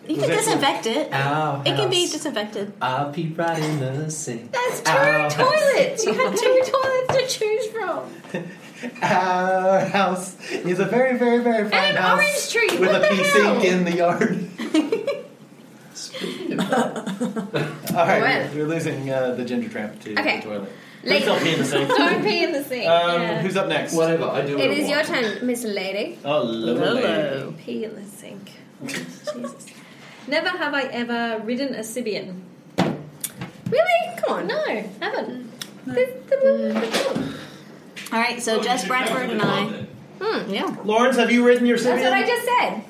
S5: You
S7: Was
S5: can
S7: that-
S5: disinfect it.
S7: Our
S5: it can be
S7: house.
S5: disinfected.
S7: I'll pee right in the sink.
S9: That's
S7: two Our
S9: (laughs) toilets. You had two toilets to choose from.
S2: Our house is a very, very, very fine
S9: an
S2: house
S9: orange tree.
S2: with
S9: What
S2: a
S9: the
S2: pea
S9: hell?
S2: sink in the yard. All right,
S8: Well.
S2: we're losing uh, the ginger tramp to
S8: Okay.
S2: the toilet. Please
S8: Lady.
S2: don't pee in the sink.
S8: Don't pee in the sink.
S2: Um,
S8: yeah.
S2: Who's up next? Whatever, I do.
S8: It is your turn, Miss Lady.
S2: Oh, lovely.
S9: Hello. Pee in the sink. Oh, Jesus. Never have I ever ridden a Sibian.
S8: Really? Come on.
S9: No, haven't.
S5: All right,
S2: Oh,
S5: so Jess Bradford and I. Hmm, yeah.
S2: Lawrence, have you ridden your
S8: That's what I
S2: Sibian?
S8: just said.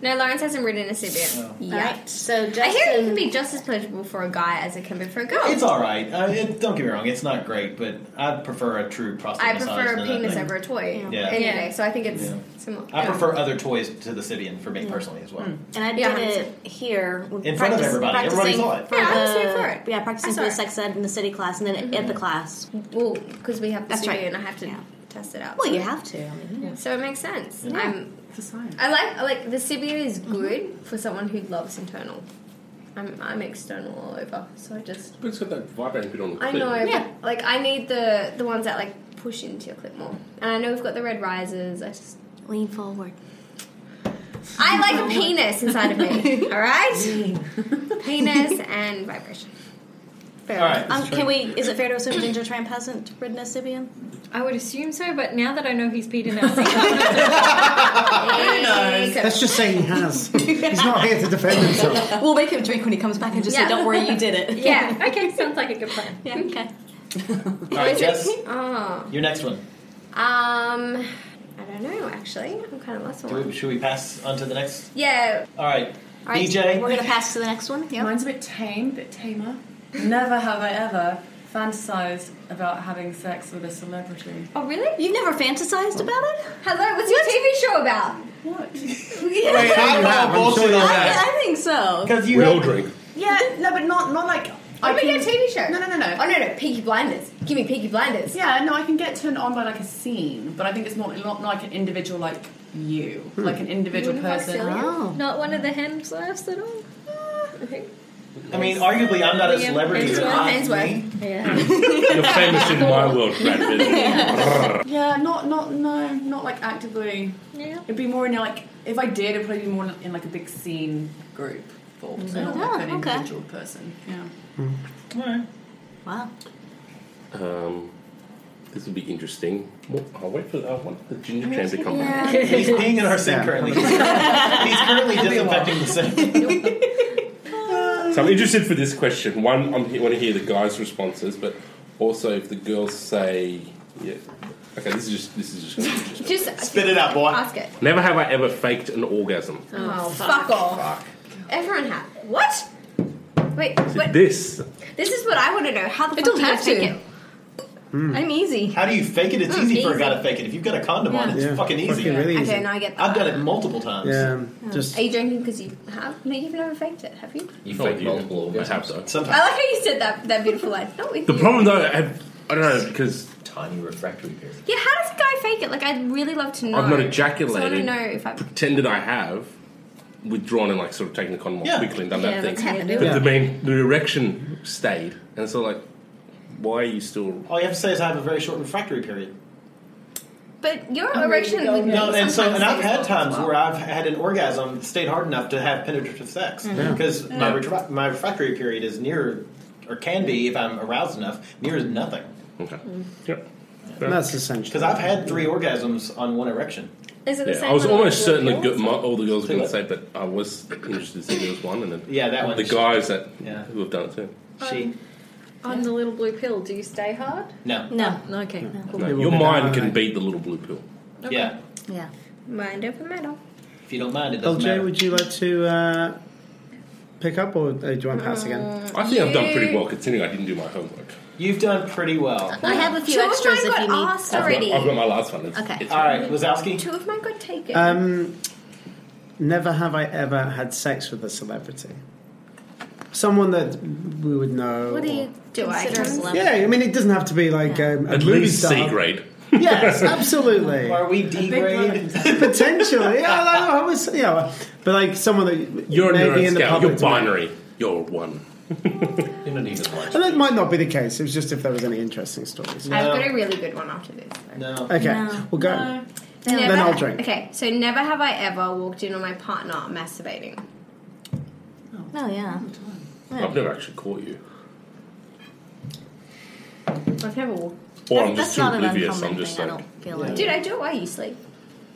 S8: No, Lawrence hasn't ridden a Sibian.
S5: All
S8: Yeah.
S5: right, so
S8: I
S5: Jess.
S8: hear it can be just as pleasurable for a guy as it can be for a girl.
S2: It's all right. Uh, it, don't get me wrong; it's not great, but I prefer a true prostate
S8: I
S2: massage
S8: prefer
S2: than
S8: a penis
S2: thing.
S8: over a toy
S2: Yeah.
S8: any
S2: Yeah.
S8: day, so I think it's
S2: Yeah.
S8: similar.
S2: I prefer other toys to the Sibian for me personally as well.
S5: And I did
S8: Yeah.
S5: it here. we
S2: In front of
S5: practiced-
S2: everybody. Everybody
S5: practicing
S2: saw it.
S5: For
S8: Yeah, I was
S5: the,
S8: here for it.
S5: Yeah,
S8: I
S5: practicing
S8: saw
S5: for the
S8: it.
S5: sex ed in the city class and then at
S2: Mm-hmm.
S5: the class.
S8: Well, because we have the
S5: That's
S8: Sibian,
S5: right.
S8: I have to test it out.
S5: Well, you have to. I mean, yeah.
S8: So it makes sense.
S5: Yeah.
S8: I'm,
S11: It's a sign.
S8: I like I like the Sibian is good for someone who loves internal. I'm I'm external all over, so I just
S10: But it's got that vibrating bit on the
S8: I
S10: clip.
S8: know. But, like I need the the ones that like push into your clip more. And I know we've got the red risers. I just
S5: Lean forward.
S8: I like a penis inside of me.
S5: (laughs)
S8: All right, penis and vibration. Fair
S2: All right.
S5: Um, can we? Is it fair to assume Ginger Tramp hasn't ridden a Sibian?
S9: I would assume so, but now that I know he's peed in
S5: (laughs)
S9: our sink,
S6: Let's just say he has. He's not here to defend himself.
S5: (laughs) We'll make him drink when he comes back and just
S8: Yeah.
S5: say, "Don't worry, you did it." (laughs)
S8: Yeah. Okay. Sounds like a good plan.
S5: Yeah. Okay.
S2: All right, Jess,
S8: (laughs) Oh.
S2: your next one.
S8: Um. I don't know. Actually, I'm kind of lost. for
S2: Do we-
S8: one.
S2: should we pass on to the next?
S8: Yeah.
S2: All right,
S5: All right,
S2: DJ.
S5: we're gonna pass to the next one. Yeah.
S11: Mine's a bit tame, bit tamer. Never have I ever fantasized about having sex with a celebrity.
S8: Oh really?
S5: You've never fantasized about it?
S8: Hello. What's your TV show about? (laughs)
S11: What?
S2: Wait, I'm not bullshit on that.
S5: I, I think so.
S2: Because you have-
S11: Yeah, no, but not not like.
S8: I make
S11: can-
S8: a TV show.
S11: No, no, no, no.
S8: Oh no, no. Peaky Blinders. Give me Peaky Blinders.
S11: Yeah, no, I can get turned on by like a scene, but I think it's more not not like an individual like you,
S2: Hmm.
S11: like an individual
S9: Wouldn't
S11: person. Oh.
S9: Foxelia?
S2: Oh.
S9: not one of the hand slaps at all. Okay.
S2: I mean, arguably, I'm not a celebrity. but I- (laughs)
S9: Yeah.
S10: You're famous in my world,
S8: (laughs)
S10: (laughs) Brad.
S11: yeah. yeah, not not no, not like actively.
S9: Yeah.
S11: It'd be more in like if I did, it'd probably be more in like a big scene group for so not like an
S8: Mm. Oh,
S5: Yeah, okay.
S11: individual person. Yeah.
S5: Wow.
S10: Um, this would be interesting. Well, I'll wait for. I want the ginger tram to come
S2: Yeah. (laughs)
S10: back.
S2: He's peeing in our sink currently. (laughs) He's currently disinfecting the sink.
S10: (laughs) So I'm interested for this question. One, I'm, I want to hear the guys' responses, but also if the girls say, yeah. Okay, this is just this is just.
S8: Just
S10: Spit it out, boy.
S8: Ask it.
S10: Never have I ever faked an orgasm.
S8: Oh, fuck. off. Everyone has. What? Wait. What?
S10: This.
S8: This is what I want to know. How the
S5: They
S8: fuck
S5: don't
S8: do you
S5: have to.
S8: take it? I'm easy.
S2: Hmm. How do you fake it? It's
S8: Mm,
S2: easy for a guy
S8: easy.
S2: to fake it. If you've got a condom on,
S8: Yeah.
S2: it's
S6: Yeah,
S2: fucking easy.
S6: fucking really
S8: Okay, easy. now I get that. Hmm.
S2: I've done it multiple times.
S6: Yeah, just
S8: Are you joking? Because you have? No, you've never faked it, have you?
S10: You faked multiple orgasms. I have so.
S8: I like how you said that that beautiful line. Not with
S10: The
S8: you.
S10: problem though, I, have, I don't know because tiny refractory period.
S8: Yeah, how does a guy fake it? Like, I'd really love to know.
S10: I've not
S8: So I want to
S10: ejaculated.
S8: know if I.
S10: Pretended I have withdrawn and like sort of taken the condom off
S8: Yeah.
S10: quickly and done
S8: Yeah,
S10: that thing.
S8: that's happened,
S10: But
S8: yeah.
S10: the main the erection stayed, and so like, why are you still?
S2: All you have to say is I have a very short refractory period.
S8: But your erection would
S2: No, and so and
S8: sometimes
S2: I've
S8: take
S2: had
S8: as long
S2: times
S8: as well.
S2: where I've had an orgasm that stayed hard enough to have penetrative sex
S8: Mhm. Yeah.
S2: because my
S8: Yeah.
S2: retra- my refractory period is near, or can be if I'm aroused enough, near as nothing. (laughs)
S10: Okay.
S2: Yep.
S6: And that's essential.
S2: Because I've had three orgasms on one erection.
S9: Is it the
S10: Yeah,
S9: same
S10: I was
S9: one
S10: almost
S9: with
S10: certain that
S9: your
S10: go- my, all the girls were going to say, but I was interested to see there was one, and then
S2: Yeah, that one.
S10: The guys that who have done it too.
S2: She.
S9: On the little blue pill, do you stay hard?
S2: No.
S9: No. Okay. Cool.
S10: No,
S2: It will
S10: your
S2: be
S10: mind
S2: down,
S10: can
S2: right?
S10: beat the little blue pill.
S2: Yeah.
S9: Yeah.
S8: Mind over metal.
S2: If you don't mind, it doesn't
S6: LJ,
S2: matter.
S6: would you like to uh, pick up or uh, do you want to pass again?
S10: I think I've done pretty well considering I didn't do my homework.
S2: You've done pretty well.
S5: I have a few
S8: Two of
S5: extras
S8: mine
S5: if
S8: got
S5: you need.
S8: asked
S10: I've got,
S8: already.
S10: I've got my last one. It's,
S5: Okay.
S10: it's-
S2: All right, Wazowski.
S8: Two of mine got taken.
S6: Um, never have I ever had sex with a celebrity. Someone that we would know.
S8: what do you do? I
S5: Consider a
S6: or-
S8: celebrity?
S6: yeah, I mean, it doesn't have to be like um, a
S10: At
S6: movie
S10: least
S6: star.
S10: C grade.
S6: (laughs) Yes, absolutely.
S2: Are we D grade?
S6: (laughs) Potentially, yeah, I don't know. I was, you know, but like someone that
S10: You're
S6: maybe
S10: a
S6: in the
S10: scale. You're
S6: public. domain.
S10: binary. You're one. You're not even one.
S6: And that might not be the case. It was just if there was any interesting stories.
S8: I've got a really good one after this.
S2: No.
S6: Okay, well go.
S8: Never,
S6: Then I'll drink.
S8: Okay, so never have I ever walked in on my partner masturbating.
S5: Oh yeah.
S10: I've never actually caught you.
S8: I've never walked.
S10: Or
S5: That's-
S10: I'm
S5: that's
S10: just too
S5: not an
S10: oblivious. I'm
S5: uncommon
S10: just
S5: thing, I
S10: like,
S5: don't feel like.
S8: Dude, I do it while you sleep.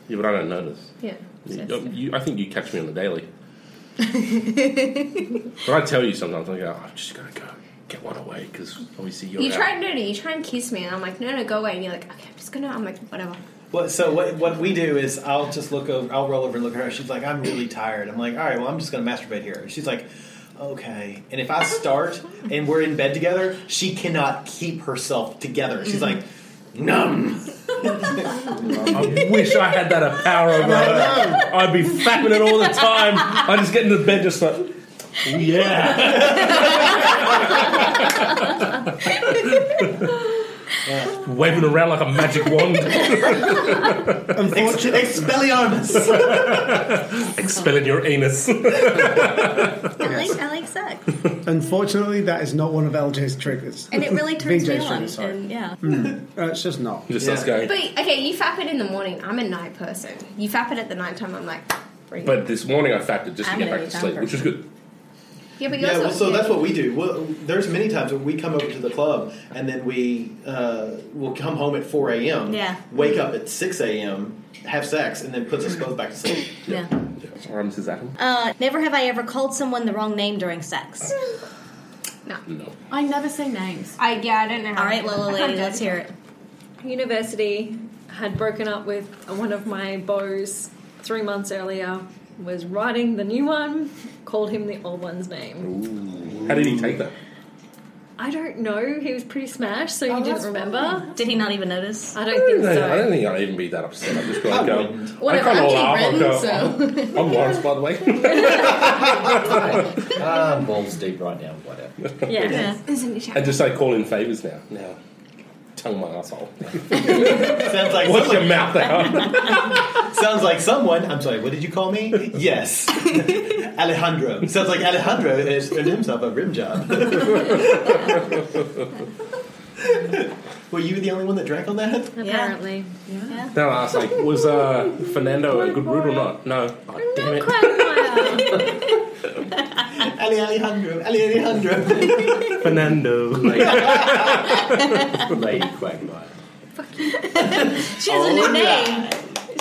S10: yeah, but I don't notice.
S8: Yeah.
S10: You, um, you- I think you catch me on the daily.
S5: (laughs)
S8: you
S10: But I tell you sometimes, I go, "Oh, I'm just going to go get one away because obviously you're out.
S8: try no no, you try and kiss me and I'm like, no no, go away and you're like, Okay, I'm just gonna I'm like, whatever.
S2: Well, so what, what we do is I'll just look over, I'll roll over and look at her. She's like, I'm really tired. I'm like, all right, well, I'm just going to masturbate here. And she's like, okay. And if I start and we're in bed together, she cannot keep herself together. She's like, numb.
S6: (laughs)
S10: I wish I had that a power over
S5: (laughs)
S10: her. I'd be fapping it all the time. I just get into bed just like, "Ooh, yeah.
S5: (laughs)
S10: Waving around like a magic wand.
S5: (laughs)
S2: Unfortunately.
S10: (laughs)
S2: Expelliarmus.
S10: Expelling your anus.
S5: I like I like sex,
S6: Unfortunately, that is not one of LJ's triggers.
S5: and
S6: (laughs)
S5: it really
S6: VJ's
S5: turns me
S6: triggers,
S5: on.
S6: sorry.
S5: And yeah. (laughs)
S6: Mm. Uh, it's just
S10: (laughs)
S6: not.
S10: Just us
S8: But
S10: going.
S8: okay, you fap it in the morning. I'm a night person. You fap it at the night time, I'm like bring it.
S10: But this morning I fapped it just to
S8: I'm
S10: get
S8: gonna
S10: back to
S8: be
S10: sleep,
S8: down
S10: which was good.
S8: Yeah, but you
S2: Yeah,
S8: also
S2: well, so that's what we do. We'll, there's many times when we come over to the club and then we uh, will come home at 4 a.m.,
S5: Yeah.
S2: wake up at 6 a.m., have sex, and then puts us both back to sleep.
S5: Yeah.
S10: Or Mrs. Adam.
S5: Uh, never have I ever called someone the wrong name during
S8: (sighs)
S5: sex.
S10: No.
S11: I never say names.
S8: I yeah, I don't know how
S5: All
S8: (laughs)
S5: right, Lola
S9: I
S5: lady,
S9: can't
S5: let's
S9: do it.
S5: hear it.
S9: University had broken up with one of my beaux three months earlier. Was writing the new one, called him the old one's name.
S10: How did he take that?
S9: I don't know. He was pretty smashed, so
S8: Oh,
S9: he didn't remember.
S5: Did he not even notice?
S9: I don't think so.
S10: I don't think I'd even be that upset. I'm just going to go.
S9: Whatever,
S10: I can't
S9: I'm
S10: all
S9: getting
S10: laugh. I'll go,
S9: (laughs) written,
S10: I'm Lawrence, by the way.
S2: (laughs)
S10: (laughs)
S7: Ah, balls deep right now. Whatever.
S9: Yeah.
S8: Isn't it?
S10: And just like call in favors now. Now, tongue my asshole.
S2: (laughs)
S10: (laughs)
S2: Sounds like
S10: Watch your
S2: someone-
S10: (laughs) mouth out.
S2: (laughs) Sounds like someone. I'm sorry. What did you call me?
S8: (laughs)
S2: Yes, Alejandro. Sounds like Alejandro has earned himself a rim
S8: (laughs)
S2: job. Were you the only one that drank on that?
S9: Apparently. Yeah.
S10: Now I asked, like, was uh, Fernando a good root or not? No. Oh, damn it.
S2: Ale Alejandro. Ale Alejandro.
S8: (laughs)
S10: Fernando.
S7: Lady Quagmire.
S5: She
S2: Oh,
S5: has a new name.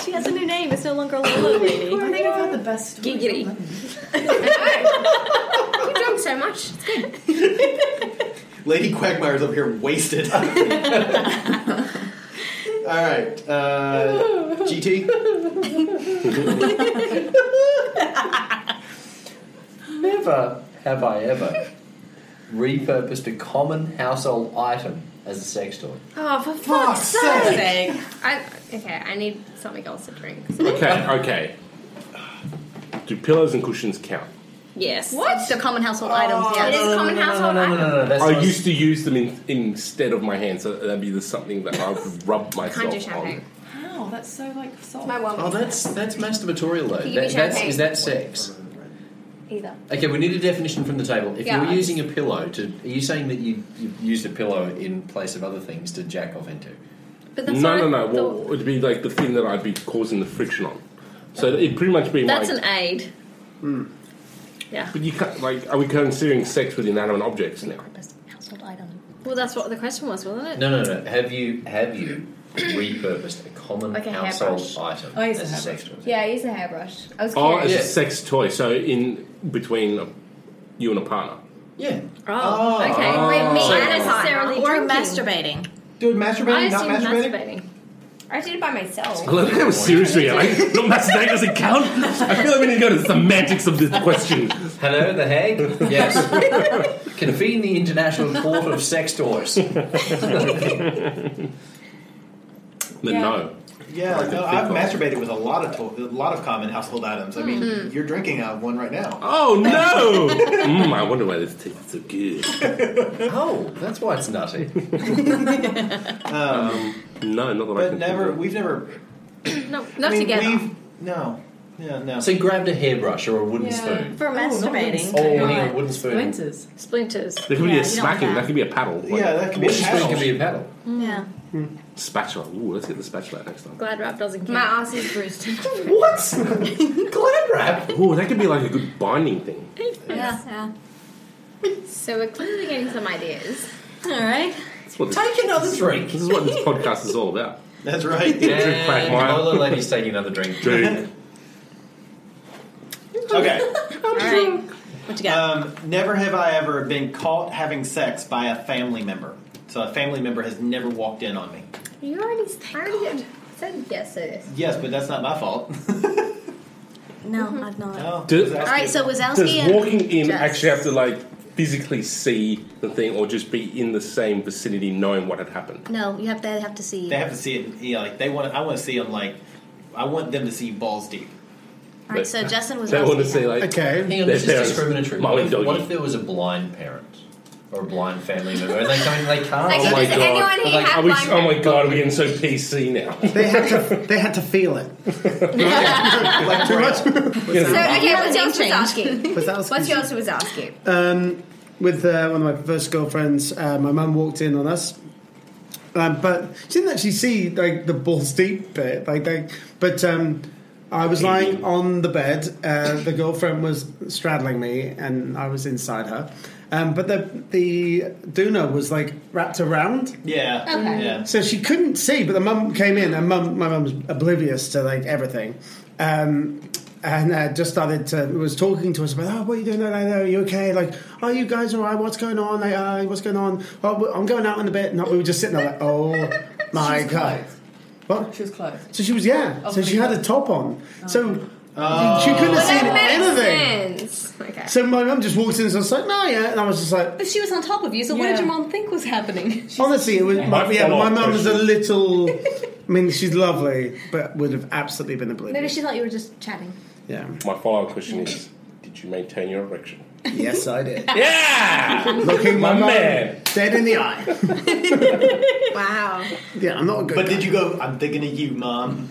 S5: She has a new name. It's no longer Lola lady.
S11: I think I've had the best story.
S9: Giggity.
S8: (laughs) You drunk so much. It's good.
S2: Lady Quagmire's over here wasted. All right, uh,
S10: (laughs)
S2: GT.
S7: Never have I ever repurposed a common household item as a sex toy.
S8: Oh, for
S2: fuck's sake.
S8: I, okay, I need something else to drink.
S10: Okay, okay. Do pillows and cushions count?
S9: Yes.
S8: What? Oh,
S5: The common household items.
S8: It
S5: Yes.
S8: is common household
S10: No, no,
S8: item.
S10: no, no.
S7: that's
S10: I
S7: not-
S10: used to use them in, instead of my hands, so that'd be the something that I would rub
S8: Can't do
S10: myself
S8: champagne.
S10: on.
S11: Wow, that's so like soft.
S8: My one.
S7: Oh, that's that's masturbatorial though.
S8: Can you
S7: That- that's,
S8: be champagne?
S7: is that sex?
S8: either.
S7: Okay, we need a definition from the table. If
S8: Yeah,
S7: you're
S8: I
S7: using a pillow to, are you saying that you you used a pillow in place of other things to jack off into?
S9: But that's
S10: No, no, no.
S9: not the-
S10: Well, it'd be like the thing that I'd be causing the friction on. So it'd pretty much be
S9: that's
S10: like.
S9: an aid.
S10: Hmm.
S9: Yeah.
S10: But you can't, like, are we considering sex with inanimate objects now?
S9: Household item. Well, that's what the question was, wasn't it?
S7: No, no, no. Have you have you repurposed a common
S8: Like a
S7: household
S8: hairbrush.
S7: item
S8: Oh, yes,
S7: as
S8: a
S7: a
S8: hairbrush.
S7: sex toy?
S8: Yeah, I use a hairbrush. I was
S10: Oh, as
S8: curious.
S10: a sex toy. So in between a, you and a partner.
S7: Yeah.
S9: Oh,
S10: okay. Oh. Wait, me
S9: So-
S10: and a
S9: necessarily
S5: or
S9: drinking.
S5: masturbating.
S2: Dude,
S8: I
S2: masturbating, not
S8: assume
S2: masturbating.
S8: I did it by myself.
S10: Look, that was seriously (laughs) like, no, masturbate doesn't count. I feel like we need to go to the semantics of this question.
S7: Hello, the Hague.
S10: (laughs)
S7: Yes. Convene the International Court of Sex Toys.
S10: (laughs) Then no.
S2: Yeah,
S10: Like a
S2: no,
S10: thick
S2: I've
S10: one.
S2: masturbated with a lot of to- a lot of common household items. I mean,
S10: Mhm.
S2: you're drinking out of one right now. (laughs)
S10: Oh no! mm, I wonder why this tastes so good.
S7: oh, that's why
S10: (laughs)
S7: it's nutty.
S10: Um, no, not that I
S2: But
S10: can
S2: never, we've never.
S9: No,
S2: I
S9: not
S2: mean,
S9: together.
S2: We've, no, yeah, uh, no.
S7: So you grabbed a hairbrush or a wooden spoon.
S9: For masturbating.
S7: Oh, hang on, wooden spoon.
S9: Splinters.
S10: There could be a smacking. That could be a paddle.
S2: Yeah, that could be a
S10: Wooden spoon
S2: paddle.
S10: could be a paddle.
S5: Mm.
S9: Yeah.
S10: Spatula. Ooh, let's get the spatula next time.
S9: Glad wrap doesn't count. My ass is bruised.
S7: what? Glad wrap.
S10: Ooh, that could be like a good binding thing.
S8: Yeah. so we're clearly getting some ideas.
S5: All right.
S10: That's what this-
S8: Take another drink.
S10: This is what (laughs) this podcast is all about.
S2: That's right.
S10: Yeah, drink quack mile.
S7: All the ladies taking another drink.
S10: Drink.
S2: Okay.
S5: What you
S2: got? Um, never have I ever been caught having sex by a family member. So a family member has never walked in on me.
S8: You already, I already said yes to this.
S2: Yes, but that's not my fault. Oh,
S5: No, I've
S8: Mm-hmm.
S2: (laughs)
S5: not.
S10: Does,
S5: All right, so Wazowski
S10: does
S5: and
S10: walking in
S5: Jess.
S10: actually have to like physically see the thing, or just be in the same vicinity, knowing what had happened?
S5: No, you have to have to see.
S2: They have to see it. Yeah, like they want. I want to see them. Like I want them to see balls deep.
S5: All right, so Justin was.
S10: They want to see like
S7: Hang on,
S10: their
S7: this is
S10: parents.
S7: discriminatory.
S10: Molly
S7: What if,
S10: doggy.
S7: what if there was a blind parent or a blind family member and they come in, they can't?
S8: Like,
S10: oh my
S8: does anyone
S10: god!
S8: here
S10: Like,
S8: have
S10: are we,
S8: blind
S10: oh my god! Are we getting so PC
S8: (laughs)
S10: now?
S6: They had to. They had to feel it. like too much.
S8: So okay, what's yours was
S6: Wazowski.
S8: What's yours was asking?
S6: Um, with uh, one of my first girlfriends, uh, my mum walked in on us, um, but she didn't actually see like the balls deep bit. Like, they, but um, I was lying on the bed. Uh, the girlfriend was straddling me, and I was inside her. Um, but the the doona was like wrapped around.
S2: Yeah.
S6: Okay.
S2: Yeah.
S6: So she couldn't see, but the mum came in, and mum, my mum was oblivious to like everything, um, and uh, just started to was talking to us about, oh, what are you doing? Like, are you okay? Like, are you guys all right? What's going on? Like, uh, what's going on? Oh, I'm going out in a bit. And we were just sitting there like,
S8: (laughs)
S6: oh my
S11: She's
S6: god. What?
S11: Oh, She was clothed.
S6: So she was yeah.
S11: Oh,
S6: so she had a top on. So. She couldn't
S8: Oh. Well,
S6: have seen anything.
S8: that makes sense. (laughs) Okay.
S6: So my mum just walked in and was like, "No, yeah," and I was just like,
S5: But she was on top of you, so what did your mom think was happening?
S6: Honestly, it was my, yeah,
S10: follow-up
S6: my mum was a
S10: question. (laughs)
S6: little. I mean, she's lovely, but would have absolutely been
S5: (laughs) Maybe
S6: oblivious.
S5: she thought you were just chatting.
S6: Yeah.
S10: My follow-up question is: Did you maintain your erection?
S6: Yes, I did.
S10: (laughs) Yeah,
S6: Looking my,
S10: my
S6: mum
S10: man.
S6: dead in the eye.
S8: (laughs) wow.
S6: Yeah, I'm not a good.
S2: But did you go? I'm thinking of you, mom.
S6: (laughs)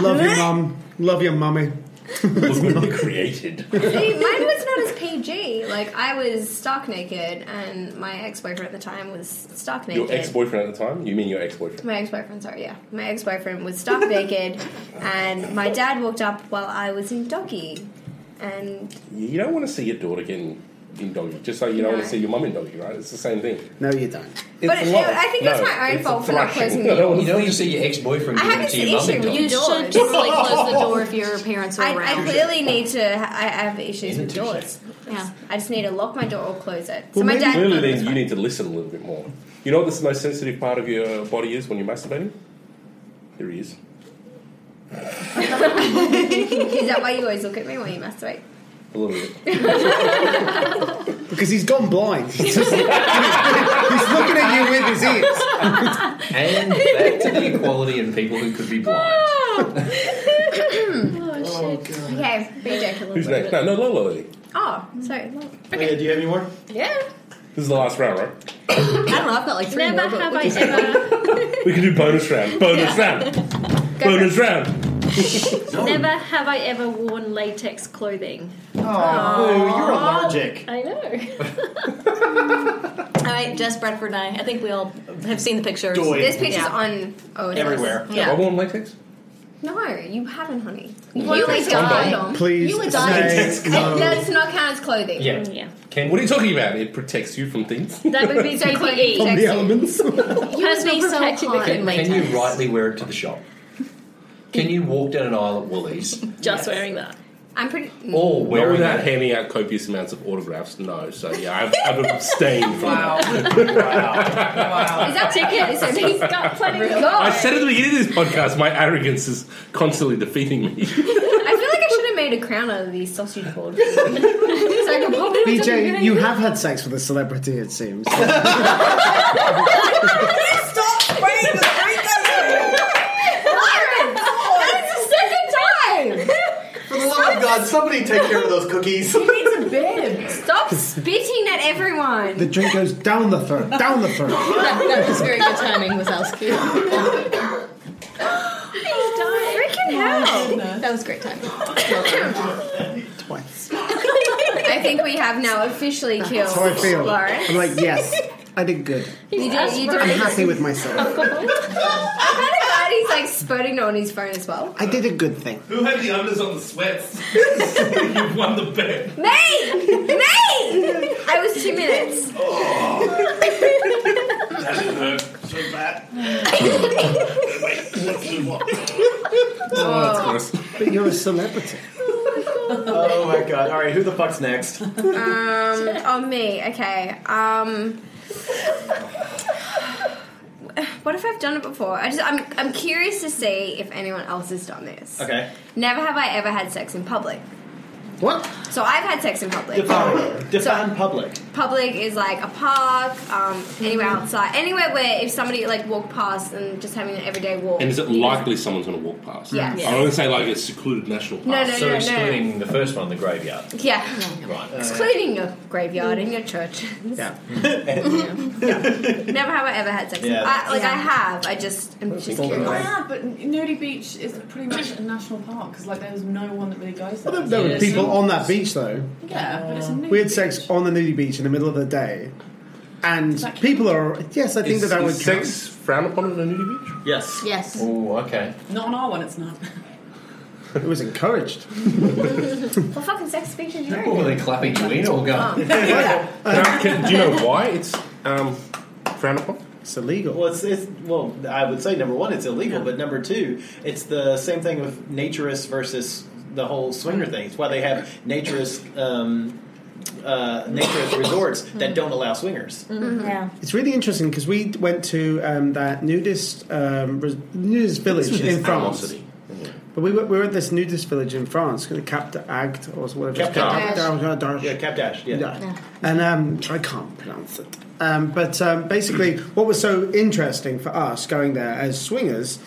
S6: Love your mum. Love your mummy.
S10: Look
S6: (laughs)
S10: what we created.
S8: See, mine was not as PG. Like I was stark naked, and my ex-boyfriend at the time was stark naked.
S10: Your ex-boyfriend at the time? You mean your ex-boyfriend?
S8: My ex-boyfriend, sorry, yeah. My ex-boyfriend was stark naked, and my dad walked up while I was in doggy, and
S10: You don't want to see your daughter getting in doggy, just like you don't
S8: No.
S10: want to see your mum in doggy, right? It's the same thing.
S6: No, you don't.
S8: But it- I think it's my own fault for not closing
S10: (laughs)
S8: the door.
S7: You don't want to see your ex-boyfriend
S8: I
S7: giving
S8: have
S7: it to
S8: this
S7: your mum
S8: issue
S7: in
S8: with
S7: doggy.
S8: you. Door.
S5: Should just like close the door
S8: (laughs)
S5: if your parents are
S8: I,
S5: around.
S8: I clearly need to. ha- I have issues with
S10: Isn't it
S8: doors. Yeah, I just need to lock my door or close it. So
S10: Well,
S8: my
S10: maybe
S8: dad.
S10: clearly then you need to listen a little bit more. You know what the most sensitive part of your body is when you're masturbating? Your ears.
S8: (laughs) Is that why you always look at me when you
S5: (laughs)
S8: masturbate?
S10: A little bit.
S6: Because he's gone blind. (laughs) He's, just- he's looking at you with his ears.
S8: (laughs)
S7: And back to the equality and people who could be (laughs) blind.
S8: oh, shit. okay, BJ.
S10: Who's next? No, no, Lola. Lily.
S8: Oh, sorry. look.
S2: Oh, yeah, do you have any more?
S8: Yeah.
S10: This is the last round, right?
S5: I don't know. I've got like three
S9: Never
S5: more. but
S9: have
S5: we'll
S9: I
S5: just-
S9: ever,
S10: We can do bonus
S8: (laughs)
S10: round. (laughs) Bonus round.
S9: (laughs)
S10: bonus round.
S9: never have I ever worn latex clothing.
S2: Oh, boo, you're allergic.
S9: I know.
S5: All right, Jess Bradford and I. I think we all have seen the pictures.
S2: Doy.
S8: There's pictures
S5: Yeah.
S8: on OSS.
S2: Everywhere.
S5: Yeah.
S10: I want latex.
S8: No, you haven't, honey. You
S10: Well,
S8: were
S10: it's condom.
S8: dying.
S10: Please
S8: You were dying.
S10: say
S8: And
S10: no.
S8: That's not count as clothing.
S10: Yeah.
S5: Mm,
S10: Ken, what are you talking about? It protects you from
S8: (laughs)
S10: things.
S8: That
S6: (laughs)
S8: would
S5: (laughs)
S8: be JPE.
S10: From the
S8: (laughs)
S10: elements.
S8: You would be so hot
S7: Can,
S8: in
S7: can you
S8: latex.
S7: rightly wear it to the
S8: (laughs)
S7: shop? Can you walk down an aisle at Woolies?
S9: Just wearing that.
S8: I'm pretty. Mm.
S7: Or
S10: Not
S7: wearing
S10: without
S7: it.
S10: handing out copious amounts of autographs, no. So yeah, I've, I've (laughs) abstained from
S7: Wow.
S8: Is that ticket?
S9: (laughs)
S8: So he's got (laughs) plenty of
S10: I
S8: God.
S10: said at the beginning of this podcast, my arrogance is constantly defeating
S8: (laughs)
S10: me.
S8: I feel like I should have made a crown out of these sausage
S13: (laughs)
S8: boards. so I could pop it on top of your
S6: BJ,
S8: head.
S6: you have had sex with a celebrity, it seems. (laughs)
S3: Stop waiting for three
S8: Lauren, that is the second time.
S2: For the love of God, somebody take care of those cookies.
S8: He needs a bib.
S2: (laughs)
S8: Stop spitting at everyone.
S6: the drink goes down the throat, down the
S13: (laughs)
S6: throat.
S8: (laughs)
S13: that, that was very good timing, was Wazowski.
S8: Freaking hell.
S13: That was great timing.
S6: Twice.
S8: (laughs) I think we have now officially killed
S6: That's how I feel.
S8: Lauren.
S6: I'm like,
S8: (laughs)
S6: yes, I did good.
S8: You did, you did.
S6: I'm happy with myself.
S8: I'm kind of glad he's like spurting on his phone as well.
S6: I did a good thing.
S10: Who had the unders on
S6: (laughs)
S10: the sweats? You've won the bet.
S8: Me! Me! I was two minutes.
S10: That hurt so bad.
S8: Oh.
S6: But you're a celebrity.
S2: oh my god. Alright, who the
S6: (laughs)
S2: fuck's next?
S8: Um, on me. Okay. Um, what if I've done it before? I just I'm I'm curious to see if anyone else has done this.
S2: Okay.
S8: Never have I ever had sex in public.
S6: What?
S8: So I've had sex in public.
S2: Define. Define public.
S8: Public is like a park, um, anywhere outside, anywhere where if somebody like walked past and just having an everyday walk.
S10: And is it likely someone's going to walk past?
S8: Yes.
S10: I don't say like a secluded national park.
S8: No, no,
S7: so
S8: no, no.
S7: excluding the first one, the graveyard.
S8: Yeah.
S7: Right. Uh,
S8: Excluding your graveyard and your church.
S6: Yeah.
S8: (laughs) Never have I ever had sex.
S7: Yeah.
S8: I, like I
S11: Yeah.
S8: have. I just am just
S11: Well,
S8: curious.
S11: Yeah, but Nerdy Beach is pretty much a national park because like there's no one that really goes there.
S6: There were people on that beach, though.
S11: Yeah, but it's a new
S6: We had sex on the nudie beach in the middle of the day. And people are. Yes, I think that that would.
S10: sex frowned upon on a nudie beach?
S2: Yes.
S11: Yes.
S2: Oh, okay.
S11: Not on our
S6: (laughs)
S11: one, it's not.
S6: It was encouraged.
S8: Well, fucking sex speech is your
S7: What were they clapping you in or
S2: (laughs)
S8: Oh.
S7: going?
S10: Can- do you know why it's um, frowned upon?
S6: It's illegal.
S2: Well, it's, it's well. I would say number one, it's illegal, but number two, it's the same thing with naturists versus the whole swinger thing. It's why they have naturist um, uh, naturist resorts
S8: Mm-hmm.
S2: that don't allow swingers.
S5: Yeah.
S6: It's really interesting because we went to um, that nudist um, res- nudist village
S10: This was
S6: in France.
S10: animosity.
S6: But we were, we were at this nudist village in France, called Cap d'Agde or whatever.
S2: Cap
S6: it's
S2: d'Agde.
S6: called. D'Agde, D'Agde.
S2: Yeah, Cap Dash. Yeah.
S6: And um, I can't pronounce it. Um, but um, basically, what was so interesting for us going there as swingers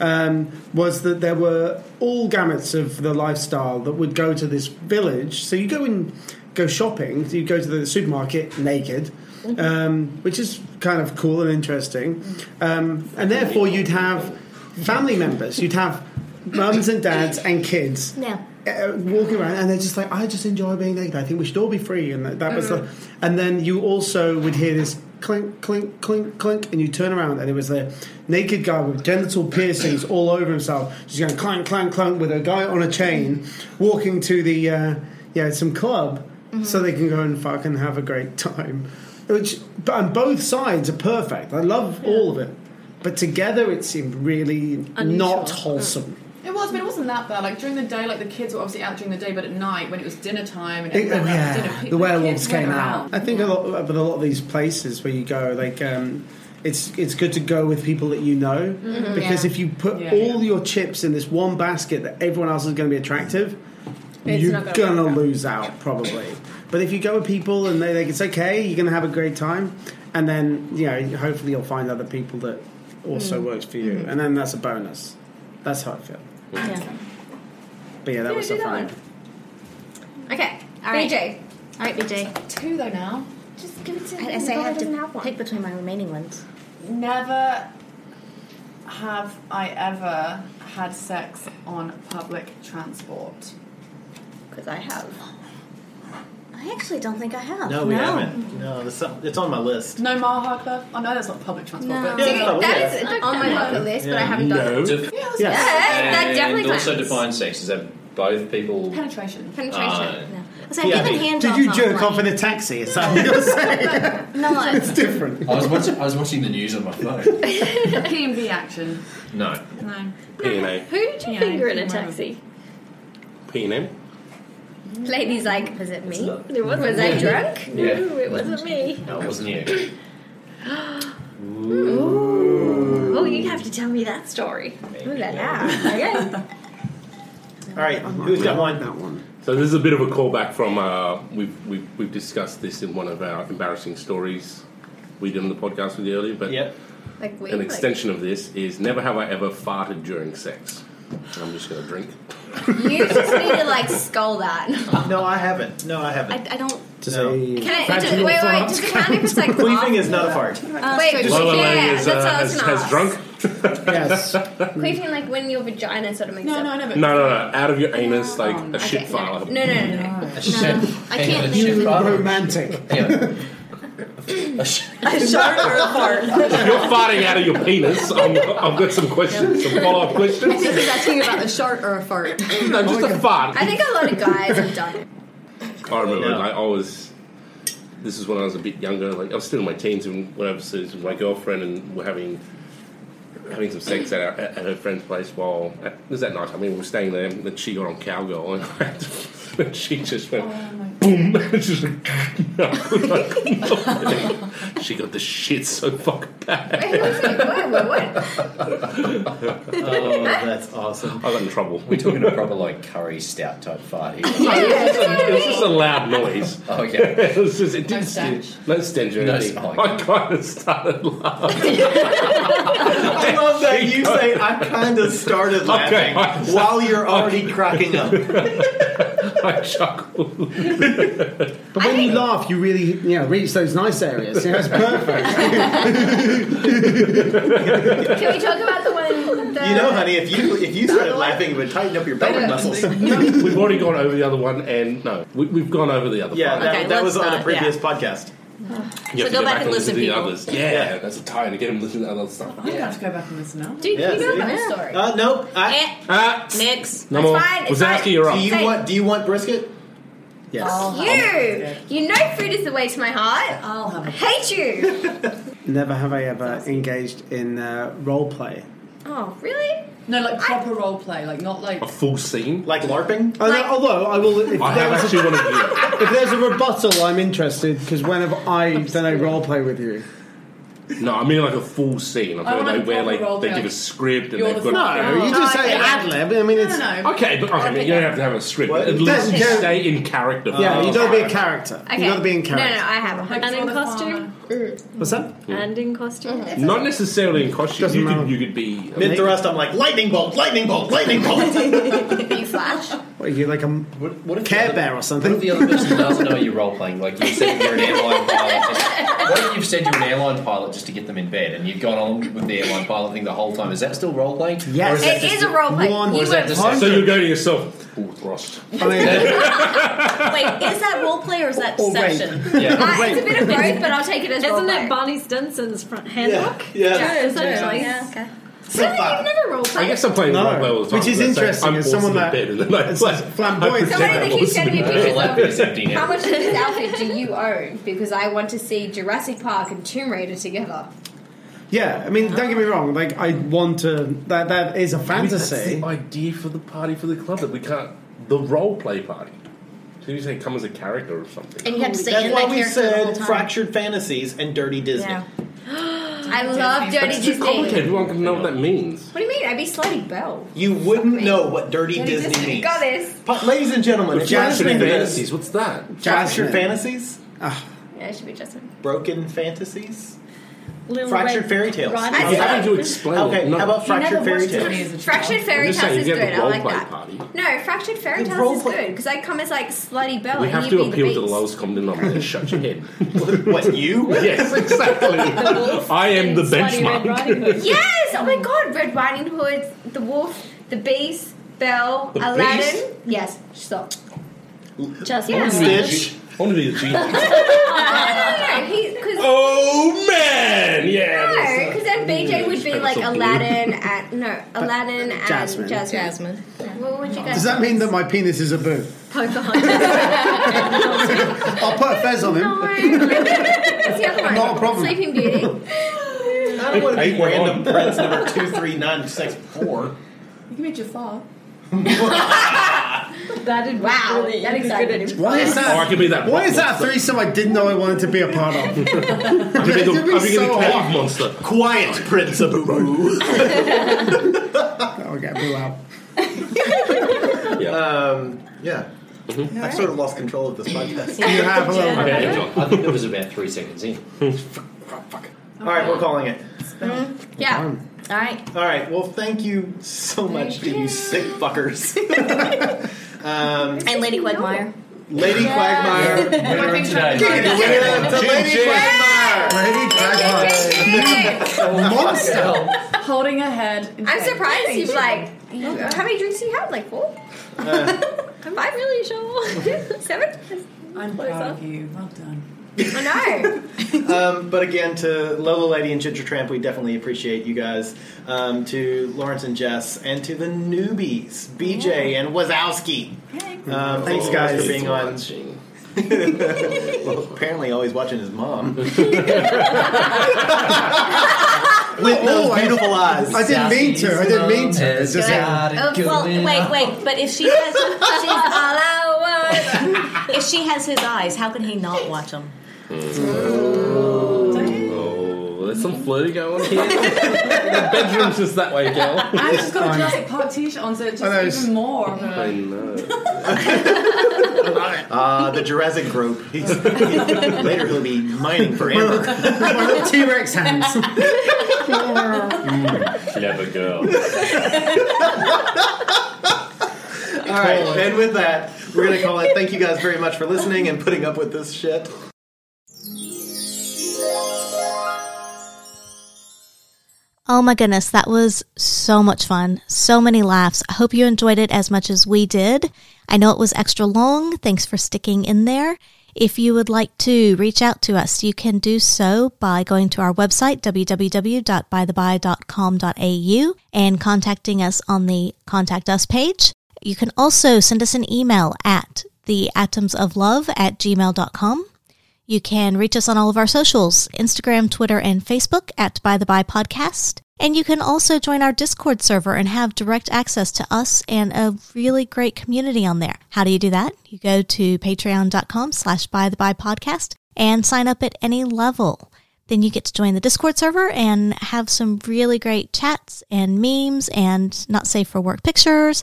S6: um, was that there were all gamuts of the lifestyle that would go to this village. So you go and go shopping, you go to the supermarket naked. Um, which is kind of cool and interesting. Um, and therefore, you'd have family members, you'd have mums and dads and kids
S5: Yeah.
S6: uh, walking around and they're just like i just enjoy being naked i think we should all be free and that, that was
S5: Mhm.
S6: the and then you also would hear this clink clink clink clink and you turn around and it was a naked guy with genital piercings all over himself just going clank clank clank with a guy on a chain walking to the uh, yeah some club so they can go and fucking have a great time which but and both sides are perfect i love all of it but together it seemed really not wholesome
S11: It was, but it wasn't that bad. Like during the day, like the kids were obviously out during the day, but at night when it was dinner time and
S6: It-
S11: everyone
S6: oh,
S11: had
S6: yeah,
S11: dinner, pe-
S6: the werewolves
S11: kids went
S6: came out.
S11: around.
S6: I think a lot, but a lot of these places where you go, like, um, it's it's good to go with people that you know
S11: Mhm.
S6: because
S11: Yeah.
S6: if you put
S11: Yeah,
S6: all your chips in this one basket that everyone else is going to be attractive,
S11: It's
S6: you're
S11: not gonna
S6: gonna, lose out probably. But if you go with people and they think it's okay, you're gonna have a great time, and then you know hopefully you'll find other people that also
S11: Mm.
S6: works for you,
S11: Mhm.
S6: and then that's a bonus. That's how I feel.
S5: Yeah.
S6: But yeah, that
S11: Yeah,
S6: was
S11: do
S6: so
S11: that
S6: funny.
S11: one.
S8: Okay.
S5: All right.
S8: BJ.
S5: All right, BJ.
S11: Two though now.
S8: Just give it to
S5: I, I say I have to pick between my remaining (laughs) ones.
S11: Never have I ever had sex on public transport.
S8: Because I have.
S5: I actually don't think I
S8: Oh,
S5: have.
S2: No, we haven't. No, there's some- it's on my list.
S11: No mile high club. I know that's not public transport.
S2: No.
S11: But
S2: Yeah, it's not, That yeah.
S8: is on my bucket list, but I haven't done it.
S7: Def-
S8: Yeah, Yes. that
S7: and
S8: definitely
S7: also
S8: counts.
S7: define sex as that both people.
S11: Penetration.
S7: Penetration. Uh,
S5: no. So I've given hand
S6: Did you jerk off in a taxi? Is that (laughs) what
S8: (laughs)
S6: you're saying?
S5: No,
S6: it's
S11: (laughs)
S6: different.
S7: I was watching. I was watching the news on my phone.
S11: PMV action.
S7: No.
S11: No.
S10: P and
S7: (laughs)
S10: A.
S9: Who did you
S11: Yeah,
S9: finger in
S11: you
S9: a
S11: were. (laughs)
S9: taxi?
S10: P and M.
S8: Ladies like, was it me?
S9: It wasn't
S8: Was I
S9: me.
S8: drunk?
S9: No, it wasn't me.
S7: No, it wasn't you.
S9: Oh, you have to tell me that story. Ooh la la. Okay.
S2: All right, who's got one? That
S10: one. So this is a bit of a callback from uh, we've, we've we've discussed this in one of our embarrassing stories we did on the podcast with you earlier, but
S8: Like we
S10: an extension of this is never have I ever farted during sex. I'm just gonna drink.
S8: Like, you just need
S10: (laughs)
S8: to like skull that.
S2: No, I haven't. No, I haven't.
S8: I, I don't.
S2: To
S8: Can I, just, wait, wait, wait. Does it count if it's like
S2: Queefing is not a fart.
S8: Wait,
S10: Lola
S8: yeah,
S10: Lang is,
S8: that's what I
S10: uh, has,
S8: was gonna
S10: has
S8: ask.
S10: drunk.
S6: yes.
S8: queefing like when your vagina sort of makes no, no,
S10: (laughs) No, no, no. Out of your anus, like a
S8: Okay,
S10: shit fart. (laughs)
S8: No, no, no, no. no. I (laughs) can't
S10: think
S6: You
S10: of it.
S8: (laughs)
S6: romantic.
S8: A shark or a fart?
S10: You're farting out of your penis. I'm, I've got some questions, some follow-up
S5: I think
S10: questions.
S5: he's asking about a shark or a fart.
S10: No, just
S8: Oh
S10: a fart.
S8: I think a lot of guys have done it.
S10: I remember like, I was. This is when I was a bit younger. Like I was still in my teens, and when I was with my girlfriend, and we're having having some sex at, our, at her friend's place. While at, it was that night, I mean, we were staying there, and then she got on cowgirl, and, (laughs) I had to- and she just went boom. (laughs) It's just like, she got the shit so fucking bad. (laughs)
S2: Oh, that's awesome.
S10: I got in trouble.
S7: We're talking a proper like curry stout type fart
S8: (laughs)
S7: here.
S10: It was just a loud noise.
S7: Oh,
S10: (laughs)
S7: okay.
S10: it was just it didn't stench. No stench or
S7: No
S10: anything.
S7: smell.
S10: I kind of started laughing.
S2: I love that
S10: (laughs)
S2: you say I kind of started laughing while you're already cracking
S10: (laughs)
S2: up.
S10: I chuckled.
S6: But when you laugh, you really you know, reach those nice areas. You know, it's
S8: (laughs)
S6: perfect.
S8: Can we talk about the one? The,
S2: You know, honey, if you if you started laughing, it would tighten up your belly muscles.
S10: We've already gone over the other one, and no, we, we've gone over the other.
S2: Yeah,
S10: one.
S2: that, that was on a previous podcast.
S10: You have to
S2: So go back and
S10: and listen,
S2: listen,
S10: to the
S2: people.
S10: others. Yeah, that's a tie to get them to listen to other stuff.
S11: I'm gonna have to go back and listen now.
S8: Do you,
S10: Yeah,
S8: you know
S10: see?
S8: about the story?
S2: Uh, nope. Uh,
S10: Ah,
S8: Eh, Next.
S10: No
S8: That's
S10: more.
S8: fine. It's
S10: Wazowski,
S8: fine.
S10: you're up.
S2: Do you
S8: Say-
S2: want do you want brisket? Yes.
S8: you! You know food is the way to my heart. I'll have I hate you!
S6: Never have I ever engaged in uh, role play.
S8: oh, really?
S11: No, like proper role play, like not like.
S10: full scene,
S2: like LARPing.
S6: Although, although I will, if,
S10: I
S6: there
S10: have
S6: was a,
S10: actually one of you.
S6: if there's a rebuttal, I'm interested because when have I done a role play with you?
S10: No, I mean like a full scene. I'm
S6: I
S10: talking
S6: want
S10: like
S6: a
S10: where
S6: proper role
S10: like they
S6: play.
S10: give a script and
S6: You're
S10: they've
S6: the-
S10: got.
S6: No, you just say ad lib. I mean, it's
S10: Okay, but okay, but you don't have to have a script.
S6: Well,
S10: At
S6: it
S10: least
S6: doesn't
S10: you
S6: count.
S10: stay in character. Oh,
S6: yeah, you gotta be a
S10: character.
S6: character.
S8: Okay.
S6: You gotta be in character.
S8: No, no, I have
S9: And in costume.
S10: Mm.
S6: What's that?
S9: And in costume.
S2: Mm-hmm.
S10: Not necessarily in costume.
S6: Doesn't
S10: You could, you could be
S2: Mid thrust, I'm like lightning bolt, lightning bolt, lightning (laughs) bolt.
S8: you flash?
S6: What are you like a what, Care Bear or something?
S7: What if the other person doesn't know you're role playing? Like you said you're an airline pilot. Just, what if you've said you're an airline pilot just to get them in bed, and you've gone on with the airline pilot thing the whole time? Is that still role playing?
S6: Yes.
S8: It is a role play.
S7: Or
S8: You
S7: is that
S8: were-
S7: just
S10: So you go to yourself. Full thrust.
S5: Wait, is that role play or is that
S10: Oh, wait.
S5: deception?
S10: Yeah.
S8: Uh, it's a bit of both, but I'll take it as
S9: Isn't
S8: role play.
S9: it Barney Stinson's front handbook?
S10: Yeah. Yeah.
S9: Is that
S10: Yeah.
S9: nice?
S10: Yeah,
S8: okay.
S10: So far.
S8: You've never role
S10: I
S8: played.
S10: guess I'm playing
S6: No.
S10: role play all the time.
S6: Which is
S10: Let's say
S6: interesting,
S10: I'm
S6: is
S10: awesome
S6: someone
S10: in
S6: that-
S10: bed and then I
S6: flamboyant.
S10: play. I pretend
S6: Somebody
S10: I'm
S6: that keeps
S10: awesome
S6: sending
S10: in
S6: me
S10: bed.
S6: pictures
S10: Like,
S6: of-
S10: it's empty now.
S8: How much of this outfit do you own? Because I want to see Jurassic Park and Tomb Raider together.
S6: (laughs) Yeah, I mean, don't get me wrong. Like, I want to. That that is a
S10: I mean,
S6: fantasy.
S10: That's the idea (laughs) for the party for the club that we can't. The role play party. So you say come as a character or something.
S5: And you have to stay
S2: That's
S5: in
S2: why
S5: that
S2: we
S5: character the whole
S2: said
S5: time.
S2: fractured fantasies and dirty Disney.
S8: Yeah. (gasps) I love Dirty
S10: It's too
S8: Disney.
S10: complicated. Everyone can know what that means.
S8: What do you mean? I'd be Slutty Belle.
S2: You wouldn't know what dirty, Disney, means.
S8: Got this.
S2: But, ladies and gentlemen, if you're
S10: Fractured
S2: listening to this,
S10: fantasies. What's that?
S2: fractured fantasies,
S8: Yeah, it should be Justin.
S2: broken fantasies,
S8: Little
S2: fractured
S8: Red
S2: fairy tales.
S8: Riding
S10: I'm
S8: Hood.
S10: having to explain.
S2: Okay,
S10: it. Oh, No.
S2: how about fractured fairy tales?
S8: Fractured
S10: I'm
S8: fairy
S10: just
S8: tales
S10: saying,
S8: is
S10: you
S8: good.
S10: have the
S8: I like
S10: role-play
S8: that.
S10: party.
S8: No, fractured fairy
S2: The
S8: tales is
S2: role-play-
S8: good because I come as like slutty Belle
S10: We
S8: and
S10: have
S8: you
S10: to
S8: be the
S10: appeal
S8: beast.
S10: to the lowest common denominator. Shut your head.
S2: (laughs) what you?
S10: (laughs) Yes, exactly. I am the benchmark.
S8: yes! Oh my god, Red Riding Hood, the wolf, the beast, Belle,
S10: The
S8: Aladdin.
S10: Beast?
S8: Yes, stop.
S9: Just
S8: Yeah.
S9: one.
S2: Stitch.
S10: I want to be the genie.
S8: no, no, no, he, cause,
S10: oh man, yeah.
S8: No,
S10: that's, uh,
S8: because then BJ would be like
S10: Pencil
S8: Aladdin at no Aladdin and
S6: Jasmine.
S8: Jasmine. Jasmine. What would you guys?
S6: Does that mean that my penis is a boo? I'll put a fez on him.
S8: (laughs) What's the other one?
S6: Not a problem.
S10: (laughs)
S8: Sleeping Beauty.
S2: I don't want to
S6: Eight
S2: be
S6: went
S2: random prince number two, three, nine, six, four.
S11: You can
S10: (laughs)
S11: be
S8: (laughs)
S11: Jafar.
S9: That did wow. Really, that excited him.
S6: Why is that?
S10: Oh, I could be that
S6: Why is that
S10: monster.
S6: threesome I didn't know I wanted to be a part of?
S2: (laughs)
S10: I'm gonna be the,
S6: It'd be
S10: I'm gonna be
S6: so
S10: the cave
S6: hot.
S10: monster. Quiet, Prince of
S2: (laughs)
S10: Boo.
S2: Oh,
S6: I'll get boo out.
S2: Yeah. Um, yeah. I've Mm-hmm. sort of lost control of this podcast.
S6: You
S10: uh,
S6: have a little bit.
S7: Okay, John. I think it was about three seconds in.
S10: Hmm.
S2: All right, we're calling it.
S16: Yeah. All right.
S2: All right. Well, thank you so much, you sick fuckers. um,
S16: And Lady Quagmire.
S2: Lady
S16: Winner
S2: Quagmire. Winner
S16: today.
S2: to Lady Quagmire.
S6: Lady
S2: Quagmire.
S6: Monster.
S11: Holding her head.
S8: I'm surprised you've like. You, how many drinks do you have? Like four?
S2: Uh,
S8: I'm not really sure. (laughs) Seven?
S11: I'm proud of you. Well done.
S8: I know.
S2: um, but again, to Lola Lady and Ginger Tramp, we definitely appreciate you guys. Um, to Lawrence and Jess, and to the newbies, BJ and Wazowski. Um,
S6: Thanks,
S2: thanks,
S6: guys.
S2: guys, for being on. (laughs) well, apparently, always watching his (laughs) mom with
S6: Oh,
S2: those
S6: I-
S2: beautiful eyes.
S6: I didn't mean to. I didn't mean to. It's just
S16: Oh, well, wait, wait. But if she has, she's all I want. If she has his eyes, how can he not watch them?
S10: Oh, there's some flirting going on here. (laughs) the bedroom's just that way, gal.
S11: I've just got a Jurassic Park t-shirt on, so it's
S10: Oh, I know,
S11: just
S10: it's-
S11: even more. of
S10: I
S11: a-
S10: know.
S2: (laughs) Uh, the Jurassic group. (laughs) He's, later, he'll be mining for amber.
S6: my little T Rex hands. (laughs)
S2: Mm.
S7: Clever girl.
S2: All right, and with that, we're going to call it. Thank you guys very much for listening and putting up with this shit.
S5: Oh my goodness, that was so much fun. So many laughs. I hope you enjoyed it as much as we did. I know it was extra long. Thanks for sticking in there. If you would like to reach out to us, you can do so by going to our website, www.bytheby.com.au, and contacting us on the Contact Us page. You can also send us an email at theatomsoflove at gmail.com. You can reach us on all of our socials Instagram, Twitter, and Facebook at By the By Podcast. And you can also join our Discord server and have direct access to us and a really great community on there. How do you do that? You go to patreon.com slash by the by podcast and sign up at any level. Then you get to join the Discord server and have some really great chats and memes and not safe for work pictures,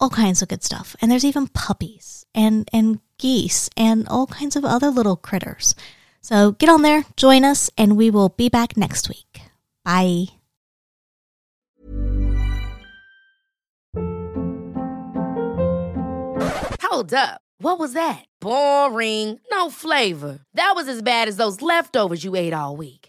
S5: all kinds of good stuff. And there's even puppies and and geese and all kinds of other little critters. So get on there, join us, and we will be back next week. Bye.
S1: Hold up. What was that? Boring. No flavor. That was as bad as those leftovers you ate all week.